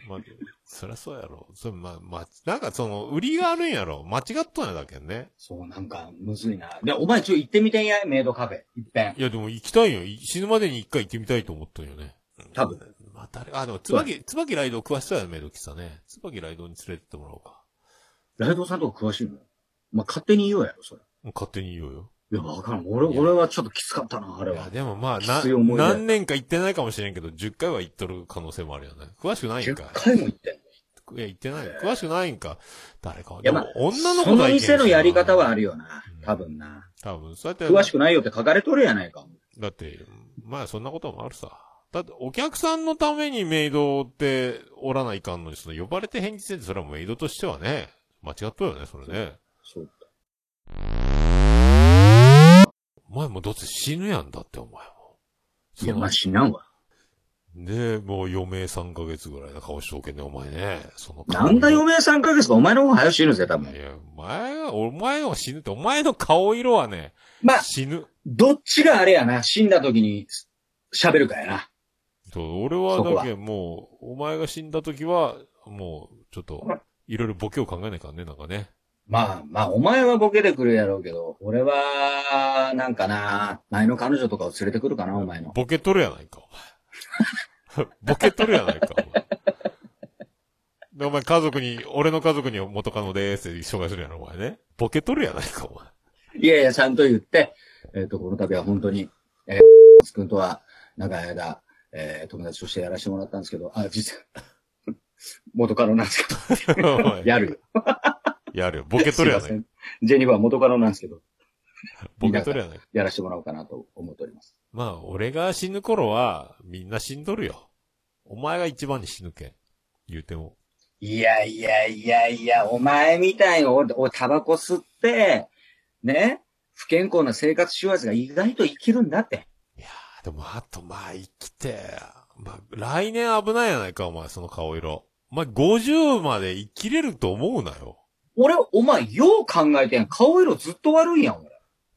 た。まあ、そりゃそうやろ。それ、ま、ま、なんかその、売りがあるんやろ。間違っとんやだけんね。そう、なんか、むずいな。で、お前ちょ、行ってみてんや、メイドカフェ。いっぺん。いや、でも行きたいよ。い死ぬまでに一回行ってみたいと思ったんよね。多分。またあれ、あ、でも、椿、椿ライド詳しそうやね、メイド喫茶ね。椿ライドに連れてってもらおうか。ライドさんとか詳しいのまあ、勝手に言おうやろ、それ。もう勝手に言おうよ。いや、わからん。俺、俺はちょっときつかったな、あれいや、は。でもまあ、きなつい思い出何年か行ってないかもしれんけど、10回は行っとる可能性もあるよね。詳しくないん10か。回も行ってんの。いいや、行ってない。詳しくないんか。誰か。や、でまもあ、、女のそ子のが行け店るのやり方はあるよなうん。多分な。多分、そうや詳っ、してくないよって書かれとるやないか。だって、まあ、そんなこともあるさ。だって、お客さんのためにメイドっておらないかんのに、その呼ばれて返事せんって、それはメイドとしてはね、間違っとるよね、それね。そうか。お前もうどうせ死ぬやんだって、お前も。いそや、のまあ、死なんわ。で、もう余命3ヶ月ぐらいな顔しとけね、お前ね。その顔なんだ余命3ヶ月か、お前の方が早く死ぬぜ、多い分。や、お前は、お前は死ぬって、お前の顔色はね、まあ、死ぬ。どっちがあれやな、死んだ時に喋るかやな。そう俺そこはだはけもう、お前が死んだ時は、もう、ちょっと、いろいろボケを考えないからね、なんかね。まあまあ、お前はボケてくるやろうけど、俺は、なんかな、前の彼女とかを連れてくるかな、お前の。ボケとるやないか、 お前。ボケとるやないか、お前。で、お前家族に、俺の家族に元カノでーすって紹介するやろ、お前ね。ボケとるやないか、お前。いやいや、ちゃんと言って、えっ、と、この度は本当に、えー、くんとは、長い間、えー、友達としてやらせてもらったんですけど、あ、実は、 元カノなんですけお前ど、 やるよ。やるよ。ボケとるやなすいいませんジェニファー元カノなんですけど、ボケとるやないか。やらせてもらおうかなと思っております。まあ、俺が死ぬ頃は、みんな死んどるよ。お前が一番に死ぬけん。言うても。いやいやいやいや、お前みたいに、俺、俺タバコ吸って、ね、不健康な生活習慣が意外と生きるんだって。いやー、でもあと、まあ、生きて、まあ、来年危ないやないか、お前、その顔色。お前、50まで生きれると思うなよ。俺、お前、よう考えてん。顔色ずっと悪いやん、俺。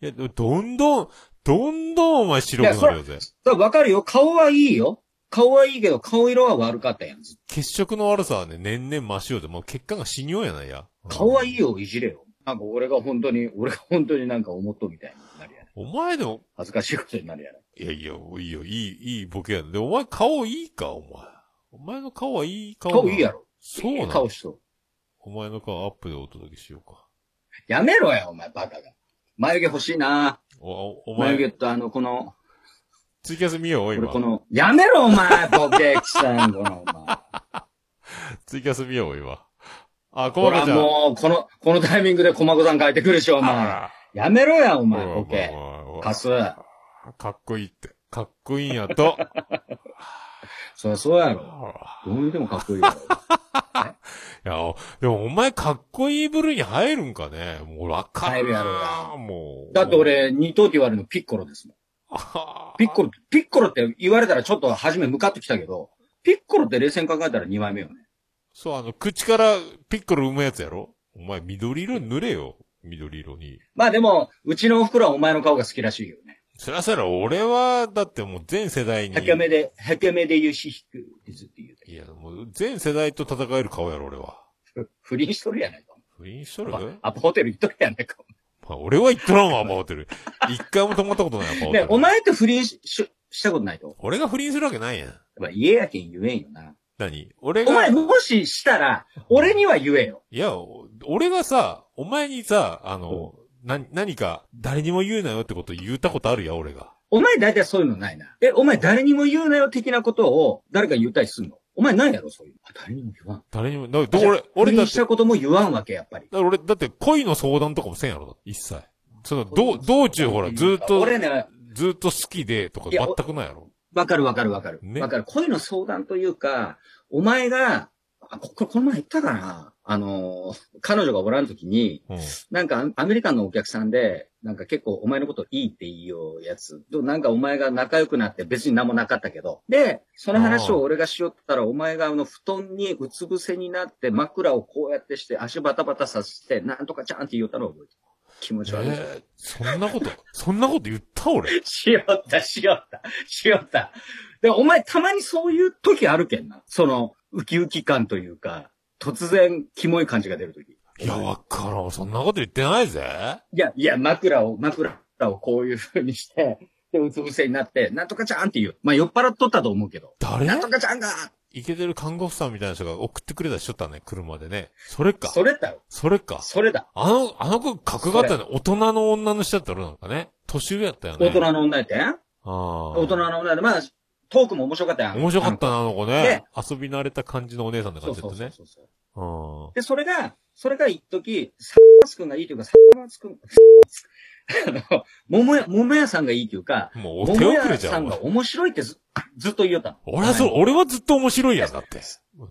いや、でもどんどん、どんどんお前白いやくそならるよぜ。だからわかるよ。顔はいいよ。顔はいいけど、顔色は悪かったやん。血色の悪さはね、年々増しようで、もう血管が死にようやないや。顔はいい。いよ、いじれよ。なんか俺が本当に、俺が本当になんか思っとみたいになるやん。お前でも、恥ずかしいことになるやん。いやいや、いいよ、いい、いいボケやで。で、お前顔いいか、お前。お前の顔はいい顔なの顔いいや。ろ。そういないの顔しとお前の顔アップでお届けしようか。る。やめろや、お前、バカが。眉毛欲しいなお、おお眉前、毛とあの、この、ツイキャス見よう、俺今こ。の、やめろ、お前、ボケキさん、この、お 前。ツイキャス見よう、今。あ、コほマら、コちゃん。もう、この、このタイミングでコマコさん帰ってくるでしょ、お前。あやめろや、おー前、ボケ。お前お前カス。かっこいいって。かっこいいんや と。そりゃそうやあろ。ーどう見てもかっこいいやろ。いや、おでもお前かっこいい部類に入るんかねもうわかんない入るやろもう。 だっ て。俺、二等って言われるのピッコロですもん。ピッコロ、ピッコロって言われたらちょっと初め向かってきたけど、ピッコロって冷静に考えたら2枚目よね。そう、あの、口からピッコロ産むやつやろお前緑色に塗れよ。緑色に。まあでも、うちのお袋はお前の顔が好きらしいよね。そりゃそうやろ、俺は、だってもう全世代に。ヘケメで、ヘケメでユシヒクってずっと言うて。いや、もう全世代と戦える顔やろ、俺は。ふ不倫しとるやないか。不倫しとるままあアパホテル行っとるやないか。あ、俺は言っとらんわ、アパホテル。一回も泊まったことない、アパホテねル。お前って不倫しししたことないと。やっ俺が不倫するわけないやん。ぱ家やけん言えんよな。何俺おが。前もししたら、俺には言えよ。いや、お俺がさ、お前にさ、あの、な、何か、誰にも言うなよってこと言ったことあるや、俺が。お前大体そういうのないな。え、お前誰にも言うなよ的なことを誰か言ったりすんのお前ないやろ、そういうの。あ誰にも言わん。誰にも、だだ俺、俺不だっ倫てし、たことも言わんわけ、やっぱり。だ俺、だって恋の相談とかもせんやろ、一切。その、道、道中ほら、ずっと、俺ね、ずっと好きでとかいやお全くないやろ。わかるわかるわかる。わ、ねかる。恋の相談というか、お前が、あこ、ここの前言ったかなあのー、彼女がおらんときに、うん。なんかアアメリカンのお客さんで、なんか結構お前のこといいって言いようやつと、なんかお前が仲良くなって別に何もなかったけど。で、その話を俺がしよったら、お前があの布団にうつ伏せになって枕をこうやってして足バタバタさせて、なんとかちゃんって言ったのを覚えてる。気持えち悪い。ーそんなこと、 そんなこと言った俺。 しよった、しよった、しよった。で、お前たまにそういう時あるけんな。その、ウキウキ感というか、突然、キモい感じが出る時。いや、わからん。そんなこと言ってないぜ。いや、いや、枕を、枕をこういう風にして、で、うつ伏せになって、なんとかちゃんって言う。まあ、酔っ払っとったと思うけど。誰なんとかちゃんがイケてる看護婦さんみたいな人が送ってくれたりしとったね、車でね。それか。それだろ。それか。それだ。あの、あの子、格があったね。大人の女の人だったらなんかね。年上やったよね。大人。の女やてんああ。大人。の女で、まあ、トークも面白かったやん。面白かったな、あの子ねね。遊び慣れた感じのお姉さんってそ感うじだそっうたそうね。そうそう。うん。で、それが、それが一時、サマスくんがいいというか、サマスくん、あの、桃屋、桃屋さんがいいというか、もう、お桃手遅れ屋じさゃん、んおが前面白いってずずっと言いよったの。俺はそう、前俺はずっと面白いやんだって。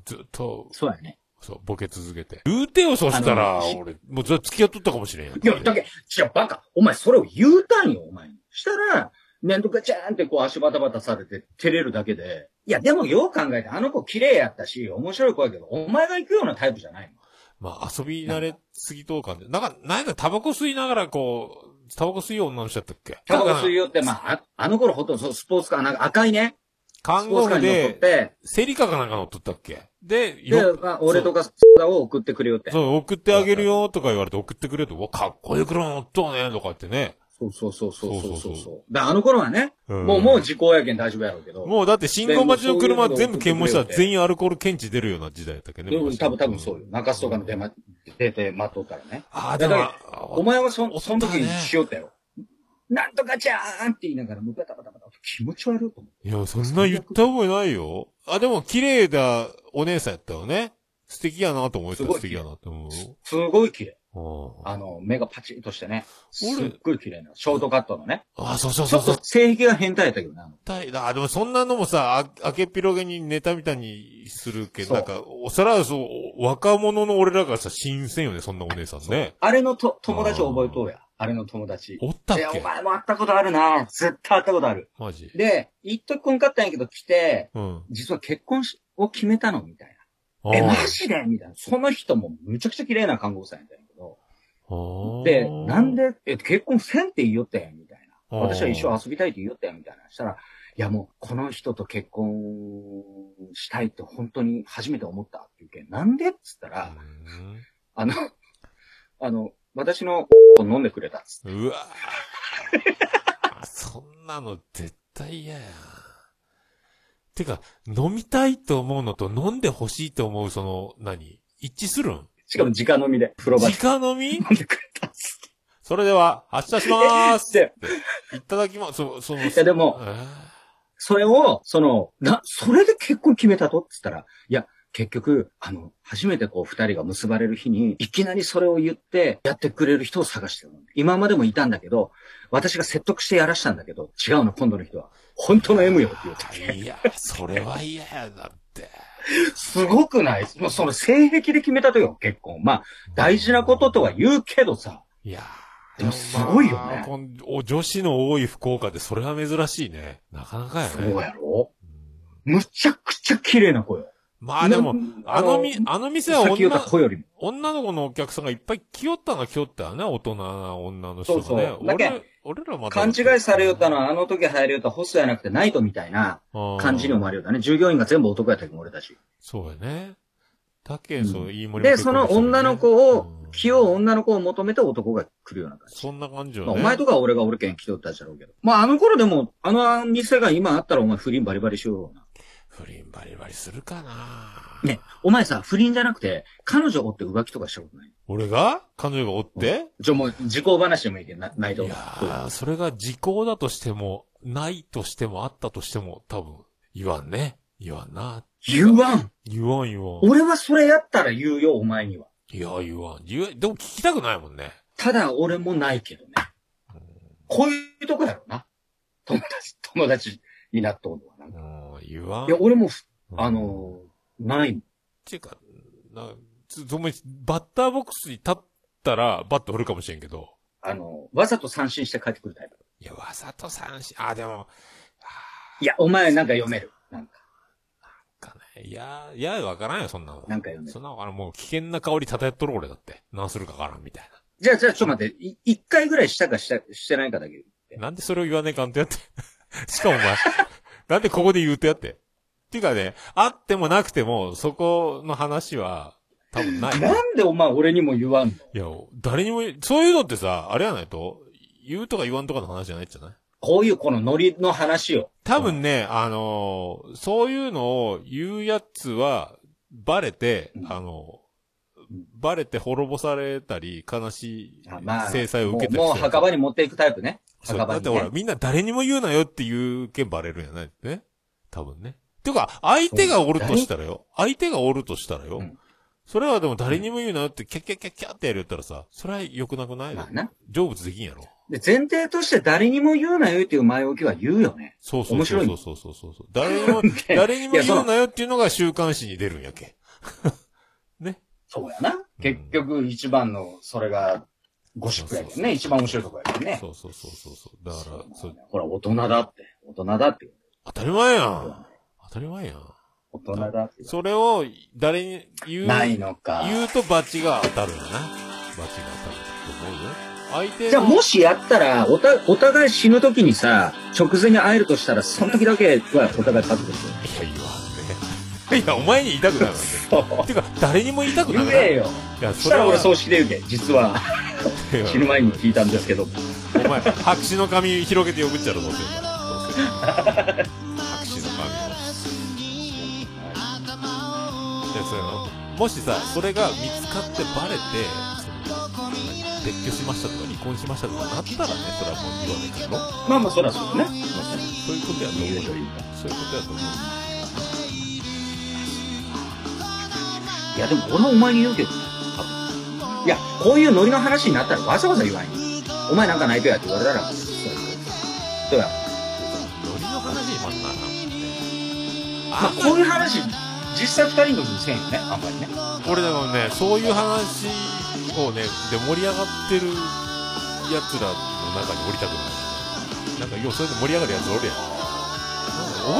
ずっと、そうやね。そう、ボケ続けて。言うてよ、そしたらあ、の俺、もうずっと付き合っとったかもしれんやん。いや、だけ、違う、バカ。お前、それを言うたんよ、お前に。したら、ねんとかちゃーんってこう足バタバタされて照れるだけで。いや、でもよう考えて、あの子綺麗やったし、面白い子やけど、お前が行くようなタイプじゃないの。まあ、遊び慣れすぎとう感じ。なんか、なんやタバコ吸いながら、こう、タバコ吸いよう女の人だったっけタバコ吸いよ。よって、まあ、ああの頃ほとんどそうスポーツカー、なんか赤いね、ス看ポー護ツカー婦に乗っとで、って、セリカかなんか乗っとったっけで、でよ、まあ、俺とかスダを送ってくれよって。そう、送ってあげるよとか言われて送ってくれと、わ、かっこいい車乗っとうね、とか言ってね。そうそうそうそうそうそそうそううそそう。で、あの頃はね、もう、もう時効やけん大丈夫やろうけど。もうだって信号待ちの車は全部検問したらそういう全員アルコール検知出るような時代だったっけどね。うん、昔多分多分そうよ。中洲とかの出ま、出て待っとったらね。ああ、でもだか、お前はそ、その時にしよったよ。なんとかじゃーんって言いながら、もうバタバタバタ。気持ち悪いと思う。いや、そんな言った覚えないよ。あ、でも綺麗なお姉さんやったよね。素敵やなと思いたすごい素敵やなと思うよ。すごい綺麗。うんあの、目がパチンとしてね。す俺っごい綺麗な。ショートカットのね。あ、そうそうちそょうっそうと。性癖が変態やったけどな。大だ。あ、でもそんなのもさ、あ、明けっぴろげにネタみたいにするけど、そうなんか、おそらくそう、若者の俺らがさ、新鮮よね、そんなお姉さんね。あれのと、友達を覚えとうや。あれの友達。おったっいや、おけ前も会ったことあるな。絶対会ったことある。マジ。で、一時来んかったんやけど来て、うん。実は結婚しを決めたのみたいあな。え、マージでみたいな。その人もむちゃくちゃ綺麗な看護婦さんやったんやけど、で、なんで、で、え、結婚せんって言いよったやん、みたいな。あー私は一生遊びたいって言いよったやん、みたいな。したら、いやもう、この人と結婚したいって本当に初めて思ったっていうけん。なんでっつったら、あの、あの、私のを飲んでくれたっつって。うんうわぁ そんなの絶対嫌や。てか、飲みたいと思うのと飲んでほしいと思う、その、何一致するんしかも直飲みで、風呂場で直飲み飲んでくれたっつっそれでは、発射しまーすて。いただきます。そ、その、いやでもえーそれを、その、な、それで結婚決めたとって言ったら、いや、結局、あの、初めてこう二人が結ばれる日に、いきなりそれを言って、やってくれる人を探してるの。今までもいたんだけど、私が説得してやらしたんだけど、違うの、今度の人は。本当の M よって言って。いや、それは嫌や、だって。すごくないもうその性癖で決めたとよ、結婚。まあ、大事なこととは言うけどさ。いやーでもすごいよねまあこんお女子の多い福岡でそれは珍しいね。なかなかやね。そうやろうんむちゃくちゃ綺麗な子よ。まあでもな、んあのみ、あの店さはっき言った女、子よりも。女の子のお客さんがいっぱい来よったな、来よったよね、大人な女の人がね。そうそうだけ俺、俺らまた。勘違いされよったのは、あの時入れよったホストやなくてナイトみたいなの感じに思われよったね。従業員が全部男やったけど俺たち。そうやね。だけ、うんそう、言い盛りもで、結そ構のですよね女の子をうん、気を女の子を求めて男が来るような感じ。そんな感じよまね。あ、お前とかは俺が俺県来とったじゃろうけど。まあ、あの頃でも、あの店が今あったらお前不倫バリバリしようよな。不倫バリバリするかなね、お前さ、不倫じゃなくて、彼女おって浮気とかしたことない俺が彼女がおって、じゃ、もう、時効話でもいいけど、なないとい思やう。ー、それが時効だとしても、ないとしても、あったとしても、多分、言わんね。言わんな。言わん言わん言わん。俺はそれやったら言うよ、お前には。いや、言わん。言わんでも聞きたくないもんね。ただ俺もないけどね。こういうとこだろうな。友達、 友達になったことはなんか。うん、言わん。いや、俺もふ、うんあ、のーないもん。っていうか、な、つそのバッターボックスに立ったら、バット振るかもしれんけど。あのーわざと三振して帰ってくるタイプ。いや、わざと三振、あ、でも、いや、お前なんか読める。なんか、かね。いや、いや、わからんよ、そんなの。なんか読めるそ。んなの、あの、もう危険な香り漂っとる俺だって。何するかわからんみたいじゃあ、じゃあ、ちょっと待って。い一回ぐらいしたかした、してないかだけな。なんでそれを言わねえかんとやって。 しかもお前、 なんでここで言うとやって。っていうかね、あってもなくても、そこの話は、多分ない。なんでお前俺にも言わんのいや、誰にも言う、そういうのってさ、あれやないと、言うとか言わんとかの話じゃないじゃないこういうこのノリの話を。多分ね、あのーそういうのを言うやつは、バレて、うんあのうんバレて滅ぼされたり、悲しいあまあ、制裁を受けたりもうもうする墓場に持っていくタイプね。そう墓だっ場に、てね。ほら、みんな誰にも言うなよっていう件バレるんじゃないね。多分ね。ていうか、相手がおるとしたらよ。相手がおるとしたらよ。うんそれはでも誰にも言うなよって、キャッキャッキャッキャッってやるやったらさ、それは良くなくない、まあな。成仏できんやろ。で、前提として誰にも言うなよっていう前置きは言うよね。そうそう面そう白いそうそねうそうそうそう。誰にも、誰にも いやそ言のうなよっていうのが週刊誌に出るんやけ。そうやな。結局、一番の、それが、ゴシップやけんね。一番面白いとこやけんね。そうそうそうそうそう。だから、そそううだねほら、大人だって。大人だって。当たり前やん。当たり前やん。大人だって。それを誰に言う、ないのか。言うとバチが当たるんだな。バチが当たると思うよ。相手じゃあ、のもしやったら、おた、お互い死ぬ時にさ、直前に会えるとしたら、その時だけはお互い覚悟する。いや、言わんね。いや、お前に言いたくないわけ。てか、誰にも言いたくな言い。えよ。いや、そそれしたはら俺葬式で言うけん。実は、死ぬ前に聞いたんですけど。お前、白紙の紙広げて呼ぶっちゃろ、どうせ。どうせ白紙の紙を。でそういうのもしさそれが見つかってバレてその撤去しましたとか離婚しましたとかなったらねそれはもう言わないけどまあまあ、そらそうだね。そういうことやと思うよそういうことやと思ういや、でも俺もお前に言うけどね多分いや、こういうノリの話になったらわざわざ言わんよ。お前なんかないとやって言われたら、それそうや。ノリの話にまんならまあ、あこういう話、実際二人の時にせんよね、あんまりね。俺でもねそういう話をねで盛り上がってるやつらの中に降りたくないなんかようそれで盛り上がるやつおるや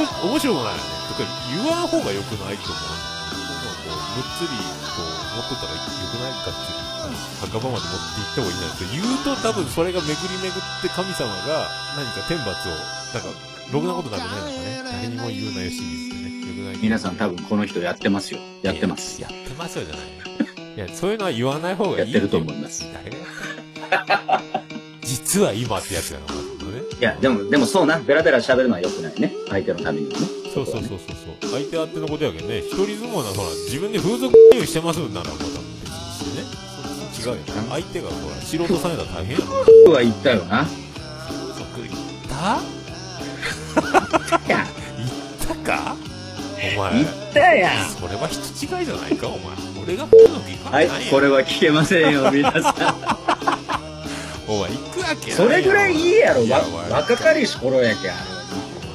んなんかおもし面白くないよねとか言わん方が良くないと思うなんかこうむっつりこう持ってたら良くないかっていう墓場まで持って行った方がいいんじゃないですか。言うと多分それが巡り巡って神様が何か天罰を、なんか、ろくなことなくないのかね。誰にも言うなよシリーズでね。よくない皆さん多分この人やってますよ。やってます。いややってますよじゃない。いや、そういうのは言わない方がやいっい。てると思います。い誰がや ってる実は今ってやつやな、まずね。や、でも、でもそうな。ベラベラ喋るのは良くないね。相手のためにもね。そうそうそうそうそう。相手あってのことやけどね、一人相撲なほら、自分で風俗用意してますんならまた別にしてね。違うよね。相手がほら、素人さんやったら大変やろ。僕は言ったよな。行ったいや、行ったかお前言、ったやん。それは人違いじゃないか、お前。俺が風俗行くわはけいない、やんこれは聞けませんよ、皆さん。お前行くわけないやんそれぐらいいいやろ、いやわお前若かりし頃やけん。お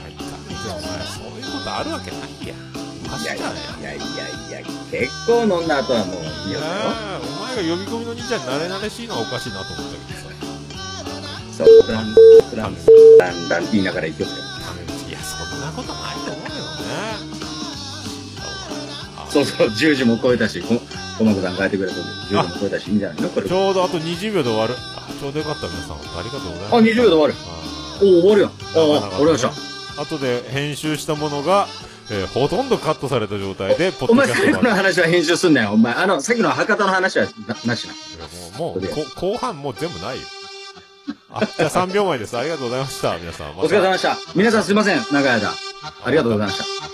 前行ったお前、そういうことあるわけないやん。い確やかいに。やいやいや、結構飲んだ後はもういいよ。ああお前が呼び込みの兄ちゃんに慣れ慣れしいのはおかしいなと思ったけどさ。そう、プラン、プラン、だんだん言いながら行くよ。いや、そんなことないと思うよね。そうそう、10時も超えたし、こともこさん帰ってくれと10時も超えたし、いいんじゃないのこれ。ちょうどあと20秒で終わる。あちょうどよかった、皆さん。ありがとうございます。あ20秒で終わるあおお、終わるやん。ああ、ー。終わりました。た。後で編集したものが、えーほとんどカットされた状態で、ポッおド前、キャスト最が後の話は編集すんなよ。お前、あの、さっきの博多の話はななしな。もう、もうこ後半もう全部ないよ。あ、じゃあ3秒前です。ありがとうございました、皆さん。お疲れ様でした。皆さんすいません、長い間。ありがとうございました。